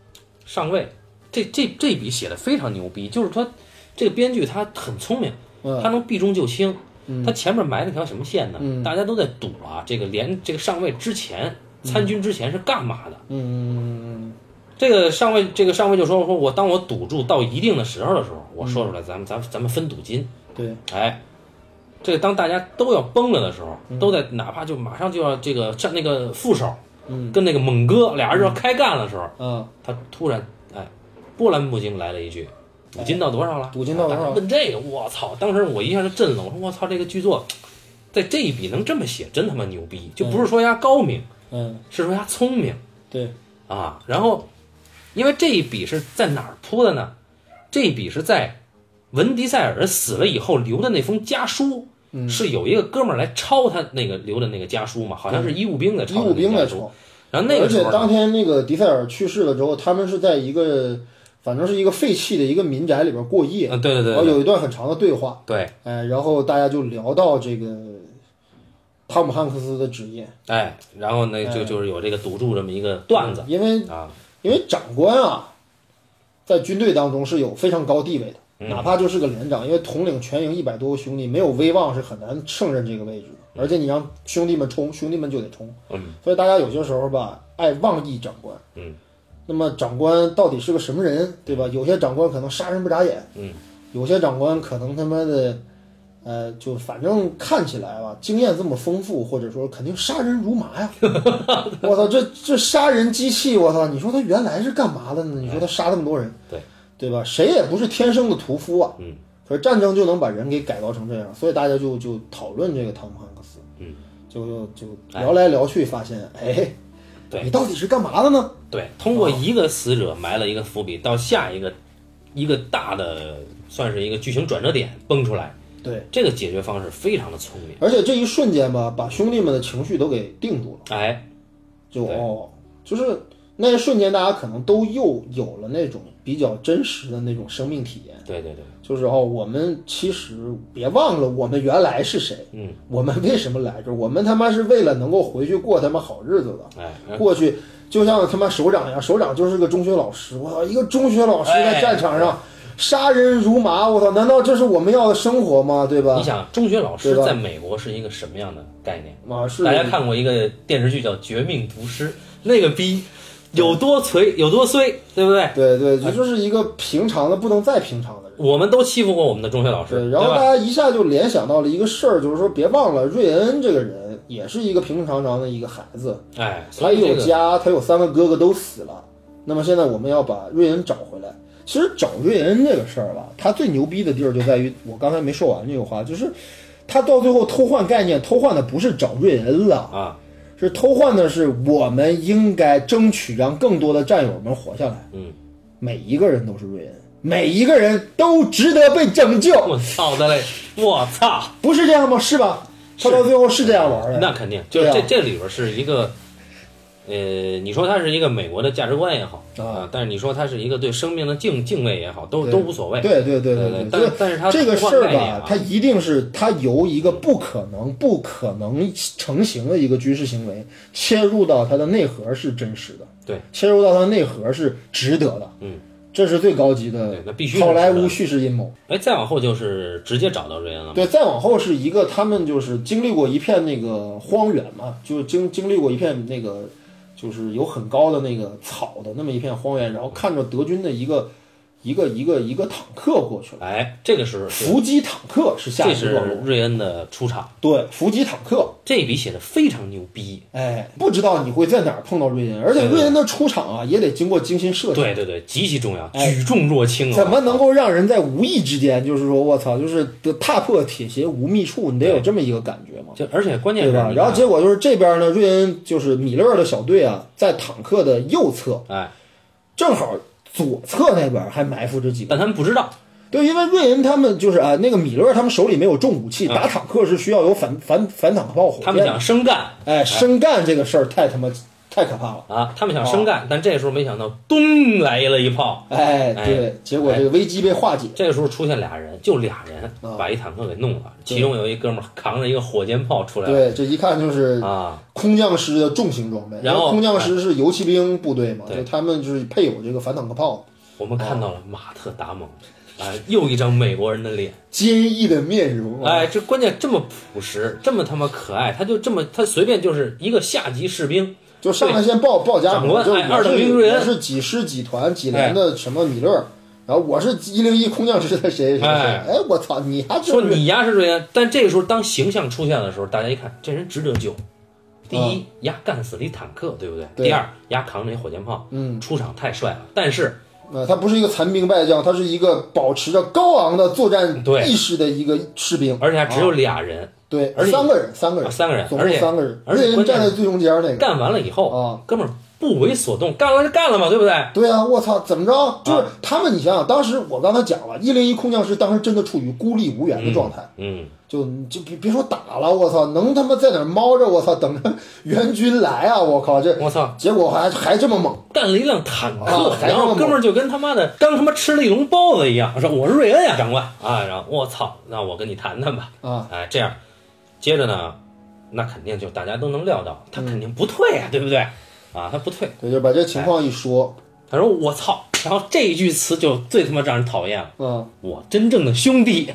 S1: 上位，这这这笔写的非常牛逼，就是他这个编剧他很聪明，
S2: 嗯
S1: 他能避重就轻。
S2: 嗯
S1: 他前面埋了条什么线呢？
S2: 嗯
S1: 大家都在赌啊，这个连这个上尉之前参军之前是干嘛的？
S2: 嗯嗯
S1: 这个上尉，这个上尉就说：“说我当我赌注到一定的时候的时候，我说出来，咱们咱们咱们分赌金。
S2: 嗯，对，
S1: 哎，这个当大家都要崩了的时候，都在哪怕就马上就要这个上那个副手，
S2: 嗯
S1: 跟那个猛哥俩人要开干的时候，
S2: 啊，
S1: 他突然哎，波澜不惊来了一句：赌金到多少了？
S2: 赌哎金到多少
S1: 大家问这个，我操！当时我一下就震了，我说我操，这个剧作在这一笔能这么写，真他妈牛逼！就不是说人家高明，
S2: 嗯，
S1: 是说人家聪明。”
S2: 对，
S1: 啊，然后因为这一笔是在哪儿铺的呢？这一笔是在文迪塞尔死了以后留的那封家书，
S2: 嗯
S1: 是有一个哥们儿来抄他那个留的那个家书嘛，好像是义务兵在抄
S2: 义
S1: 他那
S2: 务
S1: 个
S2: 兵
S1: 家
S2: 在
S1: 书。
S2: 抽，
S1: 然后那
S2: 而
S1: 个
S2: 且
S1: 时候啊
S2: 当
S1: 呢，
S2: 天那个迪塞尔去世了之后，他们是在一个反正是一个废弃的一个民宅里边过夜，
S1: 嗯，对对对
S2: 然后
S1: 对
S2: 有一段很长的对话，
S1: 对，
S2: 哎，然后大家就聊到这个汤姆汉克斯的职业
S1: 哎，然后呢就就是有这个赌注这么一个段子
S2: 因为
S1: 啊，
S2: 因为长官啊，在军队当中是有非常高地位的，
S1: 嗯
S2: 哪怕就是个连长，因为统领全营一百多个兄弟，没有威望是很难胜任这个位置的。而且你让兄弟们冲，兄弟们就得冲。
S1: 嗯，
S2: 所以大家有些时候吧，爱妄议长官。
S1: 嗯，
S2: 那么长官到底是个什么人，对吧？有些长官可能杀人不眨眼，
S1: 嗯，
S2: 有些长官可能他妈的。呃，就反正看起来吧，经验这么丰富，或者说肯定杀人如麻呀！ 我操，这这杀人机器，我操！你说他原来是干嘛的呢？你说他杀那么多人，
S1: 哎对
S2: 对吧？谁也不是天生的屠夫啊。
S1: 嗯。
S2: 可是战争就能把人给改造成这样，所以大家就就讨论这个汤姆汉克斯。
S1: 嗯。哎
S2: 就就就聊来聊去，发现哎，
S1: 对
S2: 你到底是干嘛的呢？
S1: 对，通过一个死者埋了一个伏笔，到下一个一个大的算是一个剧情转折点蹦出来，
S2: 对，
S1: 这个解决方式非常的聪明。
S2: 而且这一瞬间吧，把兄弟们的情绪都给定住了。
S1: 哎，
S2: 就
S1: 对
S2: 哦，就是那一瞬间，大家可能都又有了那种比较真实的那种生命体验。
S1: 对对对，
S2: 就是哦，我们其实别忘了，我们原来是谁，
S1: 嗯，
S2: 我们为什么来这儿？我们他妈是为了能够回去过他妈好日子的。
S1: 哎，嗯
S2: 过去就像他妈首长一样，首长就是个中学老师，我操，一个中学老师在战场
S1: 哎
S2: 上杀人如麻，我操，难道这是我们要的生活吗？对吧
S1: 你？想，中学老师
S2: 啊对吧
S1: 在美国是一个什么样的概念？
S2: 啊，是
S1: 大家看过一个电视剧叫《绝命毒师》，那个逼有多锤有多衰，对不对？
S2: 对对，这就是一个平常的不能再平常的人。
S1: 我们都欺负过我们的中学老师，
S2: 对，
S1: 对
S2: 然后大
S1: 吧？
S2: 家一下就联想到了一个事儿，就是说别忘了瑞恩这个人也是一个平平常常的一个孩子，
S1: 哎，
S2: 他
S1: 所以
S2: 也
S1: 这
S2: 有
S1: 个
S2: 家，他有三个哥哥都死了。那么现在我们要把瑞恩找回来。其实找瑞恩这个事儿吧，他最牛逼的地儿就在于我刚才没说完这个话，就是他到最后偷换概念，偷换的不是找瑞恩了，
S1: 啊，
S2: 是偷换的是我们应该争取让更多的战友们活下来。
S1: 嗯，
S2: 每一个人都是瑞恩，每一个人都值得被拯救。
S1: 我操的嘞，我操，
S2: 不是这样吗？是吧？他到最后是这样玩的。
S1: 那肯定就是
S2: 哎对
S1: 这
S2: 啊
S1: 这里边是一个呃，你说它是一个美国的价值观也好
S2: 啊
S1: 啊，但是你说它是一个对生命的敬敬畏也好，都
S2: 对
S1: 都无所谓。
S2: 对对对
S1: 对
S2: 对，
S1: 但
S2: 所以
S1: 但是它
S2: 这个
S1: 换
S2: 事儿
S1: 概念
S2: 吧
S1: 啊，
S2: 它一定是它由一个不可能、不可能成型的一个军事行为切入到它的内核是真实的，
S1: 对，
S2: 切入到它的内核是值得的，
S1: 嗯，
S2: 这是最高级的
S1: 对，那必须是
S2: 好莱
S1: 值
S2: 坞
S1: 得
S2: 叙事阴谋。
S1: 哎，再往后就是直接找到瑞恩了嘛。
S2: 对，再往后是一个他们就是经历过一片那个荒原嘛，就经经历过一片那个就是有很高的那个草的那么一片荒原，然后看着德军的一个一个一个一个坦克过去了，
S1: 哎，这个时候
S2: 伏击坦克是下
S1: 这
S2: 一
S1: 是
S2: 个段落，
S1: 瑞恩的出场，
S2: 对，伏击坦克，
S1: 这笔写的非常牛逼。
S2: 哎，不知道你会在哪儿碰到瑞恩，而且瑞恩的出场啊也得经过精心设计，
S1: 对对对，极其重要，
S2: 哎
S1: 举重若轻啊！
S2: 怎么能够让人在无意之间就是说我操，就是得踏破铁鞋无觅处，你得有这么一个感觉嘛？
S1: 就而且关键
S2: 对
S1: 是，
S2: 吧？
S1: 你看
S2: 然后结果就是这边呢，瑞恩就是米勒的小队啊，在坦克的右侧，
S1: 哎，
S2: 正好左侧那边还埋伏着几个。
S1: 但他们不知道，
S2: 对，因为瑞恩他们就是啊，那个米勒他们手里没有重武器，打坦克是需要有反反反坦克炮火
S1: 啊他们
S2: 箭
S1: 想
S2: 的。
S1: 生干
S2: 哎，生干这个事儿太他妈太可怕了。
S1: 啊，他们想
S2: 哦
S1: 生干，但这时候没想到，咚来了一炮。
S2: 哎，
S1: 哎
S2: 对，结果这个危机被化解。
S1: 这个时候出现俩人，就俩人
S2: 啊
S1: 把一坦克给弄了，其中有一哥们儿扛着一个火箭炮出来了
S2: 对，这一看就是
S1: 啊，
S2: 空降师的重型装备。
S1: 然后哎
S2: 因为空降师是游骑兵部队嘛，
S1: 对
S2: 就他们就是配有这个反坦克炮。
S1: 我们
S2: 哦
S1: 看到了马特·达蒙。啊，又一张美国人的脸，
S2: 坚毅的面容啊，
S1: 哎，这关键这么朴实，这么他妈可爱，他就这么，他随便就是一个下级士兵，
S2: 就上来先报报家
S1: 长
S2: 伙，
S1: 官
S2: 就
S1: 哎二
S2: 我
S1: 等兵哎
S2: 是
S1: 瑞
S2: 我
S1: 恩
S2: 是几师几团几连的什么米勒，然后我是一零一空降师的谁谁谁，
S1: 哎
S2: 哎，我操，你还
S1: 说
S2: 就是
S1: 你丫是瑞安，但这个时候当形象出现的时候，大家一看这人值得救。第一，丫干死了一坦克，对不对？
S2: 嗯对
S1: 第二，丫扛着一火箭炮，
S2: 嗯，
S1: 出场太帅了。但是
S2: 呃，他不是一个残兵败将，他是一个保持着高昂的作战
S1: 对
S2: 意识的一个士兵，
S1: 而且还只有俩人，
S2: 对，
S1: 而且
S2: 三个人，三个
S1: 啊
S2: 人，
S1: 三个人
S2: 总
S1: 而
S2: 共
S1: 且
S2: 三个人，
S1: 而且
S2: 瑞恩
S1: 关键
S2: 站在最中间那个，
S1: 干完了以后，
S2: 啊
S1: 哥们儿不为所动，干了就干了嘛，对不对？
S2: 对啊，我操，怎么着？就是
S1: 啊
S2: 他们，你想想，当时我刚才讲了，一零一空降师当时真的处于孤立无援的状态，
S1: 嗯，
S2: 就就别别说打了，我操，能他妈在哪儿猫着？我操，等着 援军来啊！我靠，这
S1: 我操，
S2: 结果还还这么猛，
S1: 干了一辆坦克，
S2: 啊还
S1: 然后
S2: 这么猛
S1: 哥们儿就跟他妈的刚他妈吃了一笼包子一样，说我是瑞恩呀、长官啊，然后我操，那我跟你谈谈吧，
S2: 啊，
S1: 哎，这样，接着呢，那肯定就大家都能料到，他肯定不退啊，对不对？啊，他不退，
S2: 对，就把这情况一说，
S1: 他说我操，然后这一句词就最他妈让人讨厌了，
S2: 嗯，
S1: 我真正的兄弟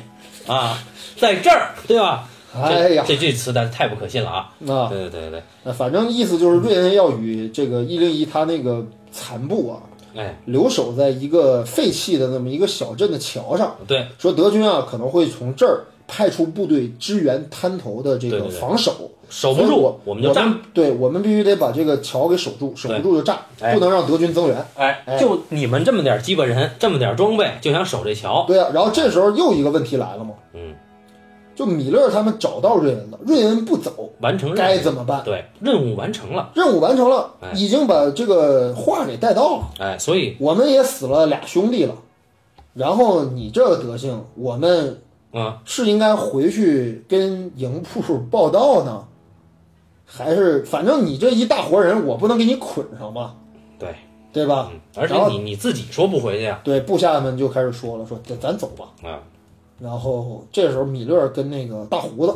S1: 啊，在这儿，对吧？
S2: 哎呀，
S1: 这这句词但太不可信了啊！
S2: 啊，
S1: 对对对对
S2: 那反正意思就是瑞恩要与这个一零一他那个残部啊，
S1: 对，哎，
S2: 留守在一个废弃的那么一个小镇的桥上，
S1: 对，
S2: 说德军啊可能会从这儿派出部队支援滩头的这
S1: 对
S2: 个
S1: 对对
S2: 防守。
S1: 守不
S2: 所以
S1: 住
S2: 我
S1: 我们就炸，
S2: 对我们必须得把这个桥给守住，守不住就炸，
S1: 哎
S2: 不能让德军增援。
S1: 哎
S2: 哎，
S1: 就你们这么点鸡巴人，这么点装备，就想守这桥，
S2: 对啊，然后这时候又一个问题来了嘛，
S1: 嗯，
S2: 就米勒他们找到瑞恩了，瑞恩不走，
S1: 完成任
S2: 该
S1: 务，
S2: 怎么办？
S1: 对，任务完成了，
S2: 任务完成了
S1: 哎，
S2: 已经把这个话给带到了，
S1: 哎，所以，
S2: 我们也死了俩兄弟了，然后你这个德行，我们
S1: 嗯，
S2: 是应该回去跟营部报道呢，还是反正你这一大活人，我不能给你捆上吧，
S1: 对，
S2: 对吧？
S1: 嗯，而且
S2: 然后
S1: 你你自己说不回去啊，
S2: 对，部下们就开始说了，说咱咱走吧。
S1: 啊，
S2: 然后这时候米勒跟那个大胡子，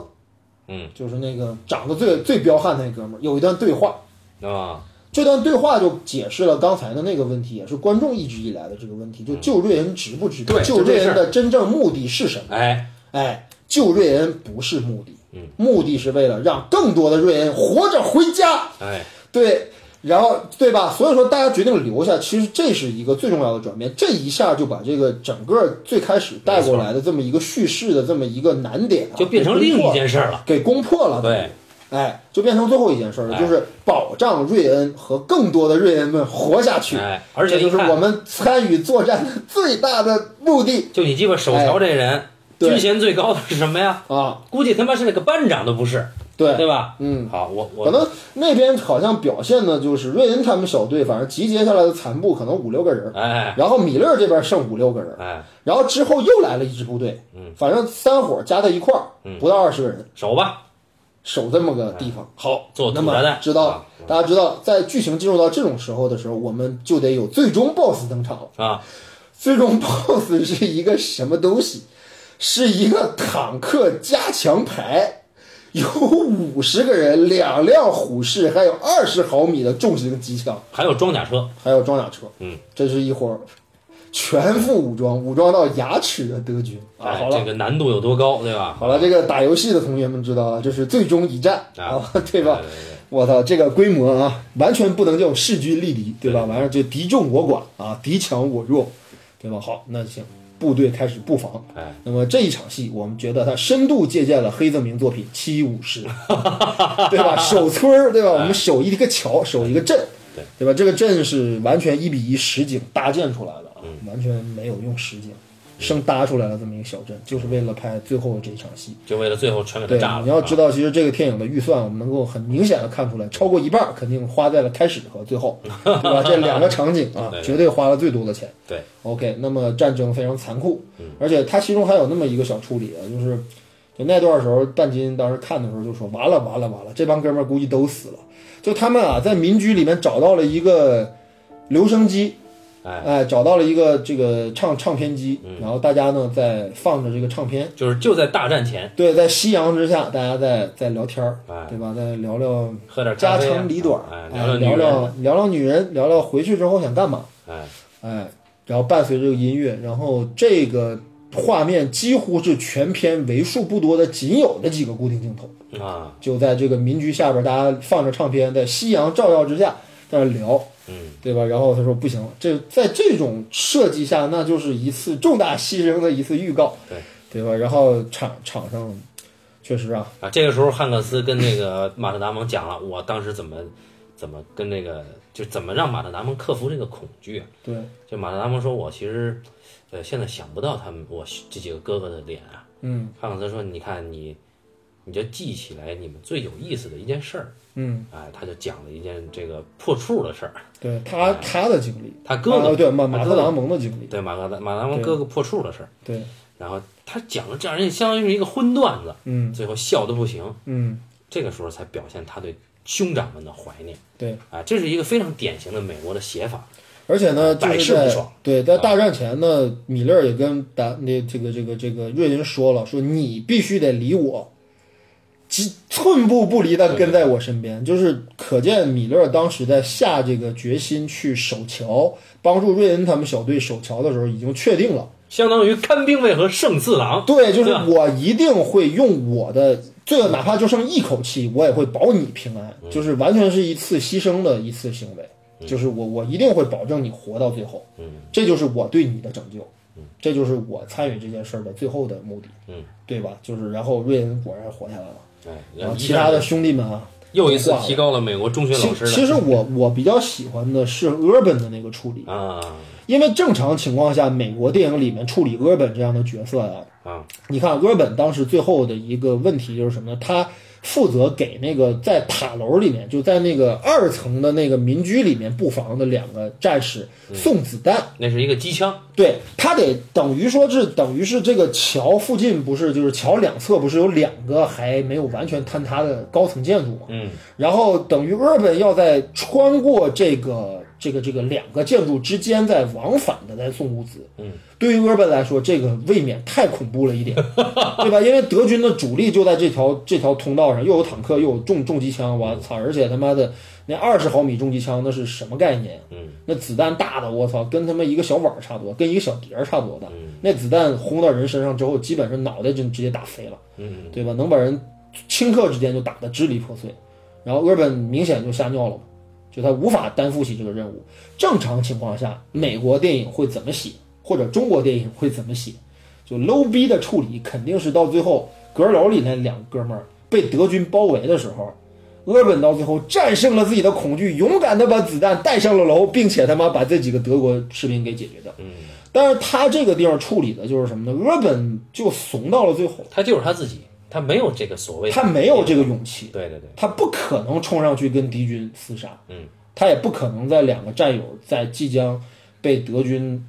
S1: 嗯，
S2: 就是那个长得最最彪悍那哥们儿，有一段对话。
S1: 啊，
S2: 这段对话就解释了刚才的那个问题，也是观众一直以来的这个问题，就救瑞恩值不值得？
S1: 嗯对
S2: 救
S1: 就这
S2: 瑞
S1: 事儿
S2: 恩的真正目的是什么？
S1: 哎，
S2: 哎，救瑞恩不是目的，
S1: 嗯，
S2: 目的是为了让更多的瑞恩活着回家。
S1: 哎，
S2: 对，然后对吧？所以说大家决定留下，其实这是一个最重要的转变。这一下就把这个整个最开始带过来的这么一个叙事的这么一个难点、啊，
S1: 就变成另一件事儿了，
S2: 给攻破了。
S1: 对，
S2: 哎，就变成最后一件事了，
S1: 哎
S2: 就是保障瑞恩和更多的瑞恩们活下去。
S1: 哎，而且
S2: 这就
S1: 你
S2: 是
S1: 看
S2: 我们参与作战的最大的目的
S1: 就你鸡巴手桥这人，
S2: 哎对
S1: 军衔最高的是什么呀？
S2: 啊！
S1: 估计他妈是那个班长都不是，
S2: 对，
S1: 对吧？
S2: 嗯。
S1: 好，我我
S2: 可能那边好像表现的就是瑞恩他们小队，反正集结下来的残部可能五六个人，
S1: 哎
S2: 然后米勒这边剩五六个人，
S1: 哎，
S2: 然后之后又来了一支部队，
S1: 嗯，
S2: 反正三伙加在一块儿
S1: 嗯哎
S2: 不到二十个人，
S1: 守吧，
S2: 守这么个地方。好，
S1: 做
S2: 那
S1: 土炸
S2: 么
S1: 弹
S2: 知道
S1: 啊
S2: 了，大家知道，在剧情进入到这种时候的时候，我们就得有最终 BOSS 登场了。
S1: 啊，
S2: 最终 BOSS 是一个什么东西？是一个坦克加强排， 有五十个人，两辆虎式，还有二十毫米的重型机枪，
S1: 还有装甲车，
S2: 还有装甲车。
S1: 嗯，
S2: 这是一伙全副武装、武装到牙齿的德军啊！
S1: 哎
S2: 好，了
S1: 这，个难度有多高，对吧？
S2: 好了，这个打游戏的同学们知道了，这是最终一战
S1: 啊，
S2: 对吧？
S1: 对对
S2: 我操，这个规模啊，完全不能叫势均力敌，对吧？完了就敌众我寡啊，敌强我弱，对吧？好，那行，部队开始布防。
S1: 哎，
S2: 那么这一场戏，我们觉得它深度借鉴了黑泽明作品《七武 士》，对吧？守村儿，对吧？我们守一个桥，守一个镇，
S1: 哎对
S2: 对吧？这个镇是完全一比一实景搭建出来的啊，
S1: 嗯
S2: 完全没有用实景，生搭出来了这么一个小镇，就是为了拍最后这一场戏。
S1: 就为了最后全给
S2: 对
S1: 它炸，了。
S2: 你要
S1: 啊
S2: 知道，其实这个电影的预算，我们能够很明显的看出来，超过一半儿肯定花在了开始和 最后，对吧？这两个场景啊
S1: 对，对
S2: 绝对花了最多的钱。
S1: 对
S2: OK，那么战争非常残酷，
S1: 嗯
S2: 而且它其中还有那么一个小处理啊，就是就那段时候，半斤当时看的时候就说，完了完了完了，这帮哥们儿估计都死了。就他们啊，在民居里面找到了一个留声机，
S1: 哎嗯
S2: 找到了一个这个唱唱片机，然后大家呢在放着这个唱片。
S1: 就是就在大战前
S2: 对，在夕阳之下，大家在在聊天儿
S1: 哎，
S2: 对吧？再聊聊
S1: 喝点
S2: 家
S1: 咖啡啊
S2: 长里短
S1: 哎
S2: 儿，
S1: 聊聊
S2: 聊
S1: 女人，
S2: 聊聊聊女人，聊聊回去之后想干嘛，
S1: 哎，
S2: 哎，然后伴随着音乐，然后这个画面几乎是全片为数不多的仅有的几个固定镜头，
S1: 啊，
S2: 就在这个民居下边，大家放着唱片，在夕阳照耀之下在那聊，
S1: 嗯，
S2: 对吧？然后他说不行，这在这种设计下，那就是一次重大牺牲的一次预告，
S1: 对
S2: 对吧？然后场场上确实啊，
S1: 啊，这个时候汉克斯跟那个 马特达蒙讲了，我当时怎么怎么跟那个就怎么让马特达蒙克服这个恐惧啊。
S2: 对
S1: 就马特达蒙说，我其实呃现在想不到他们我这几个哥哥的脸啊。
S2: 嗯
S1: 汉克斯说，你看你你就记起来你们最有意思的一件事儿。
S2: 嗯，
S1: 哎，他就讲了一件这个破处的事儿，
S2: 对他他的经历，
S1: 他哥哥
S2: 啊对马马
S1: 他
S2: 特
S1: 哥哥
S2: 达蒙的经历，
S1: 对马格达马特达蒙
S2: 对
S1: 哥哥破处的事儿，
S2: 对，
S1: 然后他讲了这样，人家相当于是一个荤段子，
S2: 嗯
S1: 最后笑的不行，
S2: 嗯
S1: 这个时候才表现他对兄长们的怀念。
S2: 对，
S1: 啊，这是一个非常典型的美国的写法。
S2: 而且呢，就
S1: 百试
S2: 是
S1: 不
S2: 在
S1: 爽
S2: 对在大战前呢，米勒也跟达那这个这个这个瑞林说了，说你必须得离我。几寸步不离的跟在我身边，就是可见米勒当时在下这个决心去守桥，帮助瑞恩他们小队守桥的时候，已经确定了
S1: 相当于看兵卫和胜次郎，
S2: 对，就是
S1: 对啊吧
S2: 我一定会用我的最后哪怕就剩一口气，我也会保你平安，
S1: 嗯
S2: 就是完全是一次牺牲的一次行为，就是我我一定会保证你活到最后，
S1: 嗯
S2: 这就是我对你的拯救，这就是我参与这件事儿的最后的目的，
S1: 嗯，
S2: 对吧？就是然后瑞恩果然活下来了，
S1: 哎，
S2: 然后其他的兄弟们啊，
S1: 又一次提高了美国中学
S2: 其
S1: 老师的
S2: 其实我我比较喜欢的是 Urban 的那个处理，
S1: 啊
S2: 因为正常情况下，美国电影里面处理 Urban 这样的角色啊，
S1: 啊，
S2: 你看哥本当时最后的一个问题就是什么呢？他负责给那个在塔楼里面，就在那个二层的那个民居里面布防的两个战士送子弹。
S1: 那是一个机枪，
S2: 对他得等于说是等于是这个桥附近不是就是桥两侧不是有两个还没有完全坍塌的高层建筑吗？
S1: 嗯，
S2: 然后等于 Urban 要在穿过这个这个这个两个建筑之间在往返的在送物资，嗯，对于 Urban 来说，这个未免太恐怖了一点， 对吧？因为德军的主力就在这条这条通道上，又有坦克，又有重重机枪，我操！而且他妈的那二十毫米重机枪那是什么概念？
S1: 嗯，
S2: 那子弹大的我操，跟他妈一个小碗儿差不多，跟一个小碟儿差不多大，那子弹轰到人身上之后，基本上脑袋就直接打飞了，
S1: 嗯，
S2: 对吧？能把人顷刻之间就打得支离破碎。然后 Urban 明显就吓尿了嘛，就他无法担负起这个任务。正常情况下，美国电影会怎么写，或者中国电影会怎么写？就 low 逼的处理，肯定是到最后阁楼里那两哥们儿被德军包围的时候，俄本到最后战胜了自己的恐惧，勇敢的把子弹带上了楼，并且他妈把这几个德国士兵给解决掉。嗯，但是他这个地方处理的就是什么呢？俄本就怂到了最后，
S1: 他就是他自己，他没有这个所谓的
S2: 他没有这个勇气，
S1: 对对对，
S2: 他不可能冲上去跟敌军厮杀，
S1: 嗯，
S2: 他也不可能在两个战友在即将被德军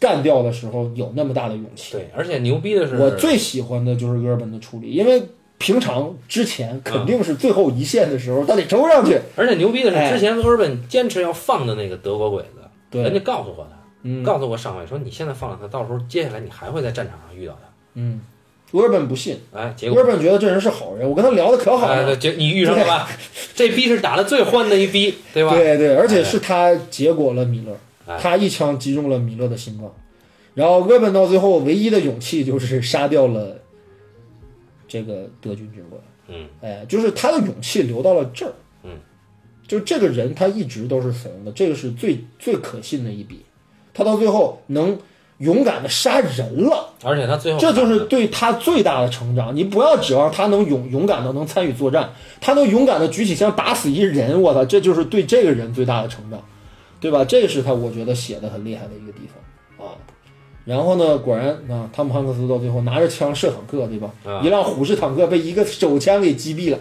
S2: 干掉的时候有那么大的勇气。
S1: 对，而且牛逼的是，
S2: 我最喜欢的就是戈尔本的处理，因为平常之前肯定是最后一线的时候，他得冲上去。
S1: 而且牛逼的
S2: 哎
S1: 是，之前 Urban 坚持要放的那个德国鬼子，
S2: 对嗯
S1: 人家告诉过他，告诉过上尉说你现在放了他，到时候接下来你还会在战场上遇到他。
S2: 罗本不信，
S1: 哎，结
S2: 罗
S1: 果
S2: 本觉得这人是好人，我跟他聊的可好啊
S1: 哎，
S2: 了。
S1: 对结你遇上了吧？这逼是打的最欢的一逼，对吧？哎
S2: 对对，而且是他结果了米勒，他一枪击中了米勒的心脏。然后罗本到最后唯一的勇气就是杀掉了这个德军军官。
S1: 嗯，
S2: 哎，就是他的勇气留到了这儿。
S1: 嗯，
S2: 就这个人他一直都是神的，这个是最最可信的一笔。他到最后能勇敢的杀人了。
S1: 而且他最后
S2: 这就是对他最大的成长。你不要指望他能勇勇敢的能参与作战，他能勇敢的举起枪打死一人，我操，这就是对这个人最大的成长，对吧？这是他我觉得写的很厉害的一个地方啊。然后呢，果然啊，汤姆汉克斯到最后拿着枪射坦克，对吧？
S1: 啊
S2: 一辆虎式坦克被一个手枪给击毙了。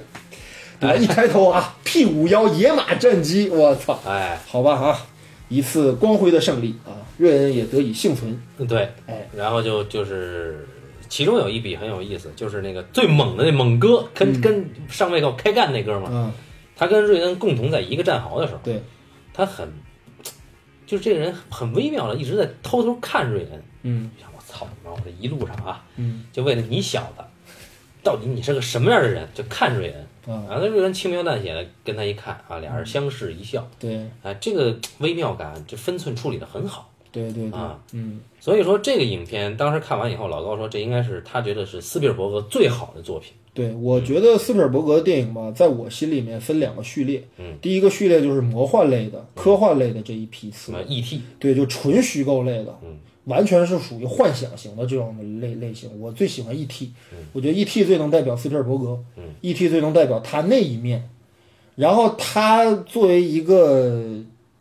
S2: 对吧？一开头啊，P 五幺野马战机，我操，
S1: 哎，
S2: 好吧啊，一次光辉的胜利啊，瑞恩也得以幸存。
S1: 对，
S2: 哎，
S1: 然后就就是其中有一笔很有意思，就是那个最猛的那猛哥，跟、跟上尉给开干那哥们儿，
S2: 嗯，
S1: 他跟瑞恩共同在一个战壕的时候，
S2: 对，
S1: 他很，就是这个人很微妙的一直在偷偷看瑞恩，
S2: 嗯
S1: 就想我操你妈，我这一路上啊，
S2: 嗯
S1: 就为了你小子，到底你是个什么样的人，就看瑞恩。
S2: 啊，
S1: 然后瑞恩轻描淡写的跟他一看啊，俩人相视一笑，
S2: 对。
S1: 哎，这个微妙感，这分寸处理的很好。
S2: 对对对，
S1: 啊
S2: 嗯，
S1: 所以说这个影片当时看完以后，老高说这应该是他觉得是斯皮尔伯格最好的作品。
S2: 对，我觉得斯皮尔伯格的电影吧，在我心里面分两个序列，
S1: 嗯，
S2: 第一个序列就是魔幻类的、科幻类的这一批
S1: 什
S2: 次，
S1: 么 E E.T.
S2: 对，就纯虚构类的，
S1: 嗯，
S2: 完全是属于幻想型的这种类类型。我最喜欢 E.T.，、我觉得 E.T. 最能代表斯皮尔伯格，
S1: 嗯
S2: ，E.T. 最能代表他那一面。然后他作为一个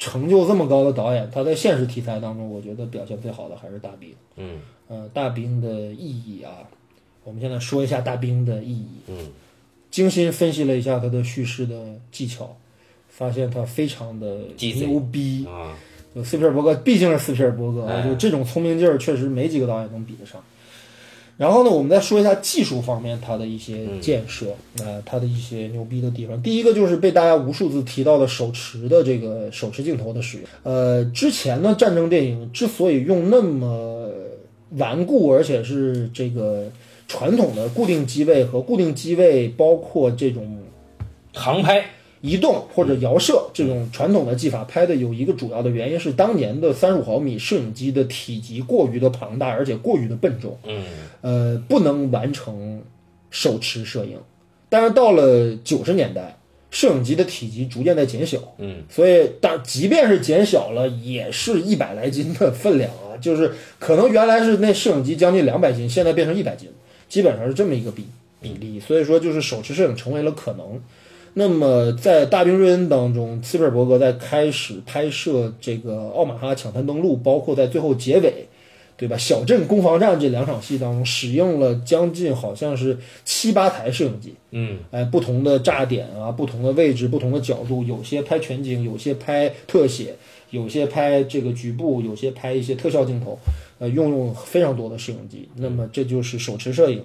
S2: 成就这么高的导演，他在现实题材当中，我觉得表现最好的还是大兵。
S1: 嗯
S2: 呃，大兵的意义啊，我们现在说一下大兵的意义。
S1: 嗯
S2: 精心分析了一下他的叙事的技巧，发现他非常的
S1: 鸡贼
S2: 牛逼。
S1: 啊，
S2: 就斯皮尔伯格毕竟是斯皮尔伯格，
S1: 哎
S2: 就这种聪明劲儿，确实没几个导演能比得上。然后呢，我们再说一下技术方面他的一些建设，呃，他的一些牛逼的地方。第一个就是被大家无数次提到的手持的这个手持镜头的使用。呃，之前呢，战争电影之所以用那么顽固，而且是这个传统的固定机位和固定机位，包括这种
S1: 航拍
S2: 移动或者遥摄这种传统的技法拍的有一个主要的原因是当年的三十五毫米摄影机的体积过于的庞大，而且过于的笨重，
S1: 嗯，
S2: 呃，不能完成手持摄影。但是到了九十年代，摄影机的体积逐渐在减小，
S1: 嗯，
S2: 所以但即便是减小了，也是一百来斤的分量啊，就是可能原来是那摄影机将近两百斤，现在变成一百斤，基本上是这么一个比比
S1: 嗯
S2: 例。所以说，就是手持摄影成为了可能。那么，在《大兵瑞恩》当中，斯皮尔伯格在开始拍摄这个奥马哈抢滩登陆，包括在最后结尾，对吧？小镇攻防战这两场戏当中，使用了将近好像是七八台摄影机，
S1: 嗯，
S2: 哎，不同的炸点啊，不同的位置，不同的角度，有些拍全景，有些拍特写，有些拍这个局部，有些拍一些特效镜头，呃，用用非常多的摄影机。那么这就是手持摄影，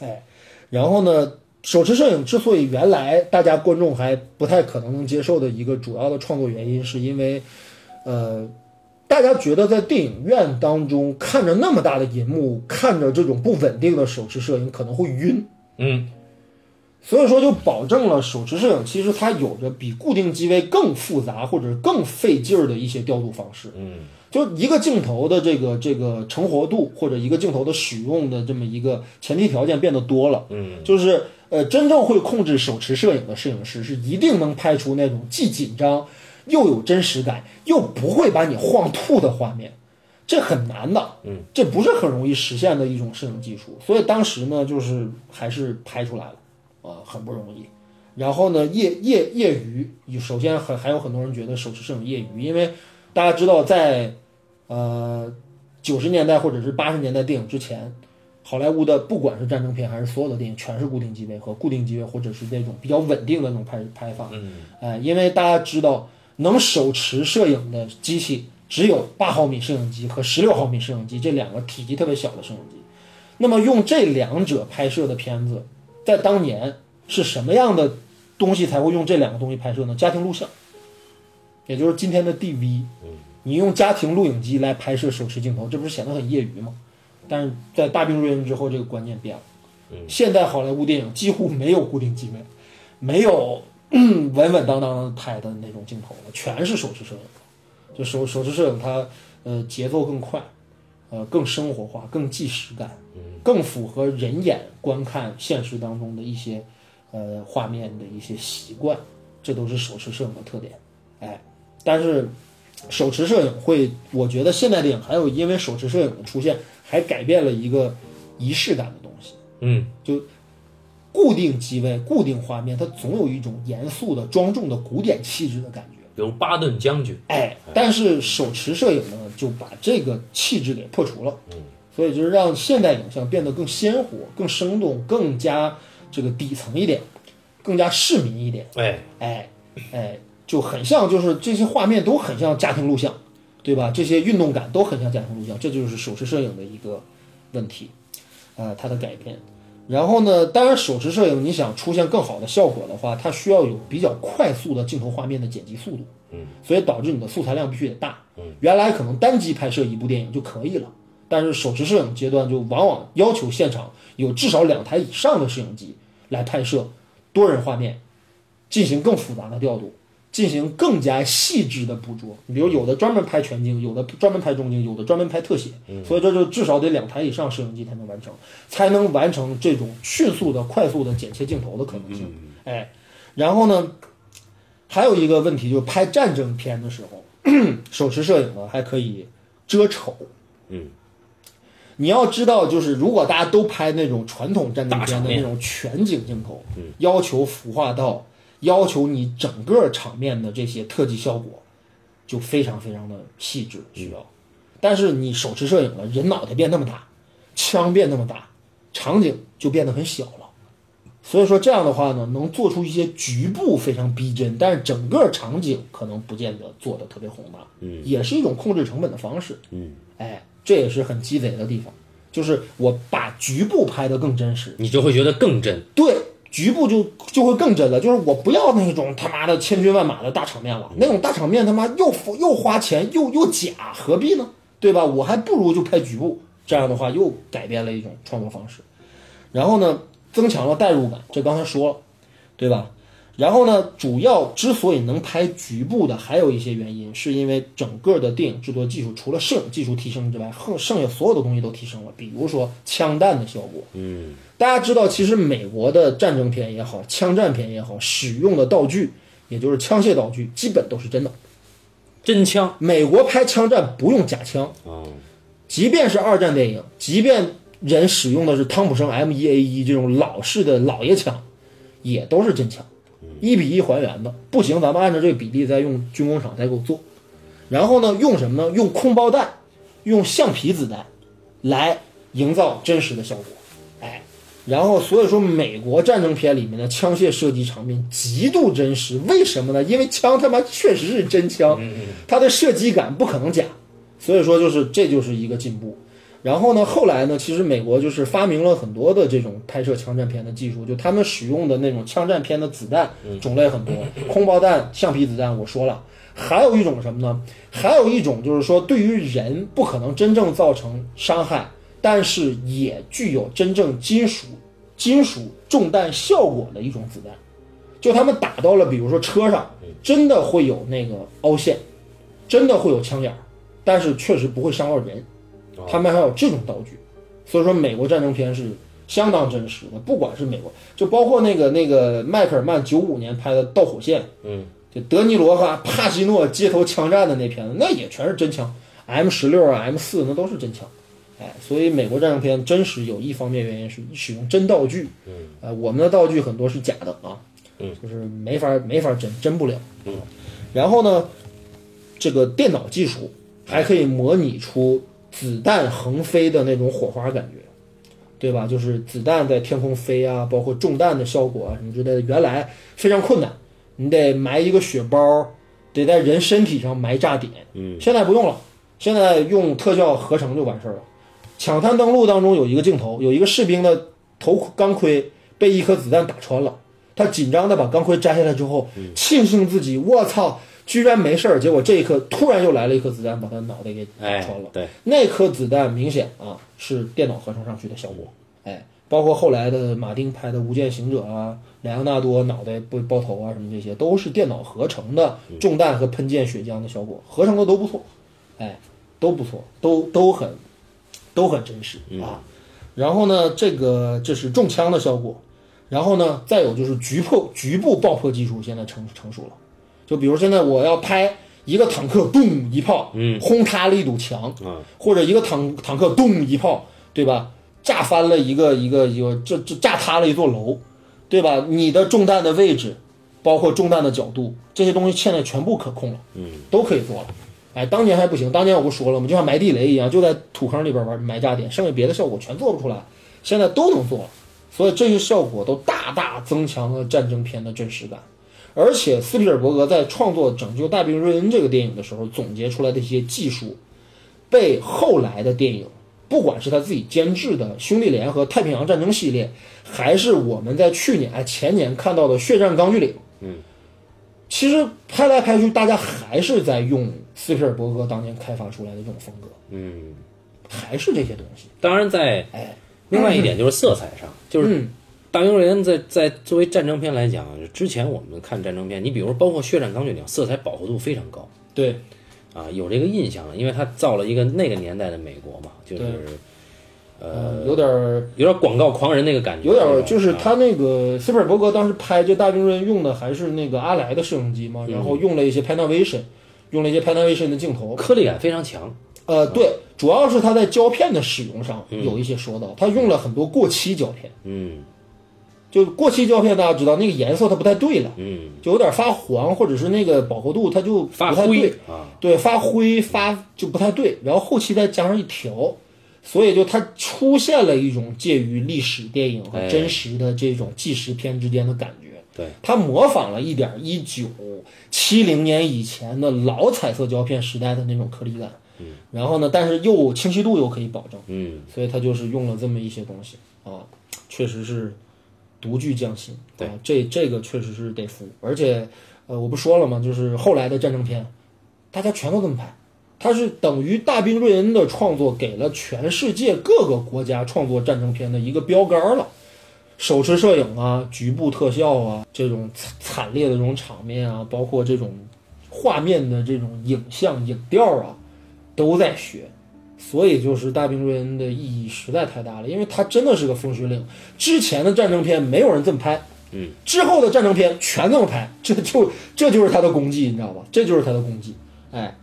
S2: 哎，然后呢，手持摄影之所以原来大家观众还不太可能能接受的一个主要的创作原因，是因为，呃。大家觉得在电影院当中看着那么大的银幕，看着这种不稳定的手持摄影可能会晕，
S1: 嗯
S2: 所以说就保证了手持摄影其实它有着比固定机位更复杂或者更费劲儿的一些调度方式。
S1: 嗯
S2: 就一个镜头的这个这个成活度或者一个镜头的使用的这么一个前提条件变得多了，
S1: 嗯，
S2: 就是呃，真正会控制手持摄影的摄影师是一定能拍出那种既紧张又有真实感，又不会把你晃吐的画面。这很难的，嗯，这不是很容易实现的一种摄影技术，所以当时呢，就是还是拍出来了，呃，很不容易。然后呢，业业业余，首先很还有很多人觉得手持摄影业余，因为大家知道在呃九十年代或者是八十年代电影之前，好莱坞的不管是战争片还是所有的电影，全是固定机位和固定机位，或者是那种比较稳定的那种拍拍法。嗯，哎、因为大家知道，能手持摄影的机器只有八毫米摄影机和十六毫米摄影机这两个体积特别小的摄影机。那么用这两者拍摄的片子，在当年是什么样的东西才会用这两个东西拍摄呢？家庭录像，也就是今天的 DV。你用家庭录影机来拍摄手持镜头，这不是显得很业余吗？但是在《大兵瑞恩》之后，这个观念变了。现代好莱坞电影几乎没有固定机位，没有 嗯稳稳当当的拍的那种镜头了，全是手持摄影了。就手手持摄影它呃节奏更快，呃更生活化，更即时感，更符合人眼观看现实当中的一些呃画面的一些习惯，这都是手持摄影的特点。哎，但是手持摄影会，我觉得现代电影还有因为手持摄影的出现，还改变了一个仪式感的东西。
S1: 嗯，
S2: 就固定机位、固定画面，它总有一种严肃的、庄重的古典气质的感觉。
S3: 比如巴顿将军，
S2: 哎，但是手持摄影呢，就把这个气质给破除了，所以就是让现代影像变得更鲜活、更生动、更加这个底层一点，更加市民一点。
S1: 哎，
S2: 哎哎，就很像，就是这些画面都很像家庭录像，对吧？这些运动感都很像家庭录像，这就是手持摄影的一个问题，呃，它的改变。然后呢，当然手持摄影，你想出现更好的效果的话，它需要有比较快速的镜头画面的剪辑速度，嗯，所以导致你的素材量必须得大，嗯，原来可能单机拍摄一部电影就可以了。但是手持摄影阶段就往往要求现场有至少两台以上的摄影机来拍摄多人画面，进行更复杂的调度，进行更加细致的捕捉。比如有的专门拍全景，有的专门拍中景，有的专门拍特写，所以这就至少得两台以上摄影机才能完成，才能完成这种迅速的、快速的剪切镜头的可能性。哎，然后呢，还有一个问题就是拍战争片的时候， 手持摄影呢还可以遮丑。嗯。你要知道，就是如果大家都拍那种传统战争
S1: 大场
S2: 片的
S1: 面嗯
S2: 那种全景镜头，要求服化道，要求你整个场面的这些特技效果，就非常非常的细致需
S1: 嗯
S2: 要。但是你手持摄影了，人脑袋变那么大，枪变那么大，场景就变得很小了。所以说这样的话呢，能做出一些局部非常逼真，但是整个场景可能不见得做的特别宏大，嗯，也是一种控制成本的方式，嗯，哎，这也是很鸡贼的地方，就是我把局部拍得更真实，
S1: 你就会觉得更真。
S2: 对，局部就就会更真了。就是我不要那种他妈的千军万马的大场面了，那种大场面他妈又付又花钱又又假，何必呢？对吧？我还不如就拍局部，这样的话又改变了一种创作方式。然后呢，增强了代入感，这刚才说了，对吧？然后呢，主要之所以能拍局部的，还有一些原因，是因为整个的电影制作技术除了摄影技术提升之外，剩剩下所有的东西都提升了，比如说枪弹的效果，大家知道，其实美国的战争片也好，枪战片也好，使用的道具，也就是枪械道具，基本都是真的。
S1: 真枪，嗯
S2: 美国拍枪战不用假枪，即便是二战电影，即便人使用的是汤普森 M 1 A 1这种老式的老爷枪，也都是真枪，一比一还原的。不行，咱们按照这个比例再用军工厂再给我做。然后呢，用什么呢？用空包弹，用橡皮子弹，来营造真实的效果。哎，然后所以说，美国战争片里面的枪械射击场面极度真实，为什么呢？因为枪他妈确实是真枪，它的射击感不可能假，所以说就是这就是一个进步。然后呢，后来呢，其实美国就是发明了很多的这种拍摄枪战片的技术，就他们使用的那种枪战片的子弹种类很多，空包弹、橡皮子弹，我说了。还有一种什么呢？还有一种就是说，对于人不可能真正造成伤害，但是也具有真正金属金属中弹效果的一种子弹，就他们打到了，比如说车上，真的会有那个凹陷，真的会有枪眼儿，但是确实不会伤到人。他们还有这种道具，所以说美国战争片是相当真实的，不管是美国，就包括那个那个迈克尔曼九五年拍的《盗火线》，嗯，就德尼罗和帕西诺街头枪战的那片子，那也全是真枪，M 十六啊 M 四那都是真枪。哎，所以美国战争片真实有一方面原因是使用真道具，嗯，呃，我们的道具很多是假的啊，嗯，就是没法没法真真不了，嗯，然后呢，这个电脑技术还可以模拟出子弹横飞的那种火花感觉，对吧？就是子弹在天空飞啊，包括中弹的效果啊什么之类的，原来非常困难，你得埋一个血包，得在人身体上埋炸点，嗯，现在不用了，现在用特效合成就完事儿了。抢滩登陆当中有一个镜头，有一个士兵的头盔钢盔被一颗子弹打穿了。他紧张的把钢盔摘下来之后，庆幸自己我操，居然没事儿。结果这一刻突然又来了一颗子弹，把他脑袋给
S1: 哎
S2: 打穿了。
S1: 对，
S2: 那颗子弹明显啊是电脑合成上去的效果。哎，包括后来的马丁拍的《无间行者》啊，莱昂纳多脑袋被爆头啊什么这些，都是电脑合成的中弹和喷溅血浆的效果，合成的都不错。哎，都不错，都都很都很真实啊。然后呢，这个这是中枪的效果，然后呢，再有就是局破局部爆破技术现在成成熟了，就比如现在我要拍一个坦克咚一炮，嗯，啊轰塌了一堵墙，
S1: 嗯
S2: 或者一个坦坦克咚一炮，对吧？炸翻了一个一个一个，这这炸塌了一座楼，对吧？你的中弹的位置，包括中弹的角度，这些东西现在全部可控了，嗯，都可以做了。哎，当年还不行，当年我不说了吗？就像埋地雷一样，就在土坑里边玩埋炸点，剩下别的效果全做不出来，现在都能做了。所以这些效果都大大增强了战争片的真实感。而且斯皮尔伯格在创作《拯救大兵瑞恩》这个电影的时候，总结出来的一些技术，被后来的电影，不管是他自己监制的《兄弟连》和《太平洋战争》系列，还是我们在去年、哎前年看到的《血战钢锯岭》，嗯，其实拍来拍去，大家还是在用斯皮尔伯格当年开发出来的这种风格，
S1: 嗯，
S2: 还是这些东西。
S1: 当然在
S2: 哎，
S1: 另外一点就是色彩上，就是
S2: 嗯
S1: 大英瑞恩在在作为战争片来讲，之前我们看战争片，你比如包括《血战钢锯岭》，色彩饱和度非常高
S2: 对，
S1: 啊，有这个印象了，因为它造了一个那个年代的美国嘛，就是
S2: 呃，有点儿
S1: 有点广告狂人那个感觉，
S2: 有点儿
S1: 那种
S2: 就是
S1: 啊
S2: 他那个斯皮尔伯格当时拍这《大兵瑞恩》用的还是那个阿莱的摄影机
S1: 嗯
S2: 嘛，然后用了一些 Panavision，用了一些 Panavision 的镜头。
S1: 颗粒感非常强，
S2: 呃，对，主要是他在胶片的使用上有一些说到，他用了很多过期胶片，
S1: 嗯
S2: 就过期胶片大家知道那个颜色它不太对了，
S1: 嗯，
S2: 就有点发黄，或者是那个饱和度它就
S1: 发
S2: 不太
S1: 灰
S2: 对，
S1: 啊，
S2: 对，发灰发就不太对，然后后期再加上一调，所以就它出现了一种介于历史电影和真实的这种纪实片之间的感觉。
S1: 对，
S2: 它模仿了一点一九七零年以前的老彩色胶片时代的那种颗粒感，嗯，然后呢，但是又清晰度又可以保证，
S1: 嗯，
S2: 所以它就是用了这么一些东西啊，确实是独具匠心。
S1: 对
S2: 啊，这这个确实是得服。而且，呃，我不说了吗？就是后来的战争片，大家全都这么拍。它是等于大兵瑞恩的创作给了全世界各个国家创作战争片的一个标杆了。手持摄影啊，局部特效啊，这种惨惨烈的这种场面啊，包括这种画面的这种影像影调啊，都在学。所以就是大兵瑞恩的意义实在太大了，因为它真的是个风水岭。之前的战争片没有人这么拍，
S1: 嗯，
S2: 之后的战争片全这么拍，这就这就是他的功绩，你知道吧？这就是他的功绩，哎。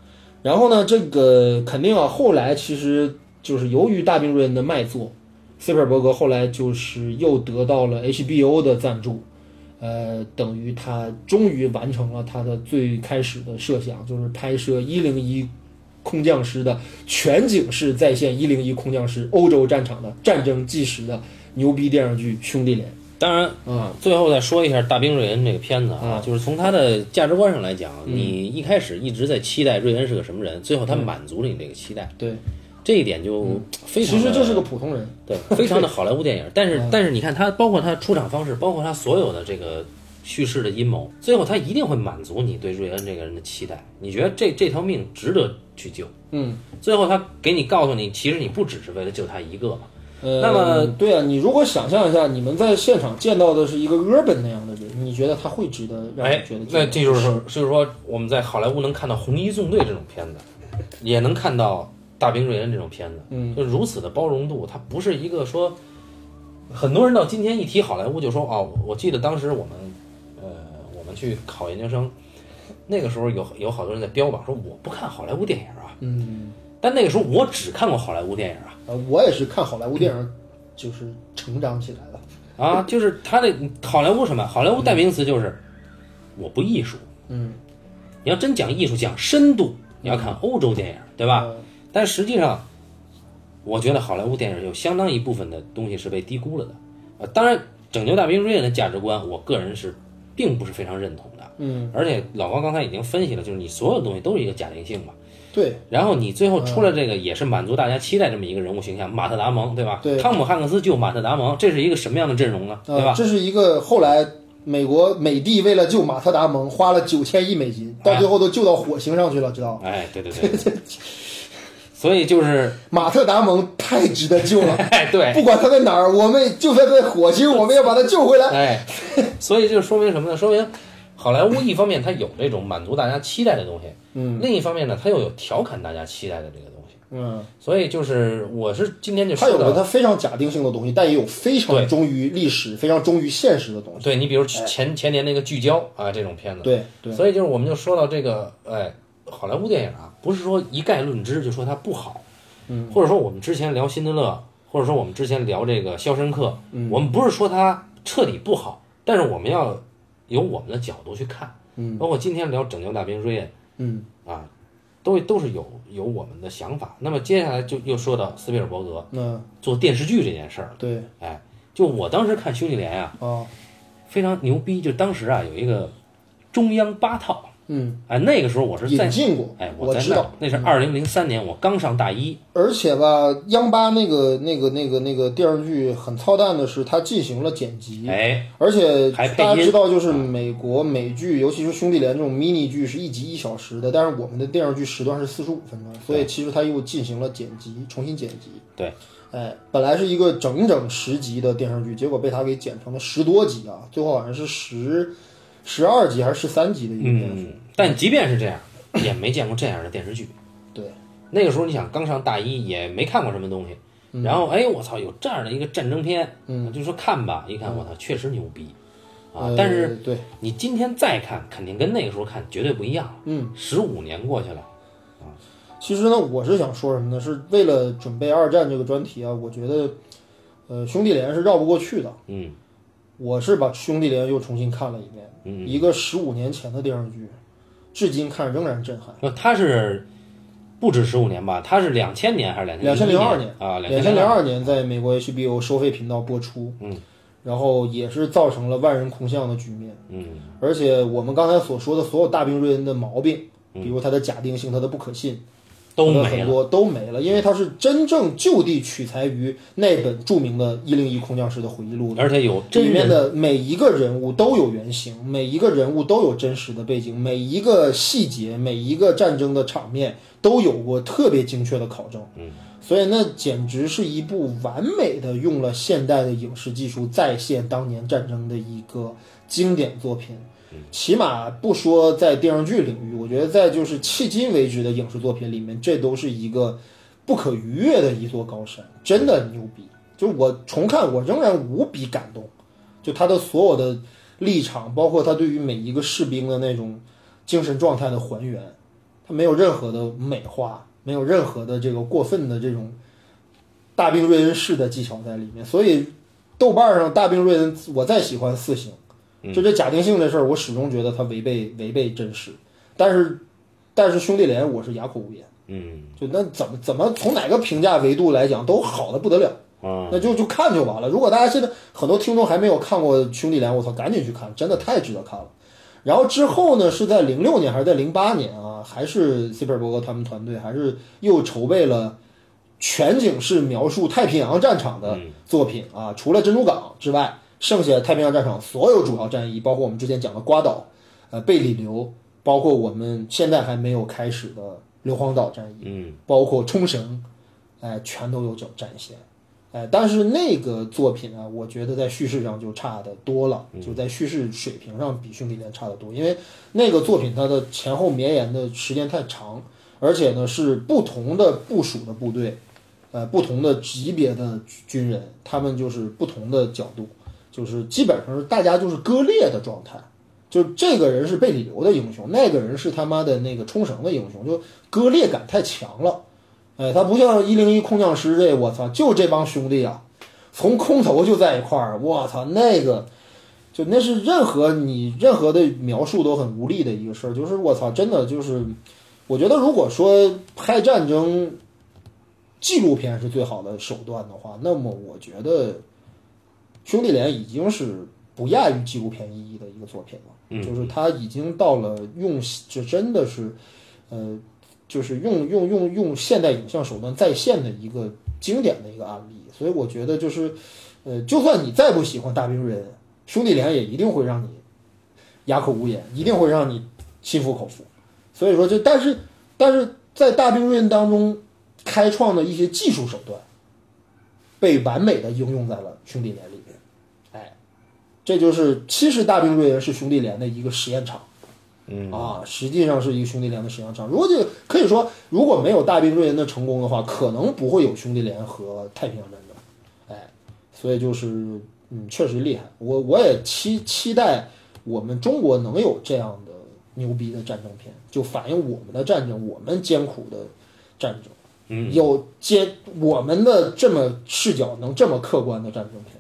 S2: 然后呢，这个肯定啊，后来其实就是由于大兵瑞恩的卖座，斯皮尔伯格后来就是又得到了 HBO 的赞助，呃，等于他终于完成了他的最开始的设想，就是拍摄一零一空降师的全景式再现一零一空降师欧洲战场的战争纪实的牛逼电视剧《兄弟连》
S1: 当然
S2: 啊、
S1: 最后再说一下《大兵瑞恩》这个片子啊
S2: 啊，
S1: 就是从他的价值观上来讲，
S2: 嗯
S1: 你一开始一直在期待瑞恩是个什么人，最后他满足了你这个期待，
S2: 对，
S1: 这一点就非常
S2: 嗯
S1: 地
S2: 其实这是个普通人，
S1: 对非常的好莱坞电影。但是但是你看他，包括他出场方式，包括他所有的这个叙事的阴谋，最后他一定会满足你对瑞恩这个人的期待。你觉得这这条命值得去救？
S2: 嗯，
S1: 最后他给你告诉你，其实你不只是为了救他一个嘛。
S2: 呃，
S1: 那么
S2: 对啊，你如果想象一下，你们在现场见到的是一个 urban 那样的人，你觉得他会值得让
S1: 哎
S2: 你觉得、，
S1: 那这就是说，就是说我们在好莱坞能看到《红衣纵队》这种片子，也能看到《大兵瑞恩》这种片子，
S2: 嗯，
S1: 就如此的包容度，它不是一个说，很多人到今天一提好莱坞就说哦，我记得当时我们，呃，我们去考研究生，那个时候有有好多人在标榜说我不看好莱坞电影啊，
S2: 嗯，
S1: 但那个时候我只看过好莱坞电影啊，
S2: 呃，我也是看好莱坞电影就是成长起来的，
S1: 啊，就是它的好莱坞什么？好莱坞代名词就是、我不艺术，
S2: 嗯，
S1: 你要真讲艺术，讲深度，你要看欧洲电影，对吧？
S2: 呃
S1: 但实际上，我觉得好莱坞电影有相当一部分的东西是被低估了的。呃，当然，《拯救大兵瑞恩》的价值观，我个人是并不是非常认同的。
S2: 嗯，
S1: 而且老高刚才已经分析了，就是你所有东西都是一个假定性嘛。
S2: 对，
S1: 然后你最后出了
S2: 嗯
S1: 这个，也是满足大家期待这么一个人物形象，马特·达蒙，对吧？
S2: 对
S1: 汤姆·汉克斯救马特·达蒙，这是一个什么样的阵容呢？啊对
S2: 呃，
S1: 吧？
S2: 这是一个后来美国美帝为了救马特达蒙花了九千亿美金，到最后都救到火星上去了，知道吗？
S1: 哎，对对对， 对所以就是，
S2: 马特达蒙太值得救了，
S1: 哎，对，
S2: 不管他在哪儿，我们就算在 火星，我们要把他救回来。
S1: 哎，所以就说明什么呢？说明好莱坞一方面它有这种满足大家期待的东西，嗯，另一方面呢，它又有调侃大家期待的这个东西。
S2: 嗯，
S1: 所以就是，我是今天就
S2: 他
S1: 说
S2: 有了
S1: 到，
S2: 他非常假定性的东西，但也有非常
S1: 对
S2: 忠于历史、非常忠于现实的东西。
S1: 对你比如前前年那个《聚焦》啊这种片子，
S2: 对对，
S1: 所以就是我们就说到这个，哎，好莱坞电影啊，不是说一概论之就说它不好，嗯，或者说我们之前聊《辛德勒》，或者说我们之前聊这个《肖申克》，嗯，我们不是说它彻底不好，但是我们要由我们的角度去看，嗯，包括今天聊《拯救大兵瑞恩》，
S2: 嗯
S1: 啊，都都是有有我们的想法。那么接下来就又说到斯皮尔伯格
S2: 嗯，
S1: 做电视剧这件事儿，
S2: 对
S1: 哎，就我当时看《兄弟连》啊，
S2: 啊，
S1: 非常牛逼，就当时啊有一个中央八套。
S2: 嗯，
S1: 哎，那个时候我是在
S2: 引进过，
S1: 哎，
S2: 我
S1: 在
S2: 知
S1: 那
S2: 道
S1: 儿。，那是二零零三年，我刚上大一。
S2: 而且吧，央八那个、那个、那个、那个电视剧很操蛋的是，它进行了剪辑，
S1: 哎，
S2: 而且
S1: 还配
S2: 大家
S1: 音嗯
S2: 知道，就是美国美剧，尤其是兄弟连这种 mini 剧是一集一小时的，但是我们的电视剧时段是四十五分钟，所以其实它又进行了剪辑，重新剪辑。
S1: 对，
S2: 哎，本来是一个整整十集的电视剧，结果被它给剪成了十多集啊，最后好像是十十二集还是十三集的一个电视剧。
S1: 嗯，但即便是这样，也没见过这样的电视剧。
S2: 对，
S1: 那个时候你想，刚上大一也没看过什么东西，然后哎，我操，有这样的一个战争片，嗯，就说看吧，一看我操，确实牛逼啊！
S2: 呃
S1: 但是
S2: 对，
S1: 你今天再看，肯定跟那个时候看绝对不一样。
S2: 嗯，
S1: 十五年过去了，
S2: 其实呢，我是想说什么呢？是为了准备二战这个专题啊，我觉得，呃，兄弟连是绕不过去的。
S1: 嗯
S2: 我是把《兄弟连》又重新看了一遍，
S1: 嗯，
S2: 一个十五年前的电视剧，至今看仍然震撼。
S1: 那他是不止十五年吧？他是两千年还是两千
S2: 2002
S1: 年
S2: 年
S1: 啊？
S2: 两
S1: 千
S2: 千零
S1: 二
S2: 二年在美国 HBO 收费频道播出，
S1: 嗯，
S2: 然后也是造成了万人空巷的局面。
S1: 嗯
S2: 而且我们刚才所说的所有大兵瑞恩的毛病，
S1: 嗯
S2: 比如他的假定性、他的不可信，
S1: 都
S2: 他的
S1: 没
S2: 很
S1: 了。
S2: 多都没了，因为他是真正就地取材于那本著名的《一零一空降师》的回忆录的。
S1: 而且有
S2: 这里
S1: 真
S2: 面
S1: 人
S2: 的每一个人物都有原型，每一个人物都有真实的背景，每一个细节、每一个战争的场面都有过特别精确的考证。嗯，所以那简直是一部完美的用了现代的影视技术再现当年战争的一个经典作品。
S1: 嗯
S2: 起码不说在电视剧领域，我觉得在就是迄今为止的影视作品里面，这都是一个不可逾越的一座高山，真的牛逼。就是我重看，我仍然无比感动。就他的所有的立场，包括他对于每一个士兵的那种精神状态的还原，他没有任何的美化，没有任何的这个过分的这种大兵瑞恩式的技巧在里面。所以豆瓣上大兵瑞恩，我再喜欢四星，就这假定性这事儿，我始终觉得它违背违背真实。但是但是兄弟连，我是哑口无言。
S1: 嗯
S2: 就那怎么怎么从哪个评价维度来讲都好的不得了。
S1: 啊，
S2: 那就就看就完了。如果大家现在很多听众还没有看过《兄弟连》，我操，赶紧去看，真的太值得看了。然后之后呢，是在零六年还是在零八年啊？还是斯皮尔伯格他们团队还是又筹备了全景式描述太平洋战场的作品啊？除了珍珠港之外，剩下太平洋战场所有主要战役，包括我们之前讲的瓜岛、呃贝里流，包括我们现在还没有开始的硫磺岛战役，
S1: 嗯
S2: 包括冲绳，哎、全都有展展现。哎、但是那个作品啊，我觉得在叙事上就差的多了，就在叙事水平上比《兄弟连》差得多，因为那个作品它的前后绵延的时间太长，而且呢是不同的部署的部队，呃，不同的级别的军人，他们就是不同的角度，就是基本上是大家就是割裂的状态，就这个人是贝里流的英雄，那个人是他妈的那个冲绳的英雄，就割裂感太强了。哎，他不像一零一空降师这，我操，就这帮兄弟啊，从空投就在一块儿，我操，那个就那是任何你任何的描述都很无力的一个事儿，就是我操，真的就是，我觉得如果说拍战争纪录片是最好的手段的话，那么我觉得《兄弟连》已经是不亚于纪录片意义的一个作品了，
S1: 嗯
S2: 就是它已经到了用就真的是，呃，就是用用用用现代影像手段再现的一个经典的一个案例。所以我觉得就是，呃，就算你再不喜欢大兵瑞恩，兄弟连也一定会让你哑口无言，一定会让你心服口服。所以说就，但是但是在大兵瑞恩当中开创的一些技术手段，被完美的应用在了兄弟连里面。哎，这就是其实大兵瑞恩是兄弟连的一个实验场。嗯啊，实际上是一个兄弟连的实验场。如果这可以说，如果没有大兵瑞恩的成功的话，可能不会有兄弟连和太平洋战争。哎，所以就是嗯，确实厉害。我我也期期待我们中国能有这样的牛逼的战争片，就反映我们的战争，我们艰苦的战争。嗯，有艰我们的这么视角，能这么客观的战争片，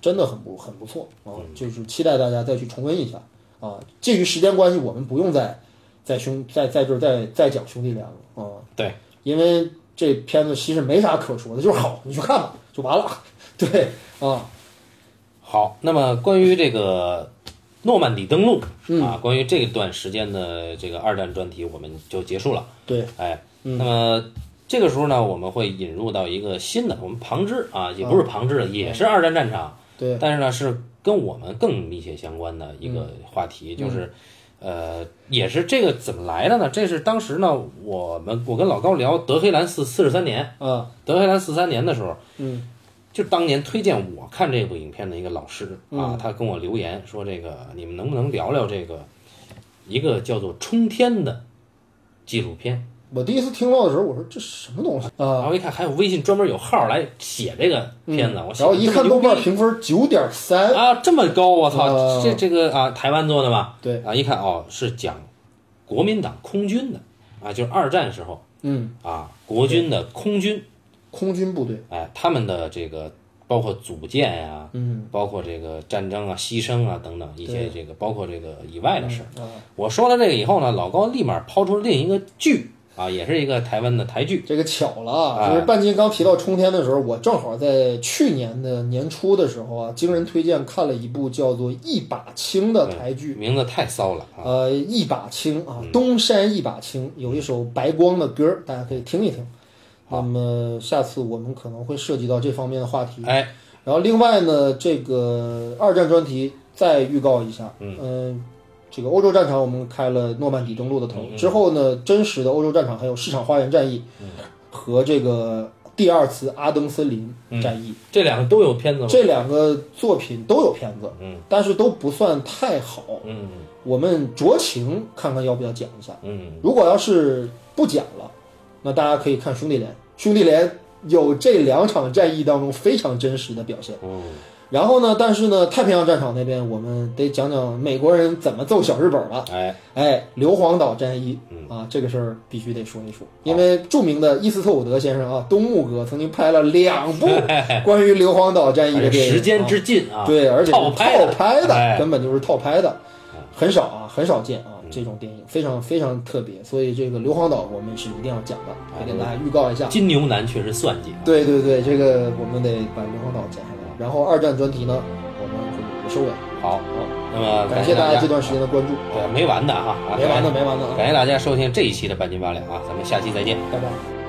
S2: 真的很不很不错啊！就是期待大家再去重温一下啊。鉴于时间关系，我们不用再再兄在在这儿再再讲兄弟俩了啊，
S1: 对，
S2: 因为这片子其实没啥可说的，就是好，你去看吧，就完了。 对啊，
S1: 好，那么关于这个诺曼底登陆、啊，关于这段时间的这个二战专题，我们就结束了。
S2: 对，
S1: 哎，那么这个时候呢，我们会引入到一个新的，我们旁支啊，也不是旁支了，也是二战战场，
S2: 对，
S1: 但是呢是跟我们更密切相关的一个话题，就是。呃，也是这个怎么来的呢？这是当时呢，我们我跟老高聊德黑兰四四十三年，
S2: 啊，
S1: 德黑兰四三年的时候，
S2: 嗯，
S1: 就当年推荐我看这部影片的一个老师
S2: 嗯
S1: 啊，他跟我留言说：“这个你们能不能聊聊这个一个叫做《冲天》的纪录片
S2: 我第一次听到的时候，我说这什么东西？”啊？
S1: 然后一看，还有微信专门有号来写这个片子，我写
S2: 嗯然后一看
S1: 这
S2: 豆
S1: 么牛
S2: 瓣
S1: 逼
S2: 评分九点三，
S1: 啊，这么高，我操，
S2: 啊
S1: 这这个啊，台湾做的吧？
S2: 对
S1: 啊，一看哦，是讲国民党空军的啊，就是二战时候
S2: 嗯，
S1: 啊，国军的空军，
S2: 空军部队，
S1: 哎，他们的这个包括组建呀、
S2: 嗯
S1: 包括这个战争啊、牺牲啊等等一些这个，包括这个以外的事儿。
S2: 啊，
S1: 我说了这个以后呢，老高立马抛出另一个剧啊，也是一个台湾的台剧，
S2: 这个巧了啊，就是半斤刚提到冲天的时候，我正好在去年的年初的时候啊，经人推荐看了一部叫做《一把青》的台剧，
S1: 名字太骚了啊！
S2: 呃，一把青啊，东山一把青有一首白光的歌儿，大家可以听一听。那么下次我们可能会涉及到这方面的话题。
S1: 哎，
S2: 然后另外呢，这个二战专题再预告一下，嗯、这个欧洲战场我们开了诺曼底登陆的
S1: 嗯
S2: 头，之后呢，真实的欧洲战场还有市场花园战役、和这个第二次阿登森林战役，
S1: 嗯这两个都有片子吗？
S2: 这两个作品都有片子，
S1: 嗯
S2: 但是都不算太好，
S1: 嗯
S2: 我们酌情看看要不要讲一下。
S1: 嗯，
S2: 如果要是不讲了，那大家可以看兄弟连，兄弟连有这两场战役当中非常真实的表现。
S1: 嗯，
S2: 然后呢，但是呢，太平洋战场那边我们得讲讲美国人怎么揍小日本了。
S1: 哎，
S2: 哎，硫磺岛战役
S1: 嗯
S2: 啊，这个事儿必须得说一说，因为著名的伊斯特伍德先生啊，东木哥曾经拍了两部关于硫磺岛战役
S1: 而且
S2: 的电 影，
S1: 时间
S2: 啊
S1: 之近啊，
S2: 对，而且是
S1: 套
S2: 套
S1: 拍的
S2: 拍
S1: 哎嗯
S2: 的，根本就是套拍的，很少啊，很少见啊，这种电影非常非常特别，所以这个《硫磺岛》我们是一定要讲的，
S1: 哎
S2: 得给大家预告一下。
S1: 金牛男确实算计啊。
S2: 对对对，这个我们得把《硫磺岛》讲下来，然后二战专题呢，我们会收尾。
S1: 好，
S2: 好，
S1: 那么
S2: 感
S1: 谢
S2: 谢
S1: 大
S2: 大家这段时间的关注，
S1: 对没完的哈，啊
S2: 没完的，没完的啊，
S1: 感谢大家收听这一期的半斤八两啊，咱们下期再见。
S2: 拜拜。